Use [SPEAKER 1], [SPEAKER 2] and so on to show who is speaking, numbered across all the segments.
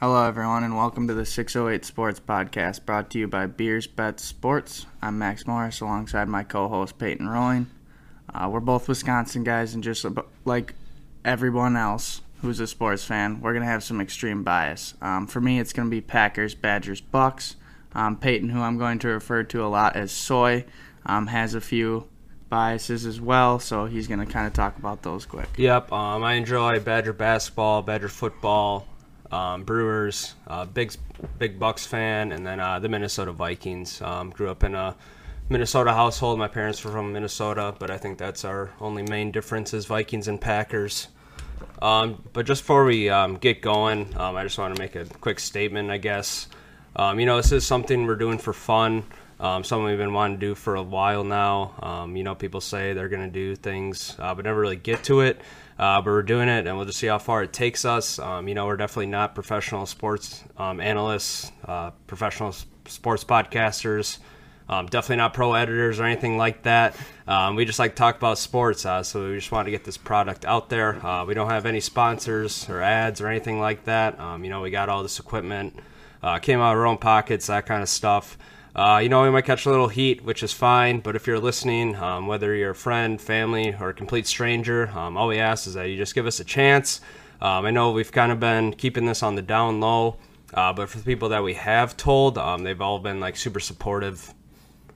[SPEAKER 1] Hello, everyone, and welcome to the 608 Sports Podcast brought to you by Beers Bets Sports. I'm Max Morris alongside my co host Peyton Rowling. Uh, we're both Wisconsin guys, and just ab- like everyone else who's a sports fan, we're going to have some extreme bias. Um, for me, it's going to be Packers, Badgers, Bucks. Um, Peyton, who I'm going to refer to a lot as Soy, um, has a few biases as well, so he's going to kind of talk about those quick.
[SPEAKER 2] Yep, um, I enjoy Badger basketball, Badger football, um, Brewers, uh, big big Bucks fan, and then uh, the Minnesota Vikings. Um, grew up in a Minnesota household. My parents were from Minnesota, but I think that's our only main difference is Vikings and Packers. Um, but just before we um, get going, um, I just want to make a quick statement, I guess. Um, you know, this is something we're doing for fun, um, something we've been wanting to do for a while now. Um, you know, people say they're going to do things, uh, but never really get to it. Uh, but we're doing it, and we'll just see how far it takes us. Um, you know, we're definitely not professional sports um, analysts, uh, professional s- sports podcasters. Um, definitely not pro editors or anything like that. Um, we just like to talk about sports, uh, so we just want to get this product out there. Uh, we don't have any sponsors or ads or anything like that. Um, you know, we got all this equipment, uh, came out of our own pockets, that kind of stuff. Uh, you know, we might catch a little heat, which is fine, but if you're listening, um, whether you're a friend, family, or a complete stranger, um, all we ask is that you just give us a chance. Um, I know we've kind of been keeping this on the down low, uh, but for the people that we have told, um, they've all been like super supportive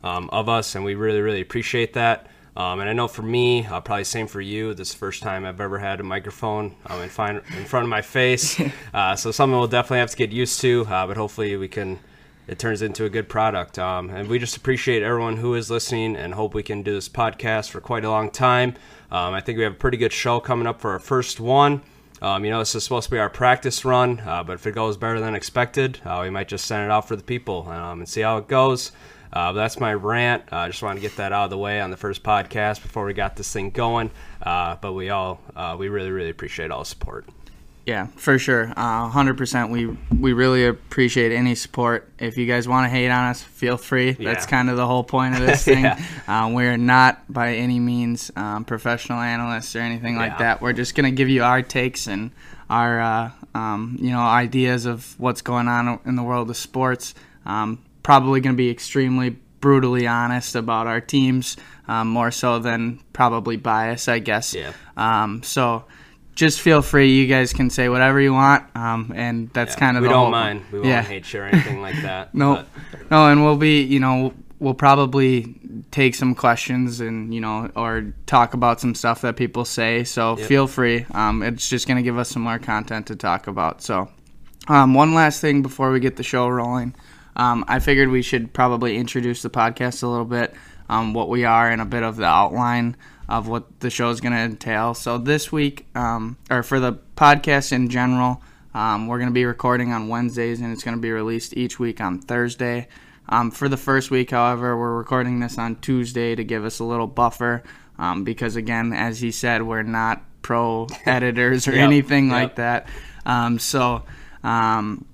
[SPEAKER 2] um, of us, and we really, really appreciate that. Um, and I know for me, uh, probably same for you. This is the first time I've ever had a microphone um, in, fine, in front of my face, uh, so something we'll definitely have to get used to. Uh, but hopefully, we can. It turns into a good product, um, and we just appreciate everyone who is listening, and hope we can do this podcast for quite a long time. Um, I think we have a pretty good show coming up for our first one. Um, you know, this is supposed to be our practice run, uh, but if it goes better than expected, uh, we might just send it out for the people um, and see how it goes. Uh, but that's my rant. Uh, I just wanted to get that out of the way on the first podcast before we got this thing going. Uh, but we all, uh, we really, really appreciate all the support.
[SPEAKER 1] Yeah, for sure. Uh, Hundred percent. We we really appreciate any support. If you guys want to hate on us, feel free. That's
[SPEAKER 2] Yeah.
[SPEAKER 1] kind of the whole point of this thing.
[SPEAKER 2] Yeah.
[SPEAKER 1] um, we're not by any means um, professional analysts or anything like
[SPEAKER 2] Yeah.
[SPEAKER 1] that. We're just gonna give you our takes and our uh, um, you know ideas of what's going on in the world of sports. Um, probably gonna be extremely brutally honest about our teams, um, more so than probably bias, I guess.
[SPEAKER 2] Yeah.
[SPEAKER 1] Um, so just feel free. You guys can say whatever you want, um, and that's kind of
[SPEAKER 2] we
[SPEAKER 1] the
[SPEAKER 2] don't
[SPEAKER 1] whole-
[SPEAKER 2] mind. We won't hate share anything like that.
[SPEAKER 1] no,
[SPEAKER 2] but-
[SPEAKER 1] no, and we'll be, you know, we'll probably take some questions and you know, or talk about some stuff that people say. So feel free. Um, it's just gonna give us some more content to talk about. So, um, one last thing before we get the show rolling, um, I figured we should probably introduce the podcast a little bit, um, what we are, and a bit of the outline of what the show is gonna entail. So this week, um, or for the podcast in general. Um, we're going to be recording on Wednesdays and it's going to be released each week on Thursday. Um, for the first week, however, we're recording this on Tuesday to give us a little buffer um, because, again, as he said, we're not pro editors or
[SPEAKER 2] Yep,
[SPEAKER 1] anything
[SPEAKER 2] yep.
[SPEAKER 1] like that. Um, so um,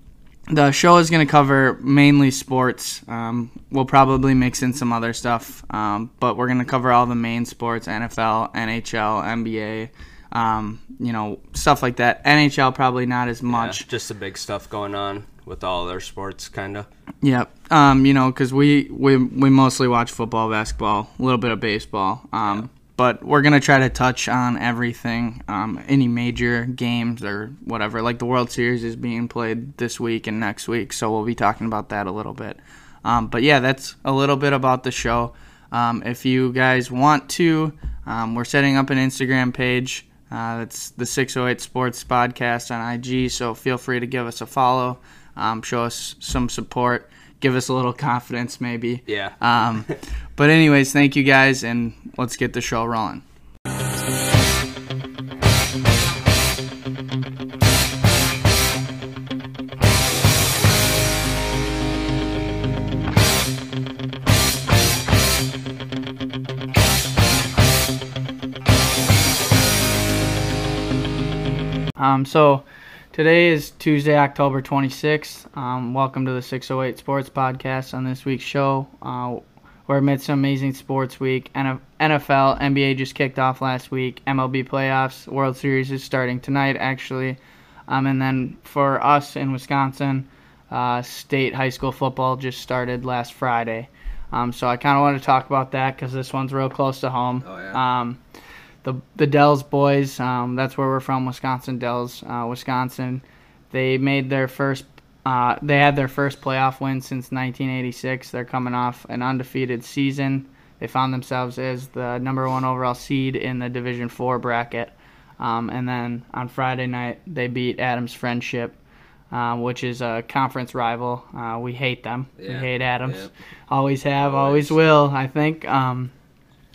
[SPEAKER 1] the show is going to cover mainly sports. Um, we'll probably mix in some other stuff, um, but we're going to cover all the main sports: NFL, NHL, NBA. Um, you know, stuff like that. NHL probably not as
[SPEAKER 2] yeah,
[SPEAKER 1] much.
[SPEAKER 2] uh, just the big stuff going on with all their sports, kind of.
[SPEAKER 1] Yep. Um, you know, because we, we we mostly watch football, basketball, a little bit of baseball. Um, but we're gonna try to touch on everything, um, any major games or whatever. Like the World Series is being played this week and next week, so we'll be talking about that a little bit. Um, but yeah, that's a little bit about the show. Um, if you guys want to, um, we're setting up an Instagram page. Uh, that's the 608 Sports Podcast on IG, so feel free to give us a follow, um, show us some support, give us a little confidence, maybe.
[SPEAKER 2] Yeah.
[SPEAKER 1] Um, but, anyways, thank you guys, and let's get the show rolling. Um, so today is Tuesday, October 26th. Um, welcome to the 608 Sports Podcast. On this week's show, uh, we're amidst an amazing sports week. N- NFL, NBA just kicked off last week. MLB playoffs, World Series is starting tonight, actually. Um, and then for us in Wisconsin, uh, state high school football just started last Friday. Um, so I kind of want to talk about that because this one's real close to home.
[SPEAKER 2] Oh, yeah.
[SPEAKER 1] Um, the the Dells boys, um, that's where we're from, Wisconsin Dells, uh, Wisconsin. They made their first. Uh, they had their first playoff win since 1986. They're coming off an undefeated season. They found themselves as the number one overall seed in the Division Four bracket. Um, and then on Friday night, they beat Adams Friendship, uh, which is a conference rival. Uh, we hate them.
[SPEAKER 2] Yeah.
[SPEAKER 1] We hate Adams.
[SPEAKER 2] Yep.
[SPEAKER 1] Always have, always
[SPEAKER 2] Always.
[SPEAKER 1] will, I think. Um,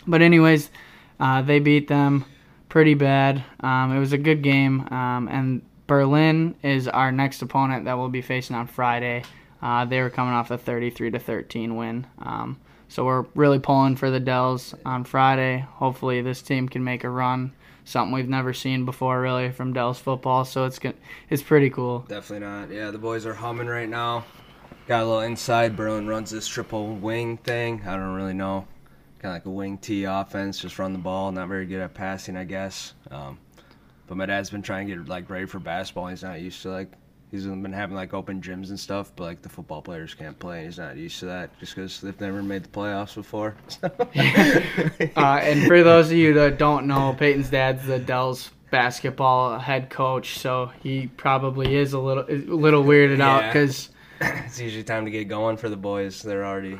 [SPEAKER 1] but, anyways, uh, they beat them pretty bad. Um, it was a good game. Um, and Berlin is our next opponent that we'll be facing on Friday. Uh, they were coming off a 33 to 13 win. Um, so we're really pulling for the Dells on Friday. Hopefully, this team can make a run. Something we've never seen before, really, from Dells football. So it's good. It's pretty cool.
[SPEAKER 2] Definitely not. Yeah, the boys are humming right now. Got a little inside. Berlin runs this triple wing thing. I don't really know. Kind of like a wing T offense. Just run the ball. Not very good at passing, I guess. Um, but my dad's been trying to get like ready for basketball. He's not used to like. He's been having like open gyms and stuff, but like the football players can't play. He's not used to that just because they've never made the playoffs before.
[SPEAKER 1] Uh, and for those of you that don't know, Peyton's dad's the Dells basketball head coach, so he probably is a little a little weirded out
[SPEAKER 2] Yeah.
[SPEAKER 1] 'cause
[SPEAKER 2] it's usually time to get going for the boys. They're already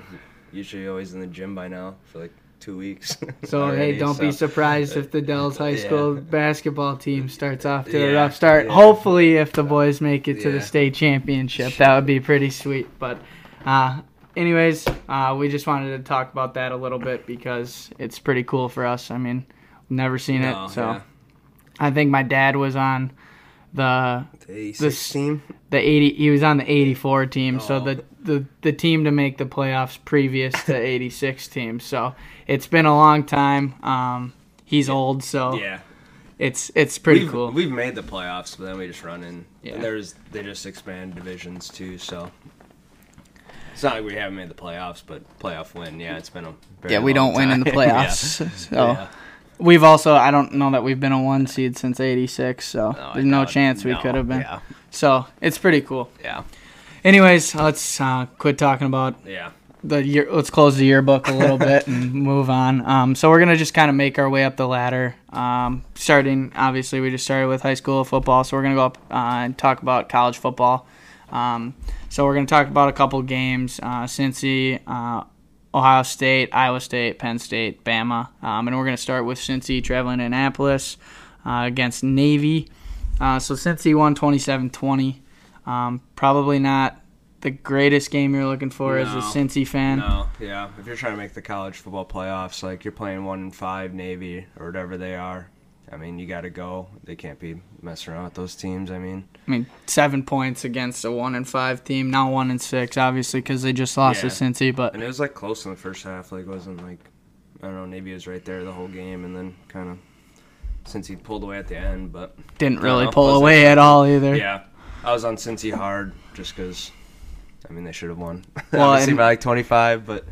[SPEAKER 2] usually always in the gym by now for like two weeks.
[SPEAKER 1] So
[SPEAKER 2] already,
[SPEAKER 1] hey, don't be
[SPEAKER 2] so-
[SPEAKER 1] surprised if the Dells High
[SPEAKER 2] Yeah.
[SPEAKER 1] School basketball team starts off to a
[SPEAKER 2] Yeah,
[SPEAKER 1] rough start.
[SPEAKER 2] yeah.
[SPEAKER 1] Hopefully, if the boys make it to
[SPEAKER 2] Yeah.
[SPEAKER 1] the state championship, that would be pretty sweet. But, uh, anyways, uh, we just wanted to talk about that a little bit because it's pretty cool for us. I mean, never seen
[SPEAKER 2] No,
[SPEAKER 1] it, so
[SPEAKER 2] Oh, yeah.
[SPEAKER 1] I think my dad was on the
[SPEAKER 2] The
[SPEAKER 1] This-
[SPEAKER 2] team.
[SPEAKER 1] the 80 he was on the 84 team so
[SPEAKER 2] Oh.
[SPEAKER 1] the, the the team to make the playoffs previous to 86 team so it's been a long time um he's old so
[SPEAKER 2] Yeah,
[SPEAKER 1] it's it's oh, pretty
[SPEAKER 2] we've,
[SPEAKER 1] cool
[SPEAKER 2] We've made the playoffs, but then we just run in.
[SPEAKER 1] Yeah.
[SPEAKER 2] And there's they just expand divisions too, so it's not like we haven't made the playoffs, but playoff win. Yeah, it's been a very
[SPEAKER 1] yeah we don't
[SPEAKER 2] long
[SPEAKER 1] win in the
[SPEAKER 2] time.
[SPEAKER 1] playoffs so
[SPEAKER 2] yeah.
[SPEAKER 1] we've also i don't know that we've been a one seed since 86 so
[SPEAKER 2] Oh, I
[SPEAKER 1] there's no
[SPEAKER 2] doubt-
[SPEAKER 1] chance we
[SPEAKER 2] no,
[SPEAKER 1] could have been
[SPEAKER 2] Yeah,
[SPEAKER 1] so it's pretty cool
[SPEAKER 2] yeah,
[SPEAKER 1] anyways let's uh, quit talking about
[SPEAKER 2] yeah.
[SPEAKER 1] the year let's close the yearbook a little bit and move on um, so we're gonna just kind of make our way up the ladder um, starting obviously we just started with high school football so we're gonna go up uh, and talk about college football um, so we're gonna talk about a couple games uh, cincy uh, ohio state iowa state penn state bama um, and we're gonna start with cincy traveling to annapolis uh, against navy uh, so cincy won 27-20 um, probably not the greatest game you're looking for as a
[SPEAKER 2] No.
[SPEAKER 1] Cincy fan.
[SPEAKER 2] No, yeah. If you're trying to make the college football playoffs, like you're playing one and five Navy or whatever they are, I mean you got to go. They can't be messing around with those teams. I mean,
[SPEAKER 1] I mean, seven points against a one and five team, now one and six, obviously, because they just lost
[SPEAKER 2] Yeah.
[SPEAKER 1] to Cincy. But
[SPEAKER 2] and it was like close in the first half. Like wasn't like I don't know. Navy was right there the whole game, and then kind of since he pulled away at the end, but
[SPEAKER 1] didn't really
[SPEAKER 2] No,
[SPEAKER 1] pull
[SPEAKER 2] wasn't.
[SPEAKER 1] away at all either.
[SPEAKER 2] yeah, I was on Cincy hard just because. I mean, they should have won.
[SPEAKER 1] Well,
[SPEAKER 2] Obviously
[SPEAKER 1] and-
[SPEAKER 2] by like 25, but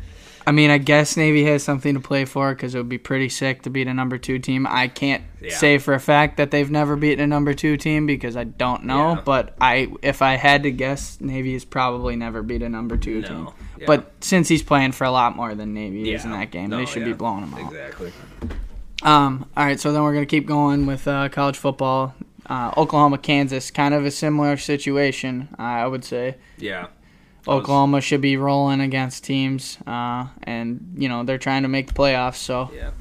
[SPEAKER 1] I mean, I guess Navy has something to play for because it would be pretty sick to beat a number two team. I can't
[SPEAKER 2] Yeah.
[SPEAKER 1] say for a fact that they've never beaten a number two team because I don't know.
[SPEAKER 2] Yeah.
[SPEAKER 1] But I, if I had to guess, Navy has probably never beat a number two
[SPEAKER 2] No.
[SPEAKER 1] team.
[SPEAKER 2] Yeah.
[SPEAKER 1] But since he's playing for a lot more than Navy is in
[SPEAKER 2] Yeah.
[SPEAKER 1] that game,
[SPEAKER 2] No,
[SPEAKER 1] they should be
[SPEAKER 2] yeah.
[SPEAKER 1] blowing them out.
[SPEAKER 2] exactly.
[SPEAKER 1] Um, all right, so then we're going to keep going with uh, college football. Uh, Oklahoma, Kansas, kind of a similar situation, I would say.
[SPEAKER 2] Yeah,
[SPEAKER 1] Oklahoma should be rolling against teams, uh, and, you know, they're trying to make the playoffs, so.
[SPEAKER 2] Yeah.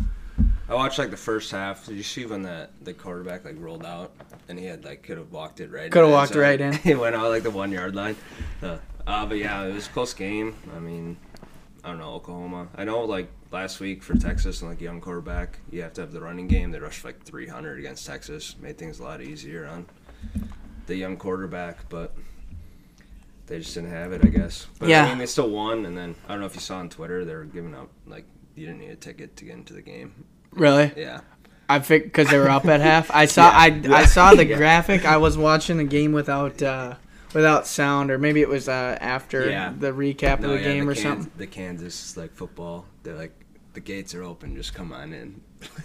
[SPEAKER 2] I watched like the first half. Did you see when the, the quarterback like rolled out and he had like could have walked it right in?
[SPEAKER 1] Coulda
[SPEAKER 2] the end
[SPEAKER 1] walked
[SPEAKER 2] zone?
[SPEAKER 1] right in.
[SPEAKER 2] he went out like the one yard line. Uh, uh, but yeah, it was a close game. I mean, I don't know, Oklahoma. I know like last week for Texas and like young quarterback, you have to have the running game. They rushed like 300 against Texas, made things a lot easier on the young quarterback, but they just didn't have it, I guess. But
[SPEAKER 1] Yeah.
[SPEAKER 2] I mean, they still won, and then I don't know if you saw on Twitter, they were giving out like you didn't need a ticket to get into the game.
[SPEAKER 1] Really?
[SPEAKER 2] Yeah.
[SPEAKER 1] I figured because they were up at half. I saw
[SPEAKER 2] Yeah.
[SPEAKER 1] I, I saw the
[SPEAKER 2] Yeah.
[SPEAKER 1] graphic. I was watching the game without uh, without sound, or maybe it was uh, after
[SPEAKER 2] Yeah.
[SPEAKER 1] the recap of the
[SPEAKER 2] yeah,
[SPEAKER 1] game or
[SPEAKER 2] Kan-
[SPEAKER 1] something.
[SPEAKER 2] The Kansas like football, they're like the gates are open. Just come on in.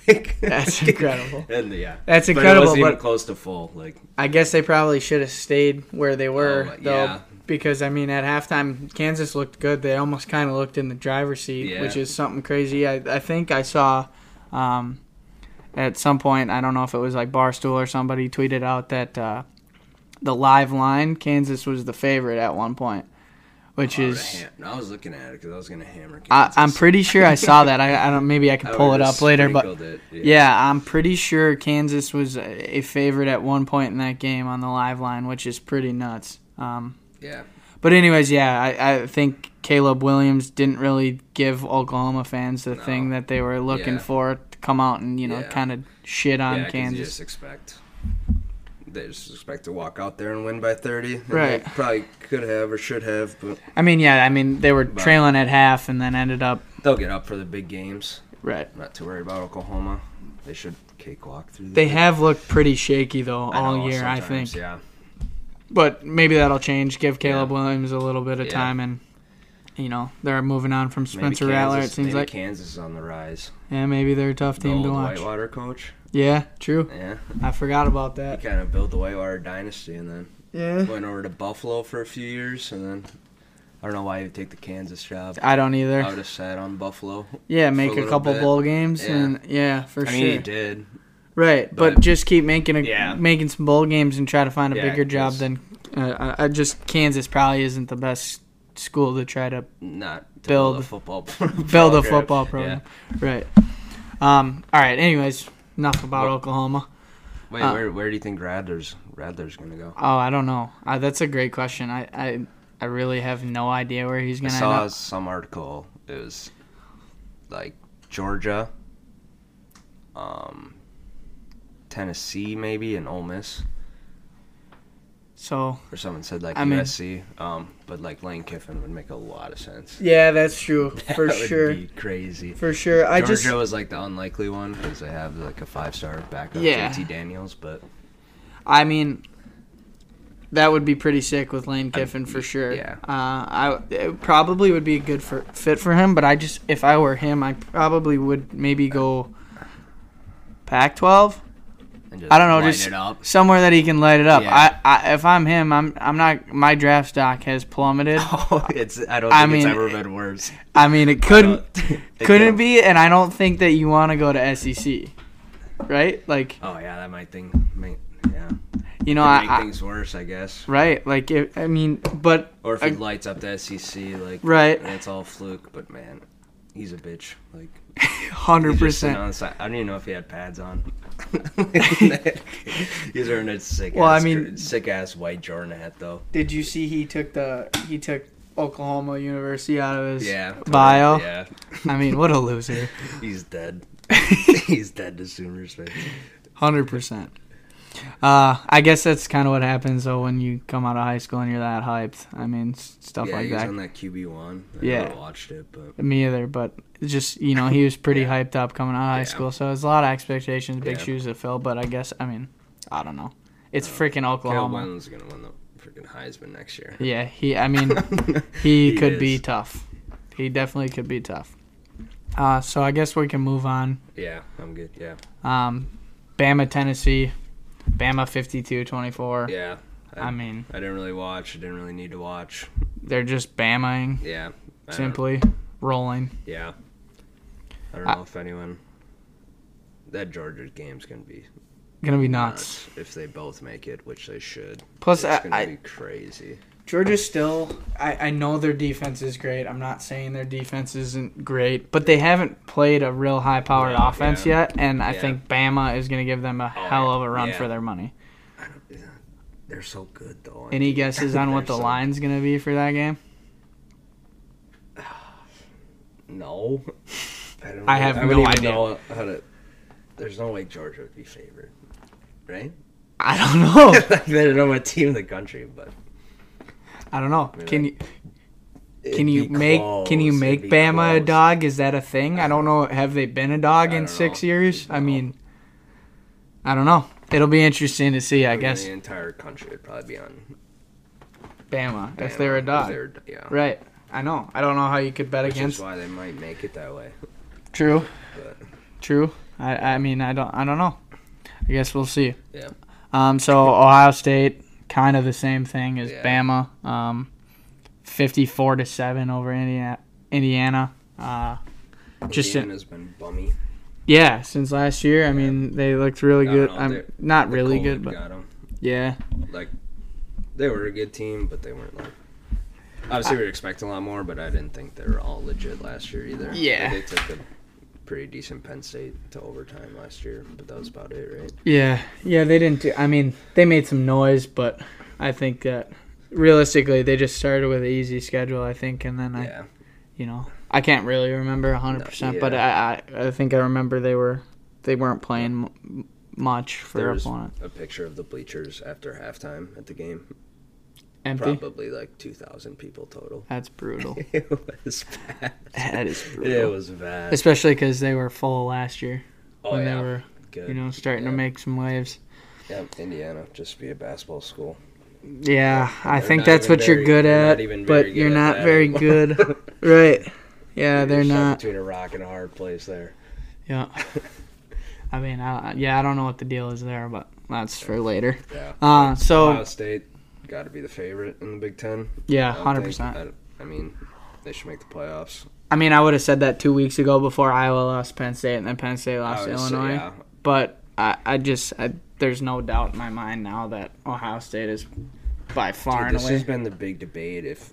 [SPEAKER 1] That's incredible.
[SPEAKER 2] And yeah,
[SPEAKER 1] That's
[SPEAKER 2] But
[SPEAKER 1] incredible,
[SPEAKER 2] it wasn't even
[SPEAKER 1] but-
[SPEAKER 2] close to full. Like
[SPEAKER 1] I guess they probably should have stayed where they were
[SPEAKER 2] Oh,
[SPEAKER 1] though,
[SPEAKER 2] yeah.
[SPEAKER 1] because I mean at halftime Kansas looked good. They almost kind of looked in the driver's seat,
[SPEAKER 2] Yeah.
[SPEAKER 1] which is something crazy. I I think I saw. Um, at some point, I don't know if it was like Barstool or somebody tweeted out that uh, the live line Kansas was the favorite at one point, which
[SPEAKER 2] I would've
[SPEAKER 1] is
[SPEAKER 2] ham- I was looking at it because I was gonna hammer.
[SPEAKER 1] I, I'm
[SPEAKER 2] Oh, Kansas.
[SPEAKER 1] pretty sure I saw that. I, I don't. Maybe I
[SPEAKER 2] I
[SPEAKER 1] can pull it
[SPEAKER 2] would've
[SPEAKER 1] up later, but
[SPEAKER 2] sprinkled it,
[SPEAKER 1] yeah, I'm pretty sure Kansas was a a favorite at one point in that game on the live line, which is pretty nuts. Um,
[SPEAKER 2] yeah.
[SPEAKER 1] but anyways, yeah, I, I think Caleb Williams didn't really give Oklahoma fans the
[SPEAKER 2] No.
[SPEAKER 1] thing that they were looking
[SPEAKER 2] Yeah.
[SPEAKER 1] for to come out and you know
[SPEAKER 2] Yeah.
[SPEAKER 1] kind of shit on
[SPEAKER 2] yeah, 'cause
[SPEAKER 1] Kansas.
[SPEAKER 2] You just expect they just expect to walk out there and win by thirty. and they
[SPEAKER 1] Right.
[SPEAKER 2] probably could have or should have, but
[SPEAKER 1] I mean, yeah, I mean they were
[SPEAKER 2] But-
[SPEAKER 1] trailing at half and then ended up
[SPEAKER 2] they'll get up for the big games.
[SPEAKER 1] right.
[SPEAKER 2] Not to worry about Oklahoma. They should cakewalk through. The
[SPEAKER 1] They have looked pretty shaky though
[SPEAKER 2] I
[SPEAKER 1] all
[SPEAKER 2] know,
[SPEAKER 1] year, I
[SPEAKER 2] sometimes,
[SPEAKER 1] think.
[SPEAKER 2] Yeah.
[SPEAKER 1] but maybe that'll change. Give Caleb
[SPEAKER 2] Yeah.
[SPEAKER 1] Williams a little bit of
[SPEAKER 2] Yeah.
[SPEAKER 1] time, and you know they're moving on from
[SPEAKER 2] Maybe
[SPEAKER 1] Spencer
[SPEAKER 2] Kansas-
[SPEAKER 1] Rattler. It seems
[SPEAKER 2] maybe
[SPEAKER 1] like,
[SPEAKER 2] Kansas is on the rise.
[SPEAKER 1] yeah, maybe they're a tough
[SPEAKER 2] The
[SPEAKER 1] team
[SPEAKER 2] old
[SPEAKER 1] to watch.
[SPEAKER 2] Whitewater coach.
[SPEAKER 1] Yeah, true.
[SPEAKER 2] Yeah.
[SPEAKER 1] I forgot about
[SPEAKER 2] He
[SPEAKER 1] that.
[SPEAKER 2] kind of built the Whitewater dynasty and then
[SPEAKER 1] Yeah,
[SPEAKER 2] went over to Buffalo for a few years and then I don't know why he would take the Kansas job.
[SPEAKER 1] I don't either.
[SPEAKER 2] I would have sat on Buffalo.
[SPEAKER 1] yeah,
[SPEAKER 2] Uh, a
[SPEAKER 1] make a
[SPEAKER 2] little
[SPEAKER 1] couple
[SPEAKER 2] bit.
[SPEAKER 1] bowl games,
[SPEAKER 2] Yeah.
[SPEAKER 1] and yeah, for
[SPEAKER 2] I
[SPEAKER 1] sure.
[SPEAKER 2] mean, he did.
[SPEAKER 1] Right, but,
[SPEAKER 2] But-
[SPEAKER 1] just keep making a
[SPEAKER 2] Yeah.
[SPEAKER 1] making some bowl games and try to find a
[SPEAKER 2] Yeah,
[SPEAKER 1] bigger job
[SPEAKER 2] 'cause-
[SPEAKER 1] than. Uh, I I just Kansas probably isn't the best school to try to
[SPEAKER 2] Not to
[SPEAKER 1] Build-
[SPEAKER 2] a football
[SPEAKER 1] build a
[SPEAKER 2] program.
[SPEAKER 1] football program. Right. Um. All right. Anyways, enough about
[SPEAKER 2] Well-
[SPEAKER 1] Oklahoma.
[SPEAKER 2] Yeah. Wait,
[SPEAKER 1] Uh,
[SPEAKER 2] where where do you think Radler's Radler's gonna go?
[SPEAKER 1] Oh, I don't know. Uh, that's a great question. I, I I really have no idea where he's
[SPEAKER 2] I
[SPEAKER 1] gonna end
[SPEAKER 2] saw
[SPEAKER 1] up.
[SPEAKER 2] some article. It was like Georgia, um, Tennessee, maybe, and Ole Miss,
[SPEAKER 1] So
[SPEAKER 2] or someone said like
[SPEAKER 1] I mean-
[SPEAKER 2] USC. um, but like Lane Kiffin would make a lot of sense.
[SPEAKER 1] yeah, that's true for
[SPEAKER 2] That would
[SPEAKER 1] sure.
[SPEAKER 2] be crazy.
[SPEAKER 1] For sure. I
[SPEAKER 2] Georgia
[SPEAKER 1] just
[SPEAKER 2] was like the unlikely one because they have like a five star backup,
[SPEAKER 1] Yeah.
[SPEAKER 2] JT Daniels, but
[SPEAKER 1] I mean that would be pretty sick with Lane Kiffin for sure.
[SPEAKER 2] Um, yeah.
[SPEAKER 1] Uh, I it probably would be a good for, fit for him, but I just if I were him, I probably would maybe go Pac-12.
[SPEAKER 2] and just
[SPEAKER 1] I don't know,
[SPEAKER 2] light
[SPEAKER 1] just
[SPEAKER 2] it up.
[SPEAKER 1] somewhere that he can light it up.
[SPEAKER 2] Yeah.
[SPEAKER 1] I, I if I'm him, I'm I'm not my draft stock has plummeted.
[SPEAKER 2] Oh, it's I don't think
[SPEAKER 1] I
[SPEAKER 2] it's
[SPEAKER 1] mean,
[SPEAKER 2] ever been worse.
[SPEAKER 1] I mean, it couldn't
[SPEAKER 2] It
[SPEAKER 1] couldn't be, and I don't think that you want to go to SEC, right? Like
[SPEAKER 2] Oh yeah, that might thing. Might, yeah,
[SPEAKER 1] you know,
[SPEAKER 2] Could
[SPEAKER 1] I,
[SPEAKER 2] make
[SPEAKER 1] I-
[SPEAKER 2] things worse, I guess.
[SPEAKER 1] right? Like it, I mean, but
[SPEAKER 2] Or if he
[SPEAKER 1] I-
[SPEAKER 2] lights up the SEC, like
[SPEAKER 1] Right.
[SPEAKER 2] it's all fluke. But man, he's a bitch. Like
[SPEAKER 1] hundred
[SPEAKER 2] he's just sitting
[SPEAKER 1] percent.
[SPEAKER 2] on the side. I don't even know if he had pads on. he's wearing a sick.
[SPEAKER 1] Well, I
[SPEAKER 2] ass,
[SPEAKER 1] mean-
[SPEAKER 2] sick ass white Jordan hat though.
[SPEAKER 1] Did you see he took the he took Oklahoma University out of his
[SPEAKER 2] Yeah,
[SPEAKER 1] bio?
[SPEAKER 2] Yeah,
[SPEAKER 1] I mean, what a loser,
[SPEAKER 2] he's dead. he's dead to Sooners fans.
[SPEAKER 1] hundred percent. Uh, I guess that's kind of what happens though when you come out of high school and you're that hyped. I mean, s- stuff
[SPEAKER 2] Yeah,
[SPEAKER 1] like
[SPEAKER 2] he was
[SPEAKER 1] that.
[SPEAKER 2] on that QB one. I
[SPEAKER 1] Yeah.
[SPEAKER 2] never watched it, but
[SPEAKER 1] Me either, but it's just you know he was pretty
[SPEAKER 2] Yeah.
[SPEAKER 1] hyped up coming out of high
[SPEAKER 2] Yeah.
[SPEAKER 1] school, so it's a lot of expectations, big
[SPEAKER 2] Yeah.
[SPEAKER 1] shoes to fill. But I guess I mean, I don't know. It's
[SPEAKER 2] Uh,
[SPEAKER 1] freaking
[SPEAKER 2] Caleb
[SPEAKER 1] Oklahoma.
[SPEAKER 2] Williams is gonna win the freaking Heisman next year.
[SPEAKER 1] Yeah, he. I mean, he, could be
[SPEAKER 2] is.
[SPEAKER 1] tough. He definitely could be tough. Uh, so I guess we can move on.
[SPEAKER 2] Yeah, I'm good. Yeah,
[SPEAKER 1] Um, Bama, Tennessee, Bama 52-24.
[SPEAKER 2] yeah.
[SPEAKER 1] I mean,
[SPEAKER 2] I didn't really watch. I didn't really need to watch.
[SPEAKER 1] they're just bamaing,
[SPEAKER 2] Yeah. I don't-
[SPEAKER 1] simply rolling.
[SPEAKER 2] Yeah. I don't
[SPEAKER 1] I-
[SPEAKER 2] know if anyone. That Georgia game's gonna be
[SPEAKER 1] Gonna be nuts.
[SPEAKER 2] nuts if they both make it, which they should.
[SPEAKER 1] Plus,
[SPEAKER 2] it's
[SPEAKER 1] I-
[SPEAKER 2] gonna
[SPEAKER 1] I-
[SPEAKER 2] be crazy.
[SPEAKER 1] Georgia still, I, I know their defense is great. I'm not saying their defense isn't great, but they haven't played a real high powered
[SPEAKER 2] Yeah,
[SPEAKER 1] offense
[SPEAKER 2] yeah.
[SPEAKER 1] yet, and I
[SPEAKER 2] Yeah. Oh,
[SPEAKER 1] think Bama is going to give them a hell of a run
[SPEAKER 2] yeah.
[SPEAKER 1] for their money.
[SPEAKER 2] They're so good though.
[SPEAKER 1] Any guesses on what
[SPEAKER 2] They're
[SPEAKER 1] the
[SPEAKER 2] so-
[SPEAKER 1] line's going to be for that game?
[SPEAKER 2] No. I, don't
[SPEAKER 1] I have
[SPEAKER 2] don't
[SPEAKER 1] no
[SPEAKER 2] even
[SPEAKER 1] idea.
[SPEAKER 2] know how to- There's no way Georgia would be favored, right?
[SPEAKER 1] I don't know.
[SPEAKER 2] I don't know what team in the country, but
[SPEAKER 1] I don't know.
[SPEAKER 2] Really?
[SPEAKER 1] Can you
[SPEAKER 2] it'd
[SPEAKER 1] can you
[SPEAKER 2] be
[SPEAKER 1] make can you
[SPEAKER 2] close,
[SPEAKER 1] make
[SPEAKER 2] it'd be
[SPEAKER 1] Bama a
[SPEAKER 2] close.
[SPEAKER 1] dog? Is that a thing? I don't know. Have they been a dog
[SPEAKER 2] I
[SPEAKER 1] in
[SPEAKER 2] don't
[SPEAKER 1] six
[SPEAKER 2] know.
[SPEAKER 1] years? I
[SPEAKER 2] No.
[SPEAKER 1] mean, I don't know. It'll be interesting to see. I
[SPEAKER 2] mean,
[SPEAKER 1] guess
[SPEAKER 2] the entire country would probably be on.
[SPEAKER 1] Bama if
[SPEAKER 2] Bama
[SPEAKER 1] they're a dog.
[SPEAKER 2] they're- yeah.
[SPEAKER 1] Right. I know. I don't know how you could bet
[SPEAKER 2] Which
[SPEAKER 1] against
[SPEAKER 2] is why they might make it that way.
[SPEAKER 1] True. True. I, I mean I don't I don't know. I guess we'll see.
[SPEAKER 2] Yeah.
[SPEAKER 1] Um, so Ohio State, kind of the same thing as
[SPEAKER 2] Yeah.
[SPEAKER 1] Bama. Um, fifty-four to seven over Indiana. Indiana. Uh, just in-
[SPEAKER 2] has been bummy.
[SPEAKER 1] yeah, since last year. I mean, they looked really
[SPEAKER 2] I don't
[SPEAKER 1] good.
[SPEAKER 2] know,
[SPEAKER 1] I'm
[SPEAKER 2] they-
[SPEAKER 1] not
[SPEAKER 2] The
[SPEAKER 1] really
[SPEAKER 2] COVID
[SPEAKER 1] good, but
[SPEAKER 2] got 'em.
[SPEAKER 1] yeah,
[SPEAKER 2] Like they were a good team, but they weren't like. Obviously, we were expecting a lot more, but I didn't think they were all legit last year either.
[SPEAKER 1] Yeah.
[SPEAKER 2] they took a pretty decent Penn State to overtime last year, but that was about it, right?
[SPEAKER 1] yeah, yeah. They didn't. Do, I mean, they made some noise, but I think that realistically, they just started with an easy schedule. I think, and then I
[SPEAKER 2] yeah,
[SPEAKER 1] you know i can't really remember 100% but I, I i think i remember they were they weren't playing m- much for their
[SPEAKER 2] There's
[SPEAKER 1] opponent
[SPEAKER 2] a picture of the bleachers after halftime at the game.
[SPEAKER 1] empty
[SPEAKER 2] Probably like two thousand people total.
[SPEAKER 1] that's brutal
[SPEAKER 2] it was bad.
[SPEAKER 1] that is
[SPEAKER 2] It
[SPEAKER 1] brutal
[SPEAKER 2] was bad.
[SPEAKER 1] especially because they were full last year
[SPEAKER 2] Oh
[SPEAKER 1] when they
[SPEAKER 2] yeah,
[SPEAKER 1] were
[SPEAKER 2] good.
[SPEAKER 1] you know starting
[SPEAKER 2] Yeah.
[SPEAKER 1] to make some waves
[SPEAKER 2] yeah, Indiana just be a basketball school.
[SPEAKER 1] yeah i
[SPEAKER 2] They're
[SPEAKER 1] think
[SPEAKER 2] not
[SPEAKER 1] that's
[SPEAKER 2] even
[SPEAKER 1] what you're
[SPEAKER 2] very-
[SPEAKER 1] good
[SPEAKER 2] they're not
[SPEAKER 1] at
[SPEAKER 2] even
[SPEAKER 1] but
[SPEAKER 2] very good
[SPEAKER 1] you're
[SPEAKER 2] at
[SPEAKER 1] not
[SPEAKER 2] that
[SPEAKER 1] very
[SPEAKER 2] anymore.
[SPEAKER 1] good right yeah
[SPEAKER 2] You're
[SPEAKER 1] they're
[SPEAKER 2] stuck
[SPEAKER 1] not
[SPEAKER 2] between a rock and a hard place there.
[SPEAKER 1] yeah i mean I, yeah i don't know what the deal is there but that's for later
[SPEAKER 2] Yeah.
[SPEAKER 1] uh
[SPEAKER 2] Ohio
[SPEAKER 1] so
[SPEAKER 2] State got to be the favorite in the Big Ten.
[SPEAKER 1] yeah
[SPEAKER 2] I don't
[SPEAKER 1] 100%
[SPEAKER 2] think- I, I mean, they should make the playoffs.
[SPEAKER 1] I mean, I would have said that two weeks ago before Iowa lost Penn State and then Penn State
[SPEAKER 2] I
[SPEAKER 1] lost
[SPEAKER 2] would say,
[SPEAKER 1] Illinois.
[SPEAKER 2] Oh, yeah.
[SPEAKER 1] But I, I just, I, there's no doubt in my mind now that Ohio State is by far
[SPEAKER 2] Dude,
[SPEAKER 1] and
[SPEAKER 2] this
[SPEAKER 1] away.
[SPEAKER 2] has been the big debate if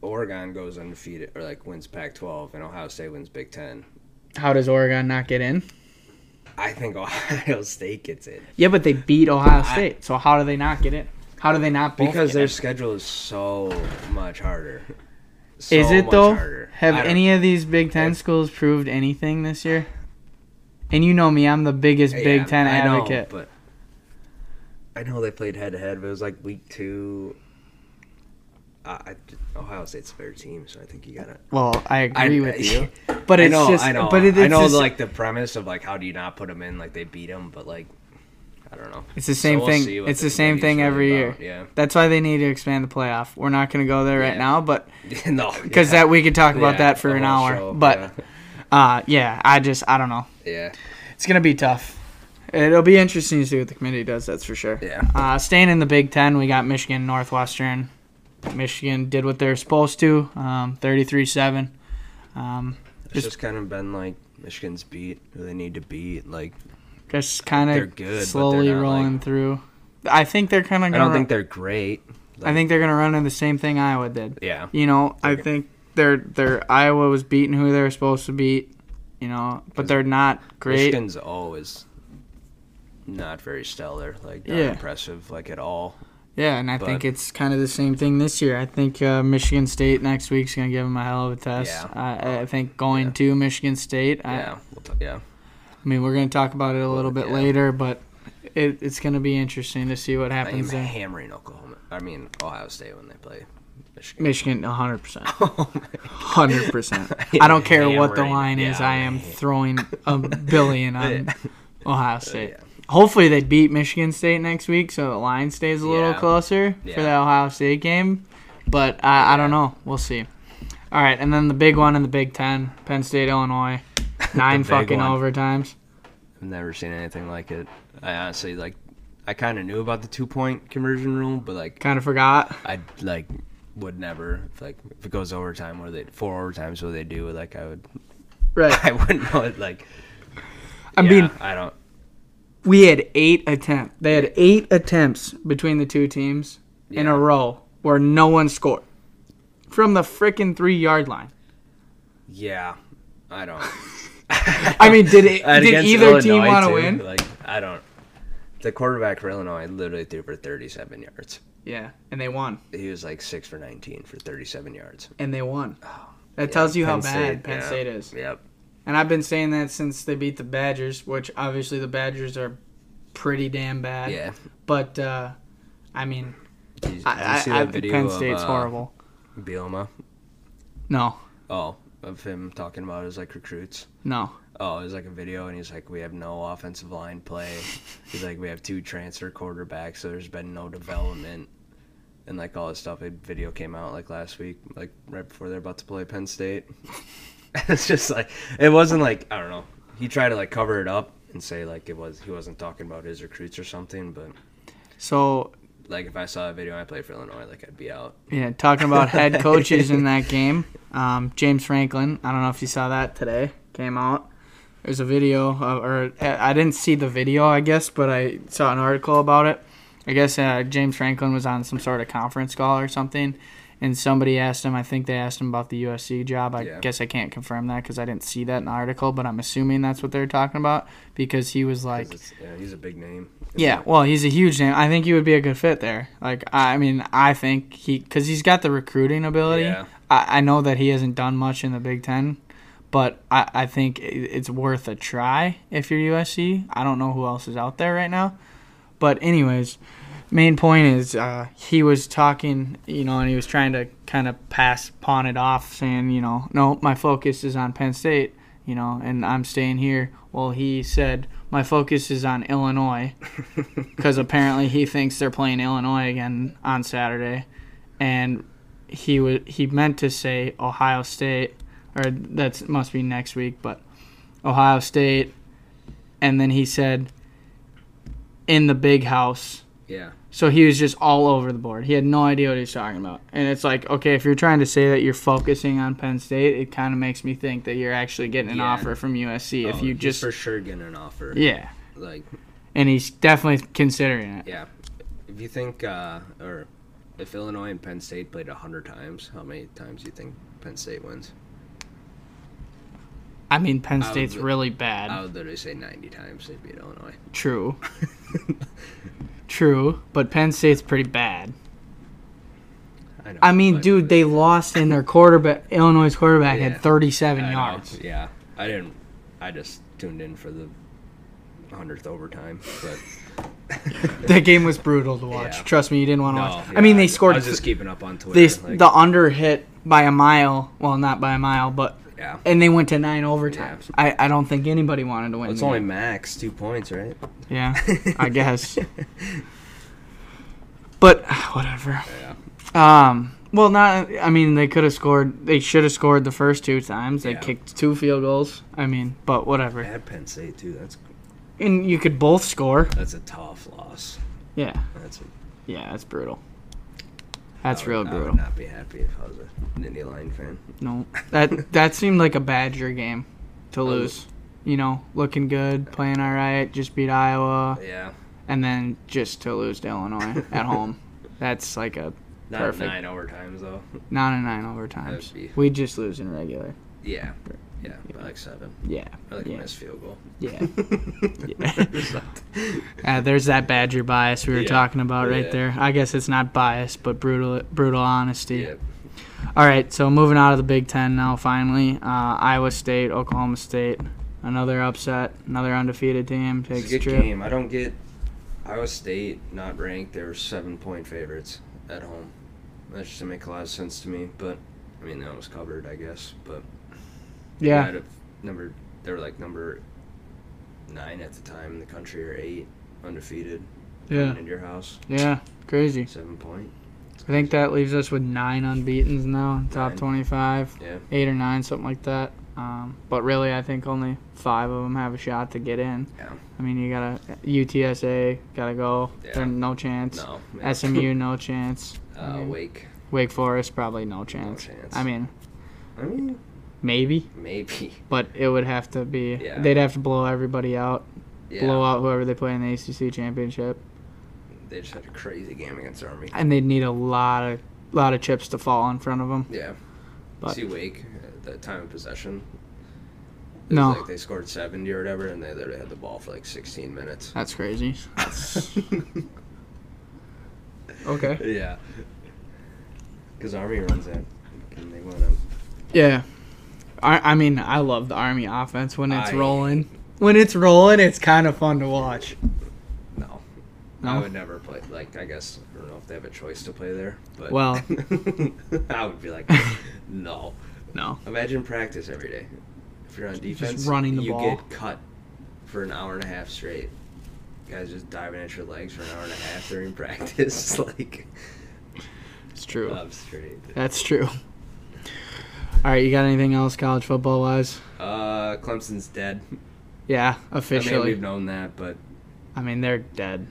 [SPEAKER 2] Oregon goes undefeated or like wins Pac-12 and Ohio State wins Big Ten.
[SPEAKER 1] How does Oregon not get in?
[SPEAKER 2] I think Ohio State gets it
[SPEAKER 1] Yeah, but they beat Ohio State. So how do they not get in? How do they not both
[SPEAKER 2] because
[SPEAKER 1] get
[SPEAKER 2] their
[SPEAKER 1] in?
[SPEAKER 2] schedule is so much harder. So
[SPEAKER 1] Is it
[SPEAKER 2] much
[SPEAKER 1] though?
[SPEAKER 2] harder.
[SPEAKER 1] Have
[SPEAKER 2] I don't-
[SPEAKER 1] any of these Big Ten schools proved anything this year? And you know me, I'm the biggest
[SPEAKER 2] Yeah,
[SPEAKER 1] Big Ten
[SPEAKER 2] I know,
[SPEAKER 1] advocate.
[SPEAKER 2] but I know they played head to head, but it was like week two. I, I, Ohio State's a better team, so I think you gotta.
[SPEAKER 1] well, I agree
[SPEAKER 2] I-
[SPEAKER 1] with you, but
[SPEAKER 2] I
[SPEAKER 1] it's
[SPEAKER 2] know,
[SPEAKER 1] just,
[SPEAKER 2] I know,
[SPEAKER 1] but it, it's
[SPEAKER 2] I know,
[SPEAKER 1] just-
[SPEAKER 2] like the premise of like how do you not put them in? Like they beat them, but like I don't know.
[SPEAKER 1] It's the
[SPEAKER 2] So
[SPEAKER 1] same
[SPEAKER 2] we'll see
[SPEAKER 1] thing.
[SPEAKER 2] what
[SPEAKER 1] It's
[SPEAKER 2] the
[SPEAKER 1] the same
[SPEAKER 2] committee's
[SPEAKER 1] thing
[SPEAKER 2] really
[SPEAKER 1] every
[SPEAKER 2] about,
[SPEAKER 1] year. That's why they need to expand the playoff. We're not going to go there right
[SPEAKER 2] Yeah.
[SPEAKER 1] now, but
[SPEAKER 2] Yeah, no,
[SPEAKER 1] because
[SPEAKER 2] yeah,
[SPEAKER 1] that we could talk about
[SPEAKER 2] yeah,
[SPEAKER 1] that for
[SPEAKER 2] the
[SPEAKER 1] an
[SPEAKER 2] whole
[SPEAKER 1] hour.
[SPEAKER 2] show,
[SPEAKER 1] but uh, yeah, I just I don't know.
[SPEAKER 2] yeah,
[SPEAKER 1] It's going to be tough. It'll be interesting to see what the committee does. That's for sure.
[SPEAKER 2] yeah,
[SPEAKER 1] Uh, staying in the Big Ten, we got Michigan, Northwestern. Michigan did what they're supposed to, um, 33-7. Um,
[SPEAKER 2] it's just kind of been like Michigan's beat who they need to beat. Like
[SPEAKER 1] just kind
[SPEAKER 2] They're
[SPEAKER 1] of
[SPEAKER 2] good, but they're
[SPEAKER 1] slowly
[SPEAKER 2] not, like-
[SPEAKER 1] rolling through. I think they're kind of.
[SPEAKER 2] I don't think they're great.
[SPEAKER 1] I think they're going to run into the same thing Iowa did.
[SPEAKER 2] Yeah,
[SPEAKER 1] You know, I
[SPEAKER 2] Okay.
[SPEAKER 1] think their their Iowa was beating who they were supposed to beat. You know, but they're not great.
[SPEAKER 2] Michigan's always not very stellar, like not
[SPEAKER 1] Yeah.
[SPEAKER 2] impressive, like at all.
[SPEAKER 1] yeah, and I
[SPEAKER 2] but-
[SPEAKER 1] think it's kind of the same thing this year. I think uh, Michigan State next week's gonna give them a hell of a test.
[SPEAKER 2] Yeah.
[SPEAKER 1] I, I think going
[SPEAKER 2] Yeah.
[SPEAKER 1] to Michigan State. I,
[SPEAKER 2] yeah, we'll t- yeah,
[SPEAKER 1] I mean, we're gonna talk about it a little bit
[SPEAKER 2] yeah.
[SPEAKER 1] later, but it, it's gonna be interesting to see what
[SPEAKER 2] I am
[SPEAKER 1] happens uh, there.
[SPEAKER 2] hammering Oklahoma. I mean Ohio State when they play Michigan.
[SPEAKER 1] Michigan, 100 percent,
[SPEAKER 2] Oh my-
[SPEAKER 1] 100 percent.
[SPEAKER 2] am
[SPEAKER 1] I don't care what the
[SPEAKER 2] hammering-
[SPEAKER 1] line is.
[SPEAKER 2] yeah,
[SPEAKER 1] I am throwing a billion on Ohio State.
[SPEAKER 2] yeah.
[SPEAKER 1] Hopefully they beat Michigan State next week, so the line stays a little
[SPEAKER 2] Yeah.
[SPEAKER 1] closer for
[SPEAKER 2] Yeah.
[SPEAKER 1] the Ohio State game. But I, I don't know. We'll see. All right, and then the big one in the Big Ten: Penn State, Illinois, nine
[SPEAKER 2] big
[SPEAKER 1] fucking
[SPEAKER 2] one.
[SPEAKER 1] overtimes.
[SPEAKER 2] I've never seen anything like it. I honestly like. I kind of knew about the two point conversion rule, but like
[SPEAKER 1] Kind of forgot.
[SPEAKER 2] I like would never if, like if it goes overtime or they four overtimes what they do like I would
[SPEAKER 1] Right.
[SPEAKER 2] I wouldn't know it like
[SPEAKER 1] I
[SPEAKER 2] yeah,
[SPEAKER 1] mean,
[SPEAKER 2] I don't
[SPEAKER 1] we had eight attempt. They had eight attempts between the two teams in
[SPEAKER 2] Yeah.
[SPEAKER 1] a row where no one scored from the frickin' three yard line.
[SPEAKER 2] yeah I don't
[SPEAKER 1] I mean, did it,
[SPEAKER 2] And
[SPEAKER 1] did
[SPEAKER 2] against
[SPEAKER 1] either team
[SPEAKER 2] Illinois,
[SPEAKER 1] want to
[SPEAKER 2] too,
[SPEAKER 1] win?
[SPEAKER 2] Like I don't. The quarterback for Illinois literally threw for 37 yards.
[SPEAKER 1] Yeah, and they won.
[SPEAKER 2] He was like six for 19 for 37 yards.
[SPEAKER 1] and they won. That tells you how
[SPEAKER 2] Oh, Penn
[SPEAKER 1] bad
[SPEAKER 2] State,
[SPEAKER 1] Penn
[SPEAKER 2] yeah.
[SPEAKER 1] State is.
[SPEAKER 2] Yep.
[SPEAKER 1] And I've been saying that since they beat the Badgers, which obviously the Badgers are pretty damn bad.
[SPEAKER 2] Yeah.
[SPEAKER 1] But uh, I mean,
[SPEAKER 2] Did you, did you
[SPEAKER 1] I,
[SPEAKER 2] see
[SPEAKER 1] I, I,
[SPEAKER 2] that video
[SPEAKER 1] Penn
[SPEAKER 2] of,
[SPEAKER 1] State's
[SPEAKER 2] uh,
[SPEAKER 1] horrible.
[SPEAKER 2] Bielema.
[SPEAKER 1] No,
[SPEAKER 2] Oh, of him talking about his like recruits.
[SPEAKER 1] no.
[SPEAKER 2] Oh, it was like a video, and he's like, "We have no offensive line play." he's like, "We have two transfer quarterbacks, so there's been no development." And like all this stuff, a video came out like last week, like right before they're about to play Penn State. it's just like it wasn't like I don't know. He tried to like cover it up and say like it was he wasn't talking about his recruits or something, but
[SPEAKER 1] So
[SPEAKER 2] like if I saw a video I played for Illinois, like I'd be out.
[SPEAKER 1] yeah, talking about head coaches in that game, um, James Franklin. I don't know if you saw that today. Came out. There's a video, of, or I I didn't see the video, I guess, but I saw an article about it. I guess uh, James Franklin was on some sort of conference call or something, and somebody asked him. I think they asked him about the USC job. I
[SPEAKER 2] Yeah.
[SPEAKER 1] guess I can't confirm that because I didn't see that in the article, but I'm assuming that's what they're talking about because he was
[SPEAKER 2] 'Cause
[SPEAKER 1] like,
[SPEAKER 2] it's- yeah, he's a big name.
[SPEAKER 1] yeah, well, he's a huge name. I think he would be a good fit there. Like, I I mean, I think he because he's got the recruiting ability.
[SPEAKER 2] Yeah.
[SPEAKER 1] I, I know that he hasn't done much in the Big Ten, but I, I think i- it's worth a try if you're USC. I don't know who else is out there right now, but anyways, main point is uh, he was talking, you know, and he was trying to kind of pass pawn it off, saying, you know, no, my focus is on Penn State, you know, and I'm staying here. Well, he said my focus is on Illinois because apparently he thinks they're playing Illinois again on Saturday, and he was he meant to say Ohio State, or that must be next week, but Ohio State, and then he said in the big house.
[SPEAKER 2] Yeah.
[SPEAKER 1] So he was just all over the board. He had no idea what he was talking about. And it's like, okay, if you're trying to say that you're focusing on Penn State, it kind of makes me think that you're actually getting an
[SPEAKER 2] Yeah.
[SPEAKER 1] offer from USC
[SPEAKER 2] Oh,
[SPEAKER 1] if you
[SPEAKER 2] he's
[SPEAKER 1] just
[SPEAKER 2] for sure getting an offer.
[SPEAKER 1] yeah.
[SPEAKER 2] Like
[SPEAKER 1] And he's definitely considering it.
[SPEAKER 2] yeah. If you think uh or if Illinois and Penn State played a hundred times, how many times do you think Penn State wins?
[SPEAKER 1] I mean, Penn
[SPEAKER 2] would
[SPEAKER 1] State's
[SPEAKER 2] li-
[SPEAKER 1] really
[SPEAKER 2] I
[SPEAKER 1] bad.
[SPEAKER 2] would literally say ninety times they beat Illinois.
[SPEAKER 1] True. True, but Penn State's pretty bad.
[SPEAKER 2] I, know,
[SPEAKER 1] I mean,
[SPEAKER 2] but-
[SPEAKER 1] dude, they lost and their quarterback, Illinois quarterback,
[SPEAKER 2] Yeah.
[SPEAKER 1] had 37
[SPEAKER 2] I know,
[SPEAKER 1] yards.
[SPEAKER 2] Yeah, I didn't. I just tuned in for the hundredth overtime, but
[SPEAKER 1] That game was brutal to watch.
[SPEAKER 2] Yeah.
[SPEAKER 1] Trust me, you didn't want to
[SPEAKER 2] no,
[SPEAKER 1] watch.
[SPEAKER 2] yeah,
[SPEAKER 1] I mean,
[SPEAKER 2] I
[SPEAKER 1] they
[SPEAKER 2] was-
[SPEAKER 1] scored
[SPEAKER 2] I was just keeping up on Twitter.
[SPEAKER 1] they s
[SPEAKER 2] like,
[SPEAKER 1] the under hit by a mile. Well, not by a mile, but
[SPEAKER 2] yeah,
[SPEAKER 1] and they went to nine overtimes.
[SPEAKER 2] Yeah.
[SPEAKER 1] I, I don't think anybody wanted to win.
[SPEAKER 2] it's
[SPEAKER 1] the
[SPEAKER 2] only
[SPEAKER 1] game.
[SPEAKER 2] max two points, right?
[SPEAKER 1] yeah, I guess. But whatever. Um. Well, not. I mean, they could have scored. They should have scored the first two times. They
[SPEAKER 2] Yeah.
[SPEAKER 1] kicked two field goals. I mean, but whatever.
[SPEAKER 2] At Penn State too. That's
[SPEAKER 1] And you could both score.
[SPEAKER 2] that's a tough loss.
[SPEAKER 1] Yeah.
[SPEAKER 2] That's a,
[SPEAKER 1] Yeah. That's brutal. That's
[SPEAKER 2] I would-
[SPEAKER 1] real
[SPEAKER 2] I would
[SPEAKER 1] brutal.
[SPEAKER 2] not be happy if I was a Nindy Line fan.
[SPEAKER 1] No, that that seemed like a Badger game to lose. You know, looking good, playing all right, just beat Iowa,
[SPEAKER 2] Yeah,
[SPEAKER 1] and then just to lose to Illinois at home. That's like a
[SPEAKER 2] not
[SPEAKER 1] Perfect.
[SPEAKER 2] nine overtimes though.
[SPEAKER 1] nine and nine
[SPEAKER 2] That'd be-
[SPEAKER 1] overtimes. We just lose in regular.
[SPEAKER 2] Yeah, yeah, by like seven.
[SPEAKER 1] Yeah,
[SPEAKER 2] I like a
[SPEAKER 1] yeah,
[SPEAKER 2] missed field goal.
[SPEAKER 1] yeah. Uh, there's that Badger bias we were
[SPEAKER 2] Yeah.
[SPEAKER 1] talking about right
[SPEAKER 2] Yeah.
[SPEAKER 1] there. I guess it's not bias, but brutal, brutal honesty.
[SPEAKER 2] yeah,
[SPEAKER 1] All right, so moving out of the Big Ten now. Finally, uh, Iowa State, Oklahoma State, another upset, another undefeated team
[SPEAKER 2] It's
[SPEAKER 1] takes
[SPEAKER 2] a
[SPEAKER 1] a
[SPEAKER 2] good
[SPEAKER 1] trip.
[SPEAKER 2] game. I don't get Iowa State not ranked. They were seven point favorites at home. That just didn't make a lot of sense to me. But I mean, that was covered, I guess. But they
[SPEAKER 1] Yeah,
[SPEAKER 2] had a number they were like number nine at the time in the country or eight undefeated.
[SPEAKER 1] yeah,
[SPEAKER 2] Coming into your house,
[SPEAKER 1] yeah. Crazy.
[SPEAKER 2] seven point.
[SPEAKER 1] I think that leaves us with nine unbeaten's now, in top
[SPEAKER 2] Nine.
[SPEAKER 1] 25,
[SPEAKER 2] Yeah,
[SPEAKER 1] eight or nine, something like that. Um, but really, I think only five of them have a shot to get in.
[SPEAKER 2] Yeah.
[SPEAKER 1] I mean, you gotta UTSA, gotta go.
[SPEAKER 2] Yeah.
[SPEAKER 1] There no chance.
[SPEAKER 2] no.
[SPEAKER 1] SMU, no chance.
[SPEAKER 2] uh, Wake.
[SPEAKER 1] Wake Forest, probably no chance.
[SPEAKER 2] chance.
[SPEAKER 1] I mean,
[SPEAKER 2] I mean,
[SPEAKER 1] maybe.
[SPEAKER 2] maybe.
[SPEAKER 1] But it would have to be.
[SPEAKER 2] Yeah.
[SPEAKER 1] They'd have to blow everybody out,
[SPEAKER 2] Yeah,
[SPEAKER 1] blow out whoever they play in the ACC championship,
[SPEAKER 2] they just had a crazy game against Army.
[SPEAKER 1] and they'd need a lot of lot of chips to fall in front of them.
[SPEAKER 2] Yeah.
[SPEAKER 1] But-
[SPEAKER 2] See Wake, uh, the time of possession. It was
[SPEAKER 1] No,
[SPEAKER 2] Like they scored 70 or whatever, and they literally had the ball for like 16 minutes.
[SPEAKER 1] that's crazy. Okay.
[SPEAKER 2] yeah. Because Army runs it. And they want to.
[SPEAKER 1] Yeah. I, I mean, I love the Army offense when it's
[SPEAKER 2] I-
[SPEAKER 1] rolling. When it's rolling, it's kind of fun to watch.
[SPEAKER 2] No. I
[SPEAKER 1] No?
[SPEAKER 2] would never play. Like, I guess, I don't know if they have a choice to play there. But
[SPEAKER 1] Well-
[SPEAKER 2] I would be like, no.
[SPEAKER 1] No.
[SPEAKER 2] Imagine practice every day. If you're on defense,
[SPEAKER 1] running the
[SPEAKER 2] you
[SPEAKER 1] ball.
[SPEAKER 2] get cut for an hour and a half straight. Guys just diving at your legs for an hour and a half during practice. like,
[SPEAKER 1] It's true.
[SPEAKER 2] up straight.
[SPEAKER 1] That's true. All right, you got anything else college football wise?
[SPEAKER 2] Uh, Clemson's dead.
[SPEAKER 1] Yeah,
[SPEAKER 2] I mean,
[SPEAKER 1] officially.
[SPEAKER 2] we've known that, but
[SPEAKER 1] I mean, they're dead.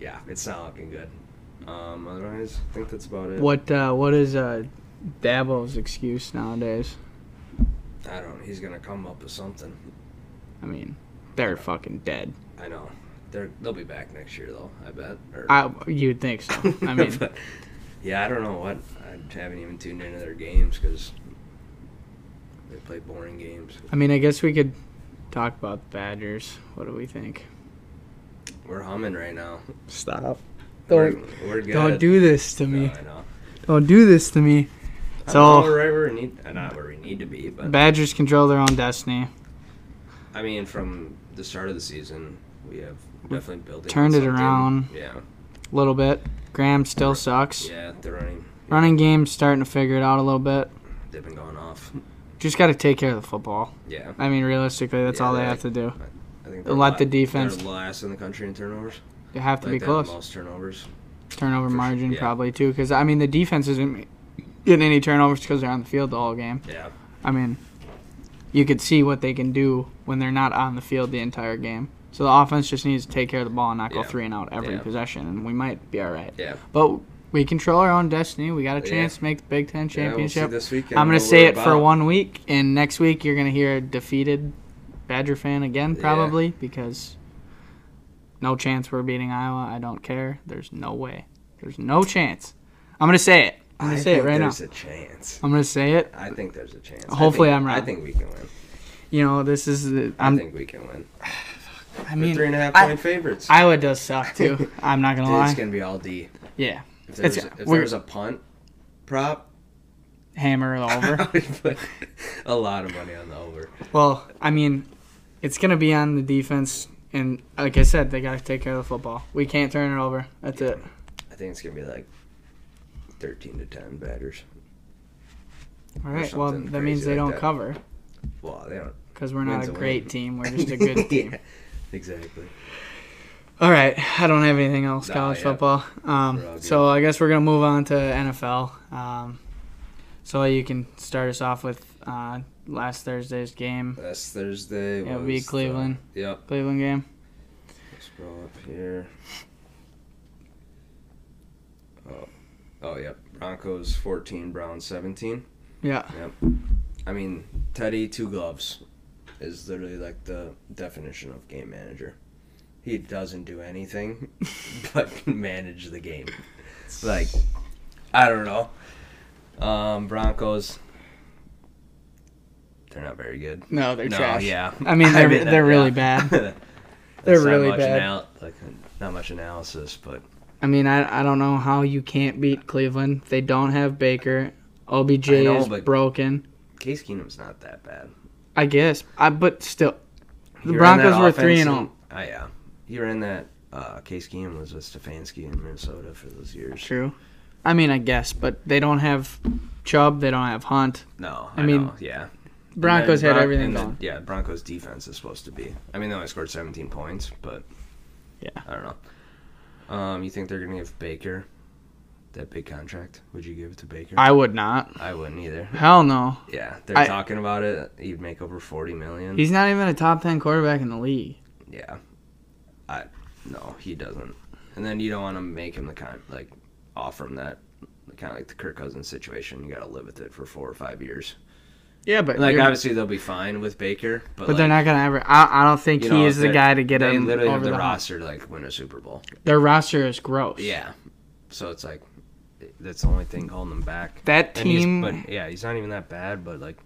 [SPEAKER 2] yeah, it's not looking good. Um, otherwise, I think that's about it.
[SPEAKER 1] What uh, what is uh, Dabo's excuse nowadays?
[SPEAKER 2] I don't. He's gonna come up with something.
[SPEAKER 1] I mean, they're fucking dead.
[SPEAKER 2] I know. They're they'll be back next year though. I bet. Or,
[SPEAKER 1] I you'd think so. I mean,
[SPEAKER 2] But, yeah, I don't know what. I haven't even tuned into their games because they play boring games.
[SPEAKER 1] I mean, I guess we could talk about Badgers. What do we think?
[SPEAKER 2] We're humming right now.
[SPEAKER 1] Stop.
[SPEAKER 2] We're,
[SPEAKER 1] Don't
[SPEAKER 2] we're good.
[SPEAKER 1] don't do this to me.
[SPEAKER 2] No, I know.
[SPEAKER 1] Don't do this to me. So-
[SPEAKER 2] I don't know, we're right where we need, uh, not where we need to be, but
[SPEAKER 1] Badgers control their own destiny.
[SPEAKER 2] I mean, from the start of the season, we have definitely built in
[SPEAKER 1] Turned it
[SPEAKER 2] something.
[SPEAKER 1] around.
[SPEAKER 2] Yeah,
[SPEAKER 1] A little bit. Graham still sucks.
[SPEAKER 2] yeah, they're running.
[SPEAKER 1] Running game's starting to figure it out a little bit.
[SPEAKER 2] They've been going off.
[SPEAKER 1] Just got to take care of the football.
[SPEAKER 2] Yeah,
[SPEAKER 1] I mean, realistically, that's
[SPEAKER 2] Yeah,
[SPEAKER 1] all they
[SPEAKER 2] like-
[SPEAKER 1] have to do.
[SPEAKER 2] I
[SPEAKER 1] Let
[SPEAKER 2] think
[SPEAKER 1] the
[SPEAKER 2] la-
[SPEAKER 1] defense-
[SPEAKER 2] They're last in the country in turnovers.
[SPEAKER 1] They have to
[SPEAKER 2] Like
[SPEAKER 1] be
[SPEAKER 2] they have the
[SPEAKER 1] close.
[SPEAKER 2] Most turnovers.
[SPEAKER 1] Turnover
[SPEAKER 2] for sure,
[SPEAKER 1] margin
[SPEAKER 2] yeah.
[SPEAKER 1] probably too, because I mean the defense isn't getting any turnovers because they're on the field the whole game.
[SPEAKER 2] Yeah,
[SPEAKER 1] I mean, you could see what they can do when they're not on the field the entire game. So the offense just needs to take care of the ball and not go
[SPEAKER 2] Yeah.
[SPEAKER 1] three and out every
[SPEAKER 2] Yeah.
[SPEAKER 1] possession, and we might be all right.
[SPEAKER 2] yeah.
[SPEAKER 1] But we control our own destiny. We got a
[SPEAKER 2] Yeah.
[SPEAKER 1] chance to make the Big Ten
[SPEAKER 2] Yeah, we'll see
[SPEAKER 1] championship.
[SPEAKER 2] this weekend
[SPEAKER 1] I'm gonna
[SPEAKER 2] what
[SPEAKER 1] say
[SPEAKER 2] we're
[SPEAKER 1] it for
[SPEAKER 2] about.
[SPEAKER 1] one week, and next week you're gonna hear a defeated Badger fan again,
[SPEAKER 2] Yeah.
[SPEAKER 1] probably because no chance we're beating Iowa. I don't care. There's no way. There's no chance. I'm gonna say it. I'm gonna
[SPEAKER 2] I
[SPEAKER 1] say it
[SPEAKER 2] think
[SPEAKER 1] right now.
[SPEAKER 2] There's a chance.
[SPEAKER 1] I'm gonna say it.
[SPEAKER 2] I think there's a chance. I
[SPEAKER 1] Hopefully
[SPEAKER 2] think-
[SPEAKER 1] I'm
[SPEAKER 2] I
[SPEAKER 1] wrong.
[SPEAKER 2] think we can win.
[SPEAKER 1] You know, this is. The,
[SPEAKER 2] i
[SPEAKER 1] I'm.
[SPEAKER 2] think we can win.
[SPEAKER 1] I
[SPEAKER 2] We're
[SPEAKER 1] mean,
[SPEAKER 2] three and a half
[SPEAKER 1] I-
[SPEAKER 2] point favorites.
[SPEAKER 1] Iowa does suck too. I'm not gonna
[SPEAKER 2] Dude, it's
[SPEAKER 1] lie.
[SPEAKER 2] gonna be all D.
[SPEAKER 1] Yeah,
[SPEAKER 2] If
[SPEAKER 1] It's-
[SPEAKER 2] there's if
[SPEAKER 1] we're-
[SPEAKER 2] there's a punt prop,
[SPEAKER 1] hammer it
[SPEAKER 2] I
[SPEAKER 1] over.
[SPEAKER 2] would put a lot of money on the over.
[SPEAKER 1] well, I mean, it's gonna be on the defense, and like I said, they gotta take care of the football. We can't turn it over. That's it.
[SPEAKER 2] I think it's gonna be like thirteen to ten batters.
[SPEAKER 1] All right. Well,
[SPEAKER 2] something
[SPEAKER 1] that means
[SPEAKER 2] crazy
[SPEAKER 1] they
[SPEAKER 2] like
[SPEAKER 1] don't
[SPEAKER 2] that.
[SPEAKER 1] cover
[SPEAKER 2] Well, they don't.
[SPEAKER 1] because we're not
[SPEAKER 2] Wins
[SPEAKER 1] a
[SPEAKER 2] a
[SPEAKER 1] great
[SPEAKER 2] win.
[SPEAKER 1] team. We're just a good team.
[SPEAKER 2] yeah, exactly.
[SPEAKER 1] All right. I don't have anything else
[SPEAKER 2] Nah,
[SPEAKER 1] college
[SPEAKER 2] yeah.
[SPEAKER 1] football.
[SPEAKER 2] We're all
[SPEAKER 1] Um,
[SPEAKER 2] good.
[SPEAKER 1] so I guess we're gonna move on to NFL. Um, so you can start us off with uh, last Thursday's game,
[SPEAKER 2] Last Thursday.
[SPEAKER 1] Yeah,
[SPEAKER 2] was
[SPEAKER 1] beat Cleveland.
[SPEAKER 2] The, yep.
[SPEAKER 1] Cleveland game.
[SPEAKER 2] Let's scroll up here. Oh, oh, yep. Broncos fourteen, Browns seventeen.
[SPEAKER 1] Yeah.
[SPEAKER 2] Yep. I mean, Teddy two gloves is literally like the definition of game manager. He doesn't do anything but manage the game. Like, I don't know. Um, Broncos. They're not very good.
[SPEAKER 1] No, they're trash.
[SPEAKER 2] Yeah.
[SPEAKER 1] I mean, they're- they're really bad.
[SPEAKER 2] They're
[SPEAKER 1] They're really
[SPEAKER 2] much
[SPEAKER 1] bad.
[SPEAKER 2] anal- like, not much analysis, but
[SPEAKER 1] I mean, I, I don't know how you can't beat Cleveland. They don't have Baker. OBJ
[SPEAKER 2] I know,
[SPEAKER 1] is
[SPEAKER 2] but-
[SPEAKER 1] broken.
[SPEAKER 2] Case Keenum's not that bad.
[SPEAKER 1] I guess. I but still, the
[SPEAKER 2] He ran that
[SPEAKER 1] Broncos were
[SPEAKER 2] offense
[SPEAKER 1] three and zero.
[SPEAKER 2] Oh yeah, he ran that. Uh, Case Keenum was with Stefanski in Minnesota for those years.
[SPEAKER 1] True. I mean, I guess, but they don't have Chubb. They don't have Hunt.
[SPEAKER 2] No,
[SPEAKER 1] I
[SPEAKER 2] I,
[SPEAKER 1] mean,
[SPEAKER 2] mean, yeah. And
[SPEAKER 1] Broncos
[SPEAKER 2] then
[SPEAKER 1] had
[SPEAKER 2] Bron-
[SPEAKER 1] everything
[SPEAKER 2] and then-
[SPEAKER 1] going.
[SPEAKER 2] yeah, Broncos defense is supposed to be. I mean, they only scored 17 points, but
[SPEAKER 1] Yeah.
[SPEAKER 2] I don't know. Um, you think they're gonna give Baker that big contract? Would you give it to Baker?
[SPEAKER 1] I would not.
[SPEAKER 2] I wouldn't either.
[SPEAKER 1] Hell no.
[SPEAKER 2] Yeah, they're
[SPEAKER 1] I-
[SPEAKER 2] talking about it. He'd make over 40 million.
[SPEAKER 1] He's not even a top ten quarterback in the league.
[SPEAKER 2] Yeah. I no, he doesn't. And then you don't want to make him the kind like offer him that kind of like the Kirk Cousins situation. You got to live with it for four or five years.
[SPEAKER 1] Yeah, but
[SPEAKER 2] Like
[SPEAKER 1] you're-
[SPEAKER 2] obviously they'll be fine with Baker, but,
[SPEAKER 1] but they're not gonna ever. I, I don't think he is the guy to get
[SPEAKER 2] they
[SPEAKER 1] him over
[SPEAKER 2] literally have
[SPEAKER 1] the,
[SPEAKER 2] the,
[SPEAKER 1] hump.
[SPEAKER 2] roster to like win a Super Bowl.
[SPEAKER 1] Their roster is gross.
[SPEAKER 2] Yeah. So it's like that's the only thing holding them back.
[SPEAKER 1] That
[SPEAKER 2] And he's-
[SPEAKER 1] team.
[SPEAKER 2] but yeah, he's not even that bad. But like,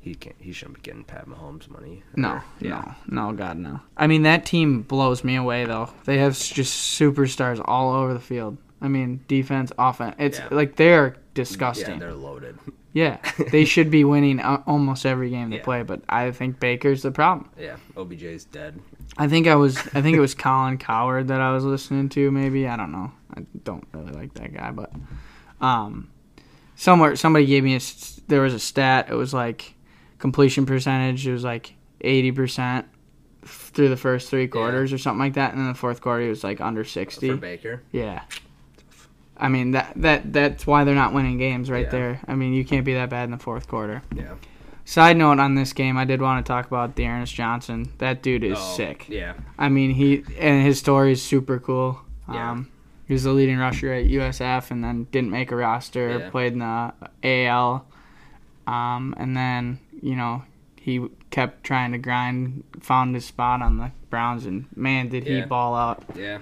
[SPEAKER 2] he can't. He shouldn't be getting Pat Mahomes money.
[SPEAKER 1] No,
[SPEAKER 2] Yeah.
[SPEAKER 1] no, no, God, no. I mean, that team blows me away, though. They have s- just superstars all over the field. I mean, defense, offense. It's
[SPEAKER 2] Yeah.
[SPEAKER 1] like they're
[SPEAKER 2] Yeah,
[SPEAKER 1] disgusting.
[SPEAKER 2] they're loaded.
[SPEAKER 1] Yeah, they should be winning a- almost every game they
[SPEAKER 2] Yeah.
[SPEAKER 1] play, but I think Baker's the problem.
[SPEAKER 2] Yeah, OBJ's dead.
[SPEAKER 1] I think I was, I think it was Colin Coward that I was listening to. Maybe I don't know. I don't really like that guy, but um, somewhere somebody gave me a, s- there was a stat. It was like completion percentage. It was like eighty percent through the first three quarters or something like that, and then the fourth quarter he was like under
[SPEAKER 2] For
[SPEAKER 1] sixty.
[SPEAKER 2] Baker,
[SPEAKER 1] Yeah. I mean that that that's why they're not winning games right
[SPEAKER 2] Yeah.
[SPEAKER 1] there. I mean you can't be that bad in the fourth quarter.
[SPEAKER 2] Yeah.
[SPEAKER 1] Side note on this game, I did want to talk about Dearness Johnson. That dude is
[SPEAKER 2] Oh,
[SPEAKER 1] sick.
[SPEAKER 2] Yeah.
[SPEAKER 1] I mean, he and his story is super cool.
[SPEAKER 2] Yeah.
[SPEAKER 1] Um, he was the leading rusher at USF, and then didn't make a roster.
[SPEAKER 2] Yeah.
[SPEAKER 1] Played in the AL, um, and then you know he kept trying to grind, found his spot on the Browns, and man, did he
[SPEAKER 2] Yeah.
[SPEAKER 1] ball out!
[SPEAKER 2] Yeah.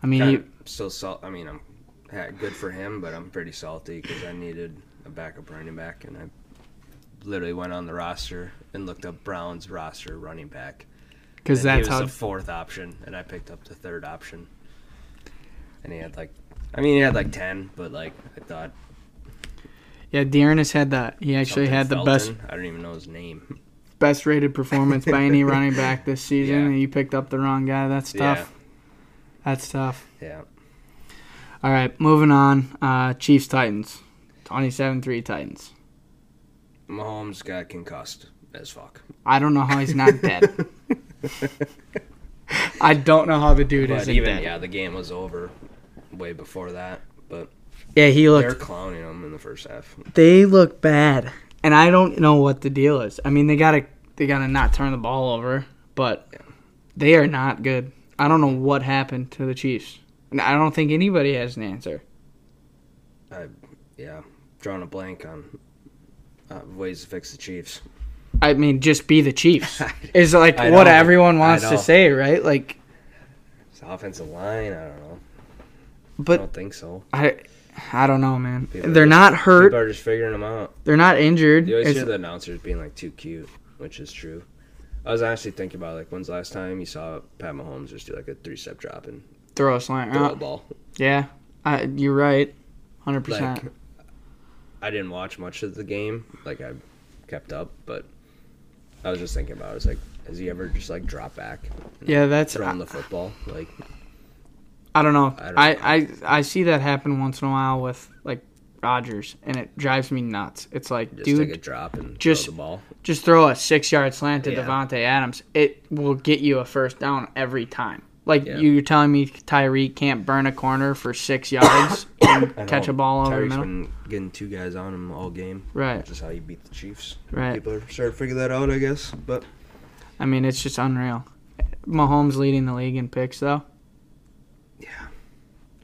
[SPEAKER 1] I mean, he,
[SPEAKER 2] Kinda still salt. I mean, I'm ha- good for him, but I'm pretty salty because I needed a backup running back, and I literally went on the roster and looked up Brown's roster running back.
[SPEAKER 1] because
[SPEAKER 2] And
[SPEAKER 1] that's
[SPEAKER 2] he was
[SPEAKER 1] how
[SPEAKER 2] the fourth option, and I picked up the third option. And he had like, I mean, he had like ten, but like I thought
[SPEAKER 1] yeah. Dearness had the he actually
[SPEAKER 2] something
[SPEAKER 1] had the best
[SPEAKER 2] Felton. I don't even know his name.
[SPEAKER 1] best rated performance by any running back this season,
[SPEAKER 2] Yeah.
[SPEAKER 1] and you picked up the wrong guy. That's tough. That's tough.
[SPEAKER 2] Yeah,
[SPEAKER 1] All right, moving on. Uh, Chiefs Titans, twenty-seven three Titans.
[SPEAKER 2] yeah. Mahomes got concussed as fuck.
[SPEAKER 1] I don't know how he's not dead. I don't know how the dude
[SPEAKER 2] But
[SPEAKER 1] isn't
[SPEAKER 2] even
[SPEAKER 1] dead.
[SPEAKER 2] yeah, the game was over way before that. But
[SPEAKER 1] Yeah, he
[SPEAKER 2] they're
[SPEAKER 1] looked.
[SPEAKER 2] clowning him in the first half.
[SPEAKER 1] They look bad, and I don't know what the deal is. I mean, they gotta they gotta not turn the ball over, but they are not good. I don't know what happened to the Chiefs, and I don't think anybody has an answer.
[SPEAKER 2] I, yeah, drawing a blank on uh, ways to fix the Chiefs.
[SPEAKER 1] I mean, just be the Chiefs is like
[SPEAKER 2] I
[SPEAKER 1] what
[SPEAKER 2] know.
[SPEAKER 1] everyone
[SPEAKER 2] I
[SPEAKER 1] wants to
[SPEAKER 2] know.
[SPEAKER 1] say, right? Like,
[SPEAKER 2] It's the offensive line. I don't know. I
[SPEAKER 1] but
[SPEAKER 2] don't think so.
[SPEAKER 1] I I don't know, man.
[SPEAKER 2] People are
[SPEAKER 1] They're
[SPEAKER 2] just-
[SPEAKER 1] not hurt.
[SPEAKER 2] People are just figuring them out.
[SPEAKER 1] They're not injured.
[SPEAKER 2] You always
[SPEAKER 1] It's-
[SPEAKER 2] hear the announcers being like too cute, which is true. I was honestly thinking about like when's the last time you saw Pat Mahomes just do like a three-step drop and
[SPEAKER 1] throw a slant
[SPEAKER 2] throw a
[SPEAKER 1] route.
[SPEAKER 2] ball.
[SPEAKER 1] Yeah, I, you're right, hundred
[SPEAKER 2] Like,
[SPEAKER 1] percent.
[SPEAKER 2] I didn't watch much of the game. Like I kept up, but I was just thinking about. it. I was like, has he ever just like drop back,
[SPEAKER 1] Yeah, that's.
[SPEAKER 2] thrown
[SPEAKER 1] I,
[SPEAKER 2] the football? Like
[SPEAKER 1] I don't know.
[SPEAKER 2] I don't
[SPEAKER 1] I, I I see that happen once in a while with like Rodgers, and it drives me nuts. It's like,
[SPEAKER 2] just
[SPEAKER 1] dude,
[SPEAKER 2] take a drop and
[SPEAKER 1] just-
[SPEAKER 2] throw the ball.
[SPEAKER 1] just throw a six yard slant to
[SPEAKER 2] Yeah.
[SPEAKER 1] Devontae Adams. It will get you a first down every time. Like
[SPEAKER 2] Yeah.
[SPEAKER 1] you're telling me, Tyreek can't burn a corner for six yards and
[SPEAKER 2] I know
[SPEAKER 1] catch a ball over the
[SPEAKER 2] Tyreek's
[SPEAKER 1] middle.
[SPEAKER 2] been getting two guys on him all game.
[SPEAKER 1] Right.
[SPEAKER 2] Which is how you beat the Chiefs.
[SPEAKER 1] Right.
[SPEAKER 2] People are starting to figure that out, I guess. But
[SPEAKER 1] I mean, it's just unreal. Mahomes leading the league in picks, though.
[SPEAKER 2] yeah,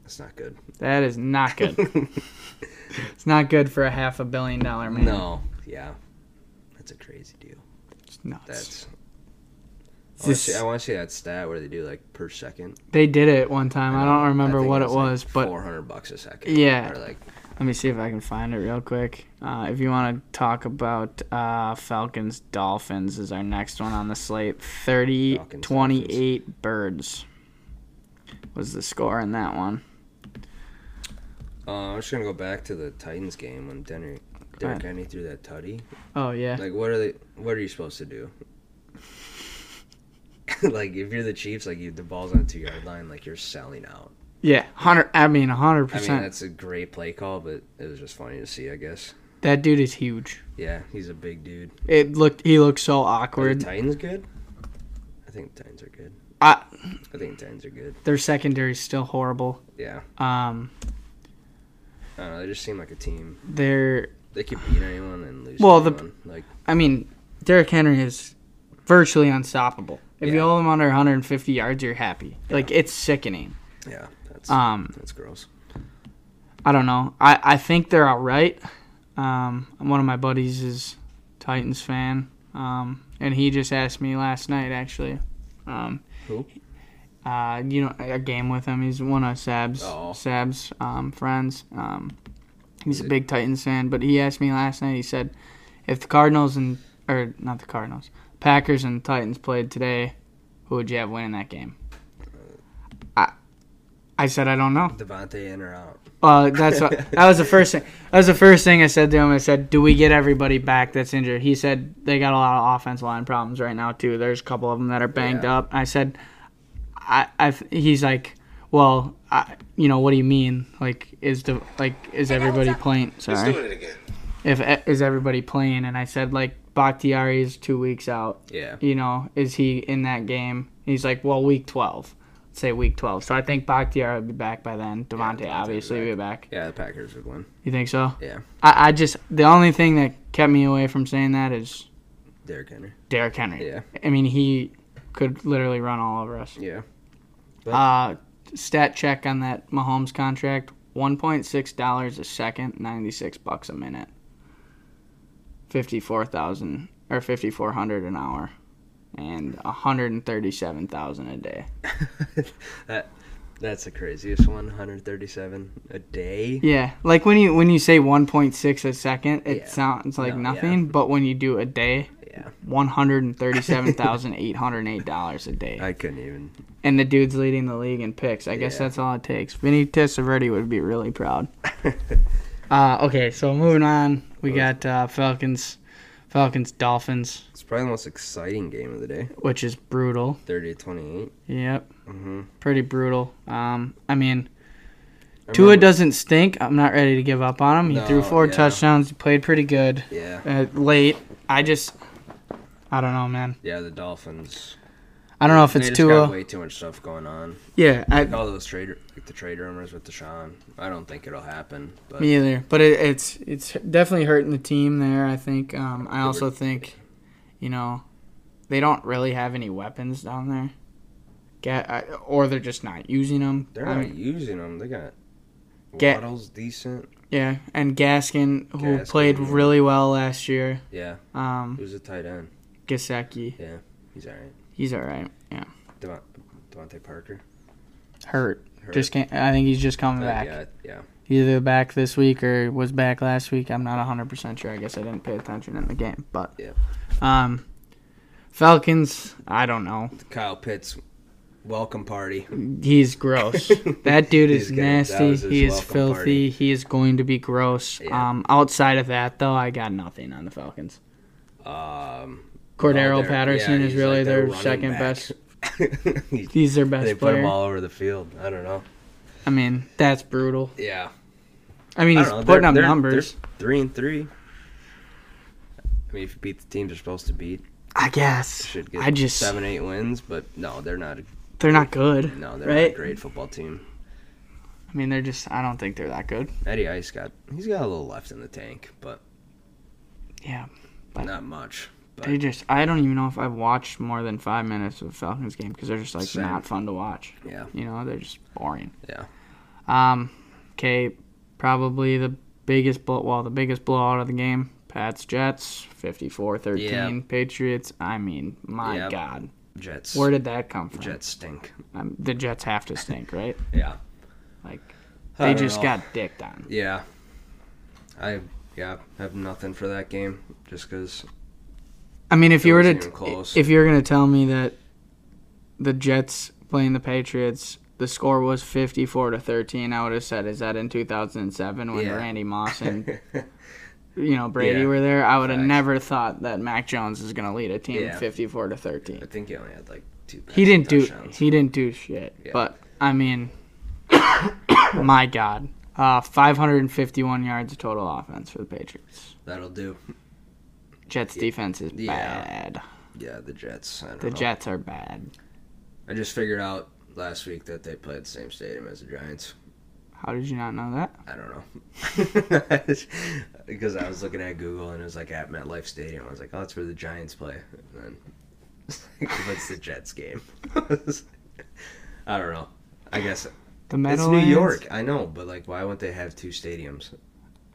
[SPEAKER 2] that's not good.
[SPEAKER 1] That is not good. it's not good for a half a billion dollar man.
[SPEAKER 2] No. Yeah. That's a crazy deal.
[SPEAKER 1] it's nuts.
[SPEAKER 2] That's.
[SPEAKER 1] It's
[SPEAKER 2] I wanna
[SPEAKER 1] just-
[SPEAKER 2] see- I want to see that stat where they do like per second.
[SPEAKER 1] they did it one time. I don't remember
[SPEAKER 2] think
[SPEAKER 1] what it was,
[SPEAKER 2] like
[SPEAKER 1] but
[SPEAKER 2] 400 bucks a second.
[SPEAKER 1] Yeah.
[SPEAKER 2] Or like
[SPEAKER 1] let me see if I can find it real quick. Uh, if you want to talk about uh, Falcons Dolphins is our next one on the slate. 30
[SPEAKER 2] Falcons,
[SPEAKER 1] 28 birds was the score in that one.
[SPEAKER 2] Uh, I'm just gonna go back to the Titans game when Denner, Derrick
[SPEAKER 1] ahead.
[SPEAKER 2] Henry threw that tutty.
[SPEAKER 1] Oh yeah.
[SPEAKER 2] Like, what are they? What are you supposed to do? like, if you're the Chiefs, like you, the ball's on the two yard line, like you're selling out.
[SPEAKER 1] yeah, 100 I mean 100%.
[SPEAKER 2] I mean, that's a great play call, but it was just funny to see, I guess.
[SPEAKER 1] that dude is huge.
[SPEAKER 2] Yeah, he's a big dude.
[SPEAKER 1] It looked he looked so
[SPEAKER 2] Are the
[SPEAKER 1] awkward.
[SPEAKER 2] Titans good? I think the Titans are good.
[SPEAKER 1] I,
[SPEAKER 2] I think the Titans are good.
[SPEAKER 1] their secondary's still horrible.
[SPEAKER 2] Yeah,
[SPEAKER 1] Um
[SPEAKER 2] I don't know. They just seem like a team.
[SPEAKER 1] they're
[SPEAKER 2] They could beat anyone and lose.
[SPEAKER 1] Well,
[SPEAKER 2] Well,
[SPEAKER 1] the-
[SPEAKER 2] the like
[SPEAKER 1] I mean, Derrick Henry is virtually unstoppable. If you
[SPEAKER 2] Yeah.
[SPEAKER 1] hold him under 150 yards, you're happy. Like it's sickening.
[SPEAKER 2] yeah, that's
[SPEAKER 1] Um,
[SPEAKER 2] that's gross.
[SPEAKER 1] I don't know. I, I think they're all right. Um, one of my buddies is Titans fan, um, and he just asked me last night actually. Um,
[SPEAKER 2] Who?
[SPEAKER 1] Uh, you know, a game with him. He's one of Sab's
[SPEAKER 2] Oh.
[SPEAKER 1] Sab's um, friends. Um, he's
[SPEAKER 2] Is
[SPEAKER 1] a
[SPEAKER 2] it-
[SPEAKER 1] big Titans fan, but he asked me last night. He said, "If the Cardinals and or not the Cardinals, Packers and Titans played today, who would you have winning that game?" I I said I don't know.
[SPEAKER 2] Devontae in or out?
[SPEAKER 1] Uh, that's what, that was the first thing. That was the first thing I said to him. I said, "Do we get everybody back that's injured?" He said they got a lot of offense line problems right now too. There's a couple of them that are banged
[SPEAKER 2] Yeah.
[SPEAKER 1] up. I said, "I, I th- he's like, well, I, you know, what do you mean? Like, is the like is everybody playing? Sorry,
[SPEAKER 3] it again.
[SPEAKER 1] if e- is everybody playing?" And I said, like, Bakhtiari is two weeks out
[SPEAKER 2] Yeah.
[SPEAKER 1] you know, is he in that game? And he's like, well, week 12. say week 12. So I think Bakhtiar will be back by then. Devontae
[SPEAKER 2] Devontae will be
[SPEAKER 1] obviously will be back.
[SPEAKER 2] Yeah, the Packers would win.
[SPEAKER 1] You think so?
[SPEAKER 2] Yeah,
[SPEAKER 1] I, I just the only thing that kept me away from saying that is
[SPEAKER 2] Derrick Henry.
[SPEAKER 1] Derrick Henry.
[SPEAKER 2] Yeah,
[SPEAKER 1] I mean, he could literally run all over us.
[SPEAKER 2] yeah.
[SPEAKER 1] Uh, stat check on that Mahomes contract: one point six dollars a second, ninety six bucks a minute, fifty four thousand or fifty four hundred an hour, and hundred and thirty seven thousand a day.
[SPEAKER 2] that that's the craziest one. 137 a day.
[SPEAKER 1] Yeah, like when you when you say one point six a second, it
[SPEAKER 2] Yeah.
[SPEAKER 1] sounds like
[SPEAKER 2] No, yeah.
[SPEAKER 1] nothing, but when you do a day.
[SPEAKER 2] Yeah,
[SPEAKER 1] One hundred and thirty-seven thousand eight hundred eight dollars a day,
[SPEAKER 2] I couldn't even.
[SPEAKER 1] and the dude's leading the league in picks. I guess
[SPEAKER 2] Yeah.
[SPEAKER 1] that's all it takes. Vinny Testaverde would be really proud. Uh, okay, so moving on, we got uh, Falcons, Falcons, Dolphins,
[SPEAKER 2] it's probably the most exciting game of the day.
[SPEAKER 1] which is brutal.
[SPEAKER 2] 30 28.
[SPEAKER 1] Yep,
[SPEAKER 2] Mm-hmm.
[SPEAKER 1] pretty brutal. Um, I mean, Tua doesn't stink. I'm not ready to give up on him. He threw
[SPEAKER 2] No,
[SPEAKER 1] four
[SPEAKER 2] yeah.
[SPEAKER 1] touchdowns. He played pretty good.
[SPEAKER 2] Yeah,
[SPEAKER 1] Uh, late, I just, I don't know, man.
[SPEAKER 2] yeah. The Dolphins.
[SPEAKER 1] I don't know if it's
[SPEAKER 2] they just got
[SPEAKER 1] Tua.
[SPEAKER 2] way too much stuff going on.
[SPEAKER 1] Yeah, I,
[SPEAKER 2] All those trade, like the trade rumors with Deshaun. I don't think it'll happen. But
[SPEAKER 1] Me either. But it, it's it's definitely hurting the team there. I think. Um, I also think, you know, they don't really have any weapons down there. Get I, or they're just not using them.
[SPEAKER 2] they're not using them. They got.
[SPEAKER 1] Get-
[SPEAKER 2] Waddle's decent.
[SPEAKER 1] yeah, and Gaskin, who
[SPEAKER 2] Gaskin,
[SPEAKER 1] played
[SPEAKER 2] yeah.
[SPEAKER 1] really well last year.
[SPEAKER 2] Yeah,
[SPEAKER 1] Um,
[SPEAKER 2] who's a tight end?
[SPEAKER 1] Gasecki,
[SPEAKER 2] He's all right.
[SPEAKER 1] he's all right. Yeah,
[SPEAKER 2] Devon, Devontae Parker.
[SPEAKER 1] hurt.
[SPEAKER 2] Hurt.
[SPEAKER 1] Just can't. I think he's just coming
[SPEAKER 2] Uh,
[SPEAKER 1] back.
[SPEAKER 2] Yeah, yeah.
[SPEAKER 1] Either back this week or was back last week. I'm not 100% sure. I guess I didn't pay attention in the game, but
[SPEAKER 2] Yeah.
[SPEAKER 1] um Falcons, I don't know.
[SPEAKER 2] Kyle Pitts, welcome party.
[SPEAKER 1] He's gross. that dude
[SPEAKER 2] He's
[SPEAKER 1] is
[SPEAKER 2] gonna- that
[SPEAKER 1] nasty.
[SPEAKER 2] was his
[SPEAKER 1] He is
[SPEAKER 2] welcome
[SPEAKER 1] filthy.
[SPEAKER 2] party.
[SPEAKER 1] He is going to be gross.
[SPEAKER 2] Yeah.
[SPEAKER 1] Um outside of that though, I got nothing on the Falcons.
[SPEAKER 2] Um,
[SPEAKER 1] Cordero
[SPEAKER 2] Valder-
[SPEAKER 1] Patterson
[SPEAKER 2] yeah,
[SPEAKER 1] is
[SPEAKER 2] he's
[SPEAKER 1] really
[SPEAKER 2] like
[SPEAKER 1] their
[SPEAKER 2] running
[SPEAKER 1] second
[SPEAKER 2] back.
[SPEAKER 1] best.
[SPEAKER 2] He-
[SPEAKER 1] He's their best
[SPEAKER 2] they put him
[SPEAKER 1] player.
[SPEAKER 2] all over the field. I don't know.
[SPEAKER 1] I mean, that's brutal.
[SPEAKER 2] Yeah,
[SPEAKER 1] I mean,
[SPEAKER 2] I
[SPEAKER 1] he's
[SPEAKER 2] don't know.
[SPEAKER 1] putting
[SPEAKER 2] They're-
[SPEAKER 1] up
[SPEAKER 2] they're-
[SPEAKER 1] numbers.
[SPEAKER 2] they're three and three. I mean, if you beat the teams you're supposed to beat,
[SPEAKER 1] I guess.
[SPEAKER 2] should get
[SPEAKER 1] I just
[SPEAKER 2] seven, eight wins. But no, they're not. a-
[SPEAKER 1] they're not good.
[SPEAKER 2] No, they're
[SPEAKER 1] right?
[SPEAKER 2] not a great football team.
[SPEAKER 1] I mean, they're just I don't think they're that good.
[SPEAKER 2] Eddie Ice got he's got a little left in the tank, but
[SPEAKER 1] Yeah. But-
[SPEAKER 2] not much. But
[SPEAKER 1] They just I don't even know if I've watched more than 5 minutes of Falcons game cuz they're just like
[SPEAKER 2] Same.
[SPEAKER 1] not fun to watch.
[SPEAKER 2] yeah,
[SPEAKER 1] You know, they're just boring.
[SPEAKER 2] Yeah.
[SPEAKER 1] Um, okay, probably the biggest blow well, the biggest blowout of the game. Pats Jets, 54-13
[SPEAKER 2] Yeah.
[SPEAKER 1] Patriots. I mean, my
[SPEAKER 2] Yep.
[SPEAKER 1] god.
[SPEAKER 2] Jets.
[SPEAKER 1] Where did that come from?
[SPEAKER 2] Jets stink.
[SPEAKER 1] Um, the Jets have to stink, right?
[SPEAKER 2] Yeah,
[SPEAKER 1] Like
[SPEAKER 2] I
[SPEAKER 1] they
[SPEAKER 2] don't
[SPEAKER 1] just
[SPEAKER 2] know.
[SPEAKER 1] got dicked on.
[SPEAKER 2] Yeah. I yeah have nothing for that game just because
[SPEAKER 1] I mean, if
[SPEAKER 2] It
[SPEAKER 1] you were
[SPEAKER 2] wasn't
[SPEAKER 1] to
[SPEAKER 2] even close.
[SPEAKER 1] if you were going to tell me that the Jets playing the Patriots the score was 54 to 13 i would have said is that in 2007 when
[SPEAKER 2] Yeah.
[SPEAKER 1] randy moss and you know Brady
[SPEAKER 2] Yeah.
[SPEAKER 1] were there, I would have
[SPEAKER 2] Facts.
[SPEAKER 1] never thought that Mac Jones is going to lead a team
[SPEAKER 2] Yeah.
[SPEAKER 1] 54 to 13.
[SPEAKER 2] I think he only had like two.
[SPEAKER 1] He
[SPEAKER 2] passing
[SPEAKER 1] didn't do
[SPEAKER 2] touchdowns.
[SPEAKER 1] he didn't do shit.
[SPEAKER 2] Yeah.
[SPEAKER 1] But I mean my god. Uh, 551 yards of total offense for the Patriots.
[SPEAKER 2] That'll do.
[SPEAKER 1] Jets defense is
[SPEAKER 2] Yeah.
[SPEAKER 1] bad.
[SPEAKER 2] Yeah, the Jets. I don't
[SPEAKER 1] The
[SPEAKER 2] know.
[SPEAKER 1] Jets are bad.
[SPEAKER 2] I just figured out last week that they play at the same stadium as the Giants.
[SPEAKER 1] How did you not know that?
[SPEAKER 2] I don't know. because I was looking at Google and it was like at MetLife Stadium. I was like, oh, that's where the Giants play. And then it's like, what's the Jets game? I don't know. I guess
[SPEAKER 1] The
[SPEAKER 2] it's
[SPEAKER 1] Meadowlands.
[SPEAKER 2] New York. I know, but like, why wouldn't they have two stadiums?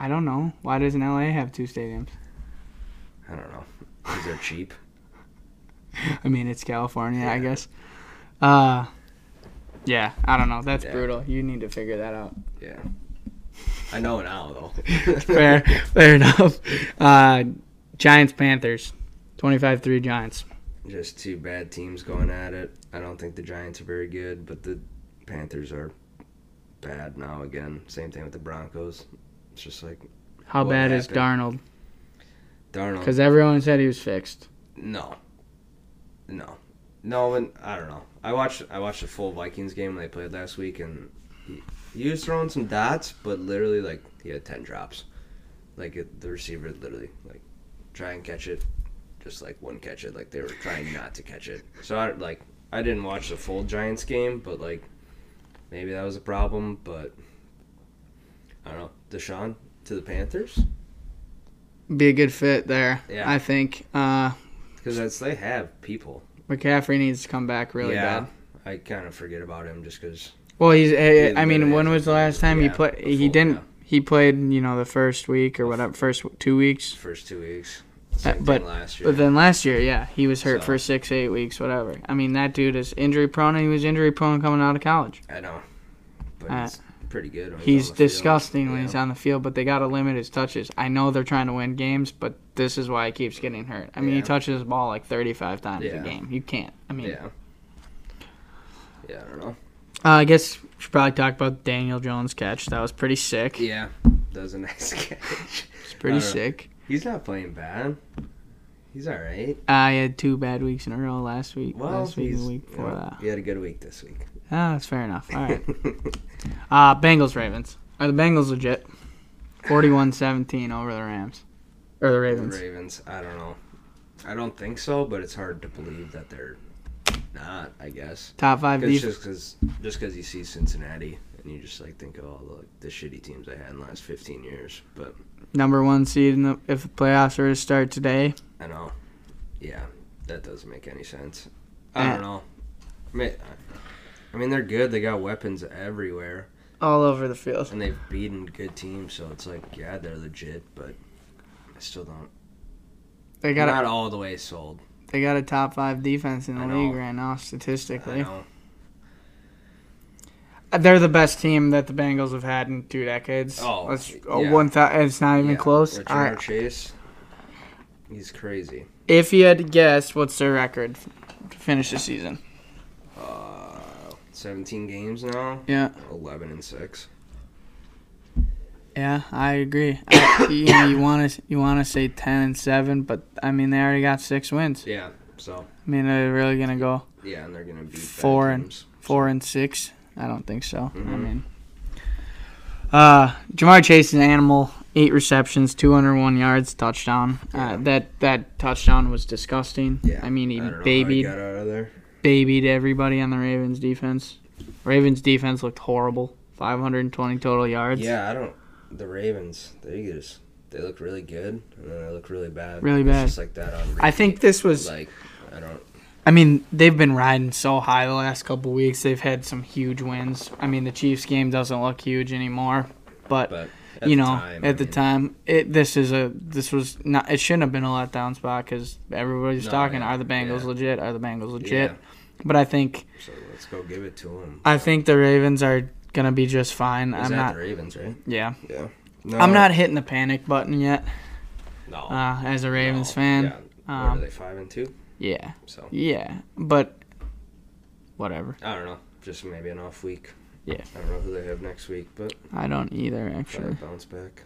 [SPEAKER 1] I don't know. Why doesn't LA have two stadiums?
[SPEAKER 2] I don't know. Because they're cheap.
[SPEAKER 1] I mean, it's California, I
[SPEAKER 2] Yeah.
[SPEAKER 1] guess. Uh yeah, I don't know. That's
[SPEAKER 2] Yeah.
[SPEAKER 1] brutal. You need to figure that out.
[SPEAKER 2] Yeah. I know now though.
[SPEAKER 1] fair, fair enough. Uh, Giants Panthers, twenty-five three Giants.
[SPEAKER 2] Just two bad teams going at it. I don't think the Giants are very good, but the Panthers are bad now again. Same thing with the Broncos. It's just like
[SPEAKER 1] How
[SPEAKER 2] What
[SPEAKER 1] bad is Darnold?
[SPEAKER 2] happened? Darnold.
[SPEAKER 1] Because everyone said he was fixed.
[SPEAKER 2] No. No. No, and I don't know. I watched I watched the full Vikings game they played last week, and he, he was throwing some dots, but literally like he had ten drops. Like it, the receiver literally like try and catch it, just like one catch it, like they were trying not to catch it. So I like I didn't watch the full Giants game, but like maybe that was a problem. But I don't know. Deshaun to the Panthers
[SPEAKER 1] Be a good fit there.
[SPEAKER 2] Yeah.
[SPEAKER 1] I think uh,
[SPEAKER 2] because that's they have people.
[SPEAKER 1] McCaffrey needs to come back really
[SPEAKER 2] yeah,
[SPEAKER 1] bad.
[SPEAKER 2] I kind of forget about him just because.
[SPEAKER 1] Well, he's. eh, I,
[SPEAKER 2] He's
[SPEAKER 1] I mean,
[SPEAKER 2] been
[SPEAKER 1] when
[SPEAKER 2] as-
[SPEAKER 1] was the last time he
[SPEAKER 2] yeah,
[SPEAKER 1] played? He
[SPEAKER 2] before,
[SPEAKER 1] didn't.
[SPEAKER 2] yeah.
[SPEAKER 1] He played, you know, the first week or whatever, first two weeks.
[SPEAKER 2] first two weeks. Same thing
[SPEAKER 1] Uh, but-
[SPEAKER 2] last year.
[SPEAKER 1] But then last year, yeah, he was hurt
[SPEAKER 2] So-
[SPEAKER 1] for six, eight weeks, whatever. I mean, that dude is injury prone, and he was injury prone coming out of college.
[SPEAKER 2] I know, but
[SPEAKER 1] Uh,
[SPEAKER 2] he's pretty good. When
[SPEAKER 1] He's
[SPEAKER 2] on the field.
[SPEAKER 1] disgusting when he's
[SPEAKER 2] Yeah.
[SPEAKER 1] on the field, but they got to limit his touches. I know they're trying to win games, but this is why he keeps getting hurt. I mean, he
[SPEAKER 2] Yeah.
[SPEAKER 1] touches the ball like 35 times
[SPEAKER 2] Yeah.
[SPEAKER 1] a game. You can't. I mean,
[SPEAKER 2] Yeah. Yeah, I don't know.
[SPEAKER 1] uh, I guess we should probably talk about Daniel Jones' catch. That was pretty sick.
[SPEAKER 2] Yeah, Uh, that was a nice catch.
[SPEAKER 1] It's
[SPEAKER 2] I
[SPEAKER 1] pretty
[SPEAKER 2] don't know.
[SPEAKER 1] sick.
[SPEAKER 2] He's not playing bad. He's all right.
[SPEAKER 1] I had two bad weeks in a row last week,
[SPEAKER 2] Well,
[SPEAKER 1] last week, and
[SPEAKER 2] he's,
[SPEAKER 1] the week before
[SPEAKER 2] you know,
[SPEAKER 1] that.
[SPEAKER 2] he had a good week this week.
[SPEAKER 1] Ah, that's fair enough. All right. Uh, Bengals Ravens. Are the Bengals legit? 41-17 over the Rams. Or the
[SPEAKER 2] the
[SPEAKER 1] Ravens.
[SPEAKER 2] Ravens, I don't know. I don't think so, but it's hard to believe that they're not. I guess
[SPEAKER 1] Top 5
[SPEAKER 2] it's
[SPEAKER 1] defense.
[SPEAKER 2] just because just because you see Cincinnati and you just like think of all the, like, the shitty teams they had in the last 15 years, but.
[SPEAKER 1] Number 1 seed in the, if the playoffs were to start today.
[SPEAKER 2] I know. Yeah, that doesn't make any sense.
[SPEAKER 1] Yeah.
[SPEAKER 2] I don't know. I mean, I mean, they're good. They got weapons everywhere,
[SPEAKER 1] All over the field.
[SPEAKER 2] and they've beaten good teams. So it's like, yeah, they're legit, but I still don't.
[SPEAKER 1] They got
[SPEAKER 2] not
[SPEAKER 1] a,
[SPEAKER 2] all the way sold.
[SPEAKER 1] they got a top 5 defense in the
[SPEAKER 2] I know.
[SPEAKER 1] league right now
[SPEAKER 2] I
[SPEAKER 1] statistically. Uh,
[SPEAKER 2] know.
[SPEAKER 1] They're the best team that the Bengals have had in two decades.
[SPEAKER 2] Oh,
[SPEAKER 1] Let's,
[SPEAKER 2] yeah.
[SPEAKER 1] oh, one thou- it's not even
[SPEAKER 2] Yeah,
[SPEAKER 1] close.
[SPEAKER 2] With
[SPEAKER 1] All right.
[SPEAKER 2] Jamar Chase, he's crazy.
[SPEAKER 1] If you had to guess, what's their record to finish the season?
[SPEAKER 2] Uh, 17 games now,
[SPEAKER 1] Yeah.
[SPEAKER 2] 11 and six.
[SPEAKER 1] Yeah, I agree. I, you know, you want to you want to say ten and seven, but I mean they already got six wins.
[SPEAKER 2] Yeah. So
[SPEAKER 1] I mean, are they really gonna go
[SPEAKER 2] yeah, and they're gonna beat bad
[SPEAKER 1] Four and-
[SPEAKER 2] teams.
[SPEAKER 1] four and six? I don't think so. I
[SPEAKER 2] Mhm.
[SPEAKER 1] mean, uh, Jamar Chase is an animal. Eight receptions, 201 yards, touchdown.
[SPEAKER 2] Yeah.
[SPEAKER 1] Uh, that that touchdown was disgusting.
[SPEAKER 2] Yeah.
[SPEAKER 1] I mean, he
[SPEAKER 2] I don't know how he
[SPEAKER 1] babied
[SPEAKER 2] got out of there.
[SPEAKER 1] babied everybody on the Ravens defense. Ravens defense looked horrible. 520 total yards.
[SPEAKER 2] Yeah, I don't. The Ravens, they just they look really good, and then they look really bad.
[SPEAKER 1] Really
[SPEAKER 2] It's
[SPEAKER 1] bad.
[SPEAKER 2] just like that on.
[SPEAKER 1] I think this was
[SPEAKER 2] like I don't.
[SPEAKER 1] I mean, they've been riding so high the last couple weeks. They've had some huge wins. I mean, the Chiefs game doesn't look huge anymore, but,
[SPEAKER 2] But
[SPEAKER 1] you know,
[SPEAKER 2] time,
[SPEAKER 1] at
[SPEAKER 2] I
[SPEAKER 1] the
[SPEAKER 2] mean,
[SPEAKER 1] time, it this is a this was not it shouldn't have been a letdown spot because everybody's
[SPEAKER 2] No,
[SPEAKER 1] talking
[SPEAKER 2] yeah,
[SPEAKER 1] are the Bengals
[SPEAKER 2] yeah.
[SPEAKER 1] legit? Are the Bengals legit?
[SPEAKER 2] Yeah,
[SPEAKER 1] But I think
[SPEAKER 2] so let's go give it to them.
[SPEAKER 1] I think the Ravens are gonna be just fine.
[SPEAKER 2] Is
[SPEAKER 1] I'm
[SPEAKER 2] that
[SPEAKER 1] not.
[SPEAKER 2] the Ravens, right?
[SPEAKER 1] Yeah,
[SPEAKER 2] Yeah. No,
[SPEAKER 1] I'm not hitting the panic button yet
[SPEAKER 2] No.
[SPEAKER 1] uh, as a Ravens
[SPEAKER 2] no,
[SPEAKER 1] fan.
[SPEAKER 2] Yeah. what
[SPEAKER 1] Um,
[SPEAKER 2] are they five and two?
[SPEAKER 1] yeah,
[SPEAKER 2] So
[SPEAKER 1] yeah, but whatever.
[SPEAKER 2] I don't know. Just maybe an off week.
[SPEAKER 1] Yeah.
[SPEAKER 2] I don't know who they have next week, but
[SPEAKER 1] I don't either
[SPEAKER 2] try
[SPEAKER 1] actually.
[SPEAKER 2] to bounce back.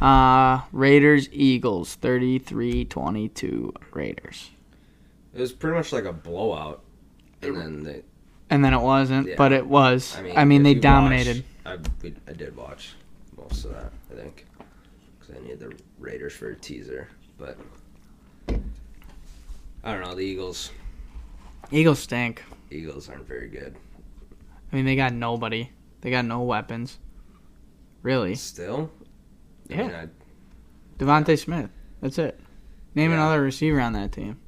[SPEAKER 1] Uh, Raiders, Eagles, 33 22 Raiders.
[SPEAKER 2] It was pretty much like a blowout, and then they.
[SPEAKER 1] And then it wasn't,
[SPEAKER 2] Yeah.
[SPEAKER 1] but it was.
[SPEAKER 2] I
[SPEAKER 1] I
[SPEAKER 2] mean,
[SPEAKER 1] mean,
[SPEAKER 2] if
[SPEAKER 1] they
[SPEAKER 2] you
[SPEAKER 1] dominated.
[SPEAKER 2] watched- I, we, I did watch most of that, I think, because I needed the Raiders for a teaser. But I don't know. The Eagles,
[SPEAKER 1] Eagles stink.
[SPEAKER 2] Eagles aren't very good
[SPEAKER 1] I mean, they got nobody, they got no weapons. Really?
[SPEAKER 2] still. I
[SPEAKER 1] Yeah.
[SPEAKER 2] mean, I,
[SPEAKER 1] Devontae Smith. That's it. Name
[SPEAKER 2] Yeah.
[SPEAKER 1] another receiver on that team.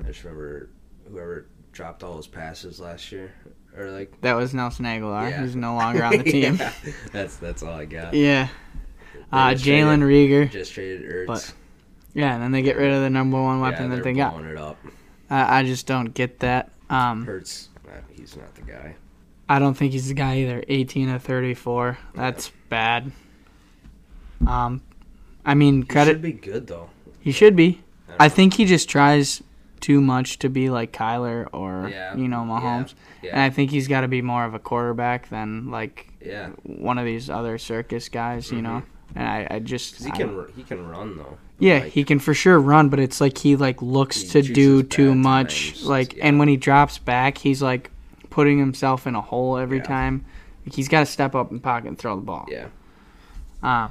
[SPEAKER 2] I just remember whoever dropped all those passes last year, or like
[SPEAKER 1] That was Nelson Aguilar,
[SPEAKER 2] Yeah.
[SPEAKER 1] who's no longer on the team.
[SPEAKER 2] Yeah, that's that's all I got.
[SPEAKER 1] yeah. Uh,
[SPEAKER 2] just
[SPEAKER 1] Jalen
[SPEAKER 2] traded-
[SPEAKER 1] Rieger.
[SPEAKER 2] Just traded Ertz.
[SPEAKER 1] But Yeah, and then they get rid of the number one
[SPEAKER 2] Yeah,
[SPEAKER 1] weapon
[SPEAKER 2] they're
[SPEAKER 1] that they got. Mm.
[SPEAKER 2] blowing it up.
[SPEAKER 1] I, I just don't get that. Um,
[SPEAKER 2] Hurts. He's not the guy.
[SPEAKER 1] I don't think he's the guy either. 18 of 34. That's bad. Um, I mean,
[SPEAKER 2] He
[SPEAKER 1] credit.
[SPEAKER 2] should be good though.
[SPEAKER 1] He should be.
[SPEAKER 2] don't
[SPEAKER 1] I think he just tries too much to be like Kyler or
[SPEAKER 2] Yeah,
[SPEAKER 1] you know
[SPEAKER 2] yeah,
[SPEAKER 1] Mahomes,
[SPEAKER 2] yeah.
[SPEAKER 1] and I think he's got to be more of a quarterback than like
[SPEAKER 2] Yeah, Mm-hmm.
[SPEAKER 1] one of these other circus guys, you know. And I, I just
[SPEAKER 2] 'Cause he
[SPEAKER 1] I
[SPEAKER 2] can
[SPEAKER 1] don't-
[SPEAKER 2] ru- he can run though.
[SPEAKER 1] yeah,
[SPEAKER 2] like-
[SPEAKER 1] he can for sure run, but it's like he like looks
[SPEAKER 2] He
[SPEAKER 1] to
[SPEAKER 2] chooses
[SPEAKER 1] do
[SPEAKER 2] bad
[SPEAKER 1] too much,
[SPEAKER 2] times,
[SPEAKER 1] like,
[SPEAKER 2] yeah.
[SPEAKER 1] and when he drops back, he's like putting himself in a hole every
[SPEAKER 2] Yeah.
[SPEAKER 1] time. Like, he's got to step up and pocket and throw the ball.
[SPEAKER 2] Yeah,
[SPEAKER 1] Uh,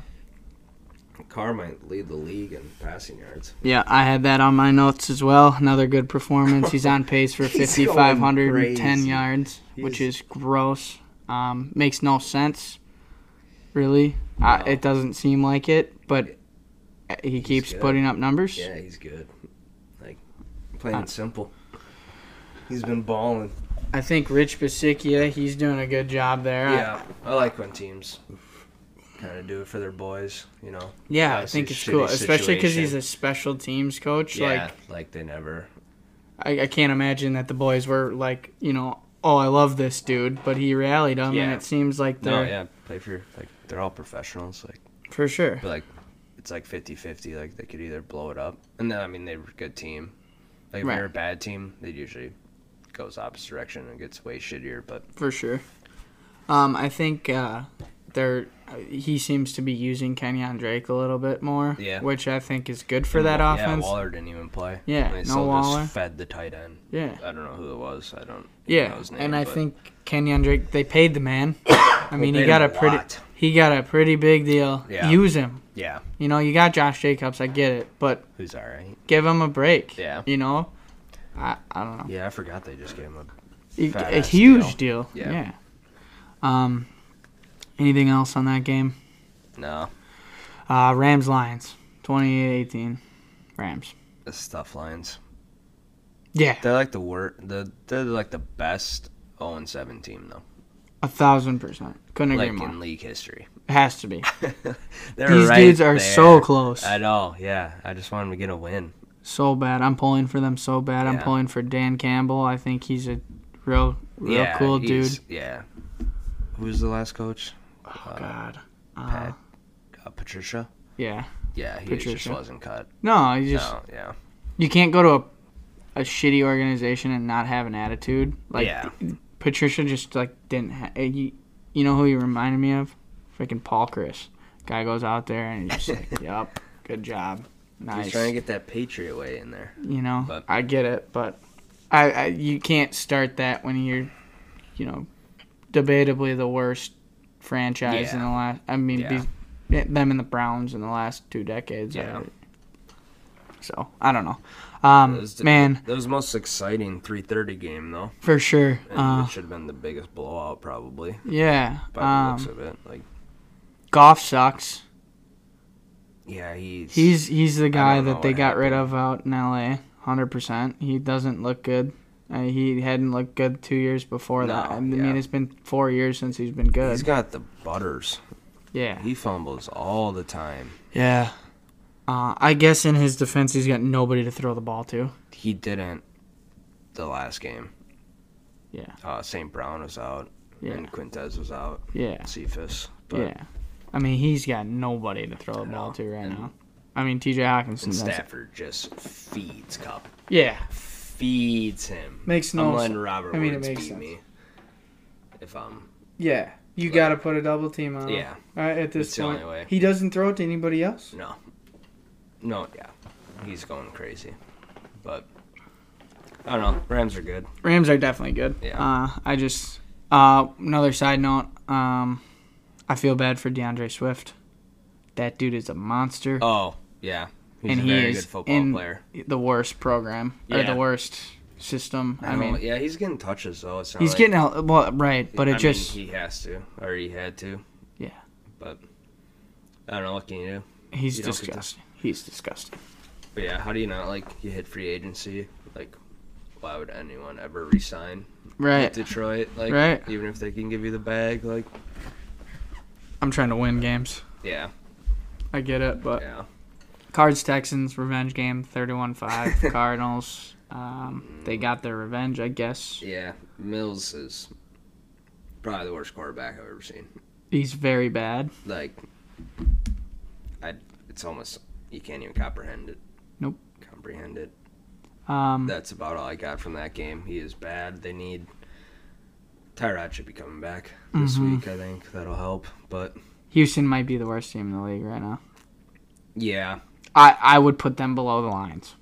[SPEAKER 2] Carr might lead the league in passing yards.
[SPEAKER 1] Yeah, I had that on my notes as well. Another good performance. He's on pace for
[SPEAKER 2] He's
[SPEAKER 1] 5,510
[SPEAKER 2] going
[SPEAKER 1] yards, which
[SPEAKER 2] He's-
[SPEAKER 1] is gross. Um, makes no sense, really. Uh,
[SPEAKER 2] No.
[SPEAKER 1] it doesn't seem like it, but he keeps
[SPEAKER 2] good.
[SPEAKER 1] putting up numbers.
[SPEAKER 2] Yeah, he's good. Like plain and simple. He's been balling.
[SPEAKER 1] I think Rich Basicchia, he's doing a good job there. I-
[SPEAKER 2] Yeah, I like when teams kind of do it for their boys. You know.
[SPEAKER 1] yeah, I
[SPEAKER 2] That's
[SPEAKER 1] think
[SPEAKER 2] a
[SPEAKER 1] it's
[SPEAKER 2] shitty
[SPEAKER 1] cool, especially because he's
[SPEAKER 2] situation.
[SPEAKER 1] a special teams coach. Like,
[SPEAKER 2] Yeah, like, they never.
[SPEAKER 1] I, I can't imagine that the boys were like, you know, oh, I love this dude, but he rallied them, and
[SPEAKER 2] Yeah.
[SPEAKER 1] it seems like
[SPEAKER 2] No,
[SPEAKER 1] they're
[SPEAKER 2] yeah, play for your- like they're all professionals. Like,
[SPEAKER 1] for sure.
[SPEAKER 2] but like it's like 50-50. Like they could either blow it up, and then I mean they were a good team. Like if
[SPEAKER 1] Right.
[SPEAKER 2] you're a bad team, they usually goes opposite direction and gets way shittier. But
[SPEAKER 1] for sure. Um, I think uh, they're uh, he seems to be using Kenyon Drake a little bit more,
[SPEAKER 2] Yeah.
[SPEAKER 1] which I think is good for that
[SPEAKER 2] yeah,
[SPEAKER 1] offense.
[SPEAKER 2] Waller didn't even play.
[SPEAKER 1] Yeah,
[SPEAKER 2] they
[SPEAKER 1] no
[SPEAKER 2] still
[SPEAKER 1] Waller.
[SPEAKER 2] just fed the tight end.
[SPEAKER 1] yeah,
[SPEAKER 2] I don't know who it was. I don't. even know
[SPEAKER 1] yeah,
[SPEAKER 2] his name,
[SPEAKER 1] and I
[SPEAKER 2] but-
[SPEAKER 1] think Kenyon Drake they paid the man. I mean, he
[SPEAKER 2] paid
[SPEAKER 1] got a
[SPEAKER 2] him a
[SPEAKER 1] pretty
[SPEAKER 2] lot.
[SPEAKER 1] he got a pretty big deal.
[SPEAKER 2] Yeah.
[SPEAKER 1] Use him.
[SPEAKER 2] Yeah,
[SPEAKER 1] You know, you got Josh Jacobs, I get it, but
[SPEAKER 2] who's all right?
[SPEAKER 1] give him a break.
[SPEAKER 2] Yeah.
[SPEAKER 1] You know, I I don't know.
[SPEAKER 2] Yeah, I forgot they just gave him a.
[SPEAKER 1] A-
[SPEAKER 2] Fat
[SPEAKER 1] a
[SPEAKER 2] ass
[SPEAKER 1] huge deal.
[SPEAKER 2] Yeah.
[SPEAKER 1] yeah. Um. Anything else on that game?
[SPEAKER 2] No,
[SPEAKER 1] Uh, Rams Lions, 28-18. Rams.
[SPEAKER 2] the stuff lines.
[SPEAKER 1] Yeah,
[SPEAKER 2] They're like the wor The they're like the best 0 7 team though.
[SPEAKER 1] a thousand percent. Couldn't agree
[SPEAKER 2] Like
[SPEAKER 1] more.
[SPEAKER 2] in league history.
[SPEAKER 1] It has to be.
[SPEAKER 2] They're
[SPEAKER 1] These
[SPEAKER 2] right
[SPEAKER 1] dudes are so
[SPEAKER 2] there
[SPEAKER 1] close,
[SPEAKER 2] At all, yeah. I just want them to get a win.
[SPEAKER 1] so bad. I'm pulling for them so bad. I'm
[SPEAKER 2] Yeah.
[SPEAKER 1] pulling for Dan Campbell. I think he's a real, real
[SPEAKER 2] yeah,
[SPEAKER 1] cool
[SPEAKER 2] he's-
[SPEAKER 1] dude.
[SPEAKER 2] Yeah. Who's the last coach?
[SPEAKER 1] Oh God. Uh,
[SPEAKER 2] Pat uh, Patricia.
[SPEAKER 1] yeah.
[SPEAKER 2] Yeah, he just
[SPEAKER 1] Patricia.
[SPEAKER 2] wasn't cut.
[SPEAKER 1] No, you just
[SPEAKER 2] no, yeah,
[SPEAKER 1] you can't go to a, a shitty organization and not have an attitude. Like
[SPEAKER 2] yeah.
[SPEAKER 1] Patricia just like didn't. Ha- eh, you, you know who he reminded me of? Freaking Paul Chris. Guy goes out there and he's just like, "Yep, good job, nice."
[SPEAKER 2] He's trying to get that Patriot way in there.
[SPEAKER 1] you know,
[SPEAKER 2] but-
[SPEAKER 1] I get it, but I, I you can't start that when you're, you know, debatably the worst franchise in the last. I mean,
[SPEAKER 2] Yeah.
[SPEAKER 1] be, them and the Browns in the last two decades.
[SPEAKER 2] Yeah.
[SPEAKER 1] are- so I don't know, um,
[SPEAKER 2] Those-
[SPEAKER 1] man,
[SPEAKER 2] that was the most exciting 3:30 game though.
[SPEAKER 1] for sure.
[SPEAKER 2] And
[SPEAKER 1] Uh,
[SPEAKER 2] it should have been the biggest blowout probably
[SPEAKER 1] yeah,
[SPEAKER 2] by the looks
[SPEAKER 1] um,
[SPEAKER 2] of it. Like,
[SPEAKER 1] golf sucks.
[SPEAKER 2] yeah, he's
[SPEAKER 1] He's he's the guy
[SPEAKER 2] don't know
[SPEAKER 1] that they
[SPEAKER 2] what
[SPEAKER 1] got rid of out in LA, hundred percent. He doesn't look good. Uh, he hadn't looked good two years before that.
[SPEAKER 2] No,
[SPEAKER 1] I mean,
[SPEAKER 2] yeah.
[SPEAKER 1] it's been four years since he's been good.
[SPEAKER 2] he's got the butters.
[SPEAKER 1] yeah,
[SPEAKER 2] He fumbles all the time.
[SPEAKER 1] yeah. Uh, I guess in his defense, he's got nobody to throw the ball to.
[SPEAKER 2] He didn't the last game.
[SPEAKER 1] Yeah.
[SPEAKER 2] Uh, St. Brown was out
[SPEAKER 1] Yeah.
[SPEAKER 2] and Quintez was out.
[SPEAKER 1] Yeah,
[SPEAKER 2] Cephas.
[SPEAKER 1] yeah. I mean, he's got nobody to throw the ball to right now. I mean, T.J. Hawkinson.
[SPEAKER 2] And
[SPEAKER 1] that's-
[SPEAKER 2] Stafford just feeds Cup.
[SPEAKER 1] Yeah,
[SPEAKER 2] Feeds him.
[SPEAKER 1] makes
[SPEAKER 2] I'm
[SPEAKER 1] no.
[SPEAKER 2] letting
[SPEAKER 1] sense.
[SPEAKER 2] Robert
[SPEAKER 1] I mean, it
[SPEAKER 2] Woods
[SPEAKER 1] makes
[SPEAKER 2] beat
[SPEAKER 1] sense.
[SPEAKER 2] me. If I'm
[SPEAKER 1] Yeah, you got to put a double team on. him.
[SPEAKER 2] Yeah.
[SPEAKER 1] Uh, at this
[SPEAKER 2] It's the
[SPEAKER 1] point,
[SPEAKER 2] only way.
[SPEAKER 1] he doesn't throw it to anybody else.
[SPEAKER 2] no. No, yeah. He's going crazy. But I don't know. Rams are good.
[SPEAKER 1] Rams are definitely good.
[SPEAKER 2] Yeah.
[SPEAKER 1] Uh, I just uh, another side note. Um, I feel bad for DeAndre Swift. That dude is a monster.
[SPEAKER 2] Oh, yeah. He's
[SPEAKER 1] and
[SPEAKER 2] a
[SPEAKER 1] he
[SPEAKER 2] very
[SPEAKER 1] is
[SPEAKER 2] good football
[SPEAKER 1] in
[SPEAKER 2] player.
[SPEAKER 1] the worst program or
[SPEAKER 2] Yeah.
[SPEAKER 1] the worst system. I,
[SPEAKER 2] I
[SPEAKER 1] mean,
[SPEAKER 2] mean, yeah, he's getting touches though. It's not
[SPEAKER 1] he's
[SPEAKER 2] like-
[SPEAKER 1] getting a, well right, but it
[SPEAKER 2] I
[SPEAKER 1] just
[SPEAKER 2] mean, he has to, or he had to.
[SPEAKER 1] Yeah.
[SPEAKER 2] But I don't know what can you do.
[SPEAKER 1] he's
[SPEAKER 2] you don't get
[SPEAKER 1] disgusting. He's disgusting.
[SPEAKER 2] But yeah, how do you not like you hit free agency? Like, why would anyone ever resign
[SPEAKER 1] Right.
[SPEAKER 2] Detroit? Like,
[SPEAKER 1] Right.
[SPEAKER 2] even if they can give you the bag, like,
[SPEAKER 1] I'm trying to win games.
[SPEAKER 2] yeah,
[SPEAKER 1] I get it, but
[SPEAKER 2] yeah,
[SPEAKER 1] Cards Texans revenge game 31-5 Cardinals. Um, they got their revenge, I guess.
[SPEAKER 2] yeah. Mills is probably the worst quarterback I've ever seen.
[SPEAKER 1] He's very bad.
[SPEAKER 2] Like, I, it's almost you can't even comprehend it.
[SPEAKER 1] Nope.
[SPEAKER 2] Comprehend it.
[SPEAKER 1] Um,
[SPEAKER 2] That's about all I got from that game. He is bad. They need Tyrod should be coming back this
[SPEAKER 1] Mhm.
[SPEAKER 2] week. I think that'll help. But
[SPEAKER 1] Houston might be the worst team in the league right now.
[SPEAKER 2] yeah,
[SPEAKER 1] I, I would put them below the Lions,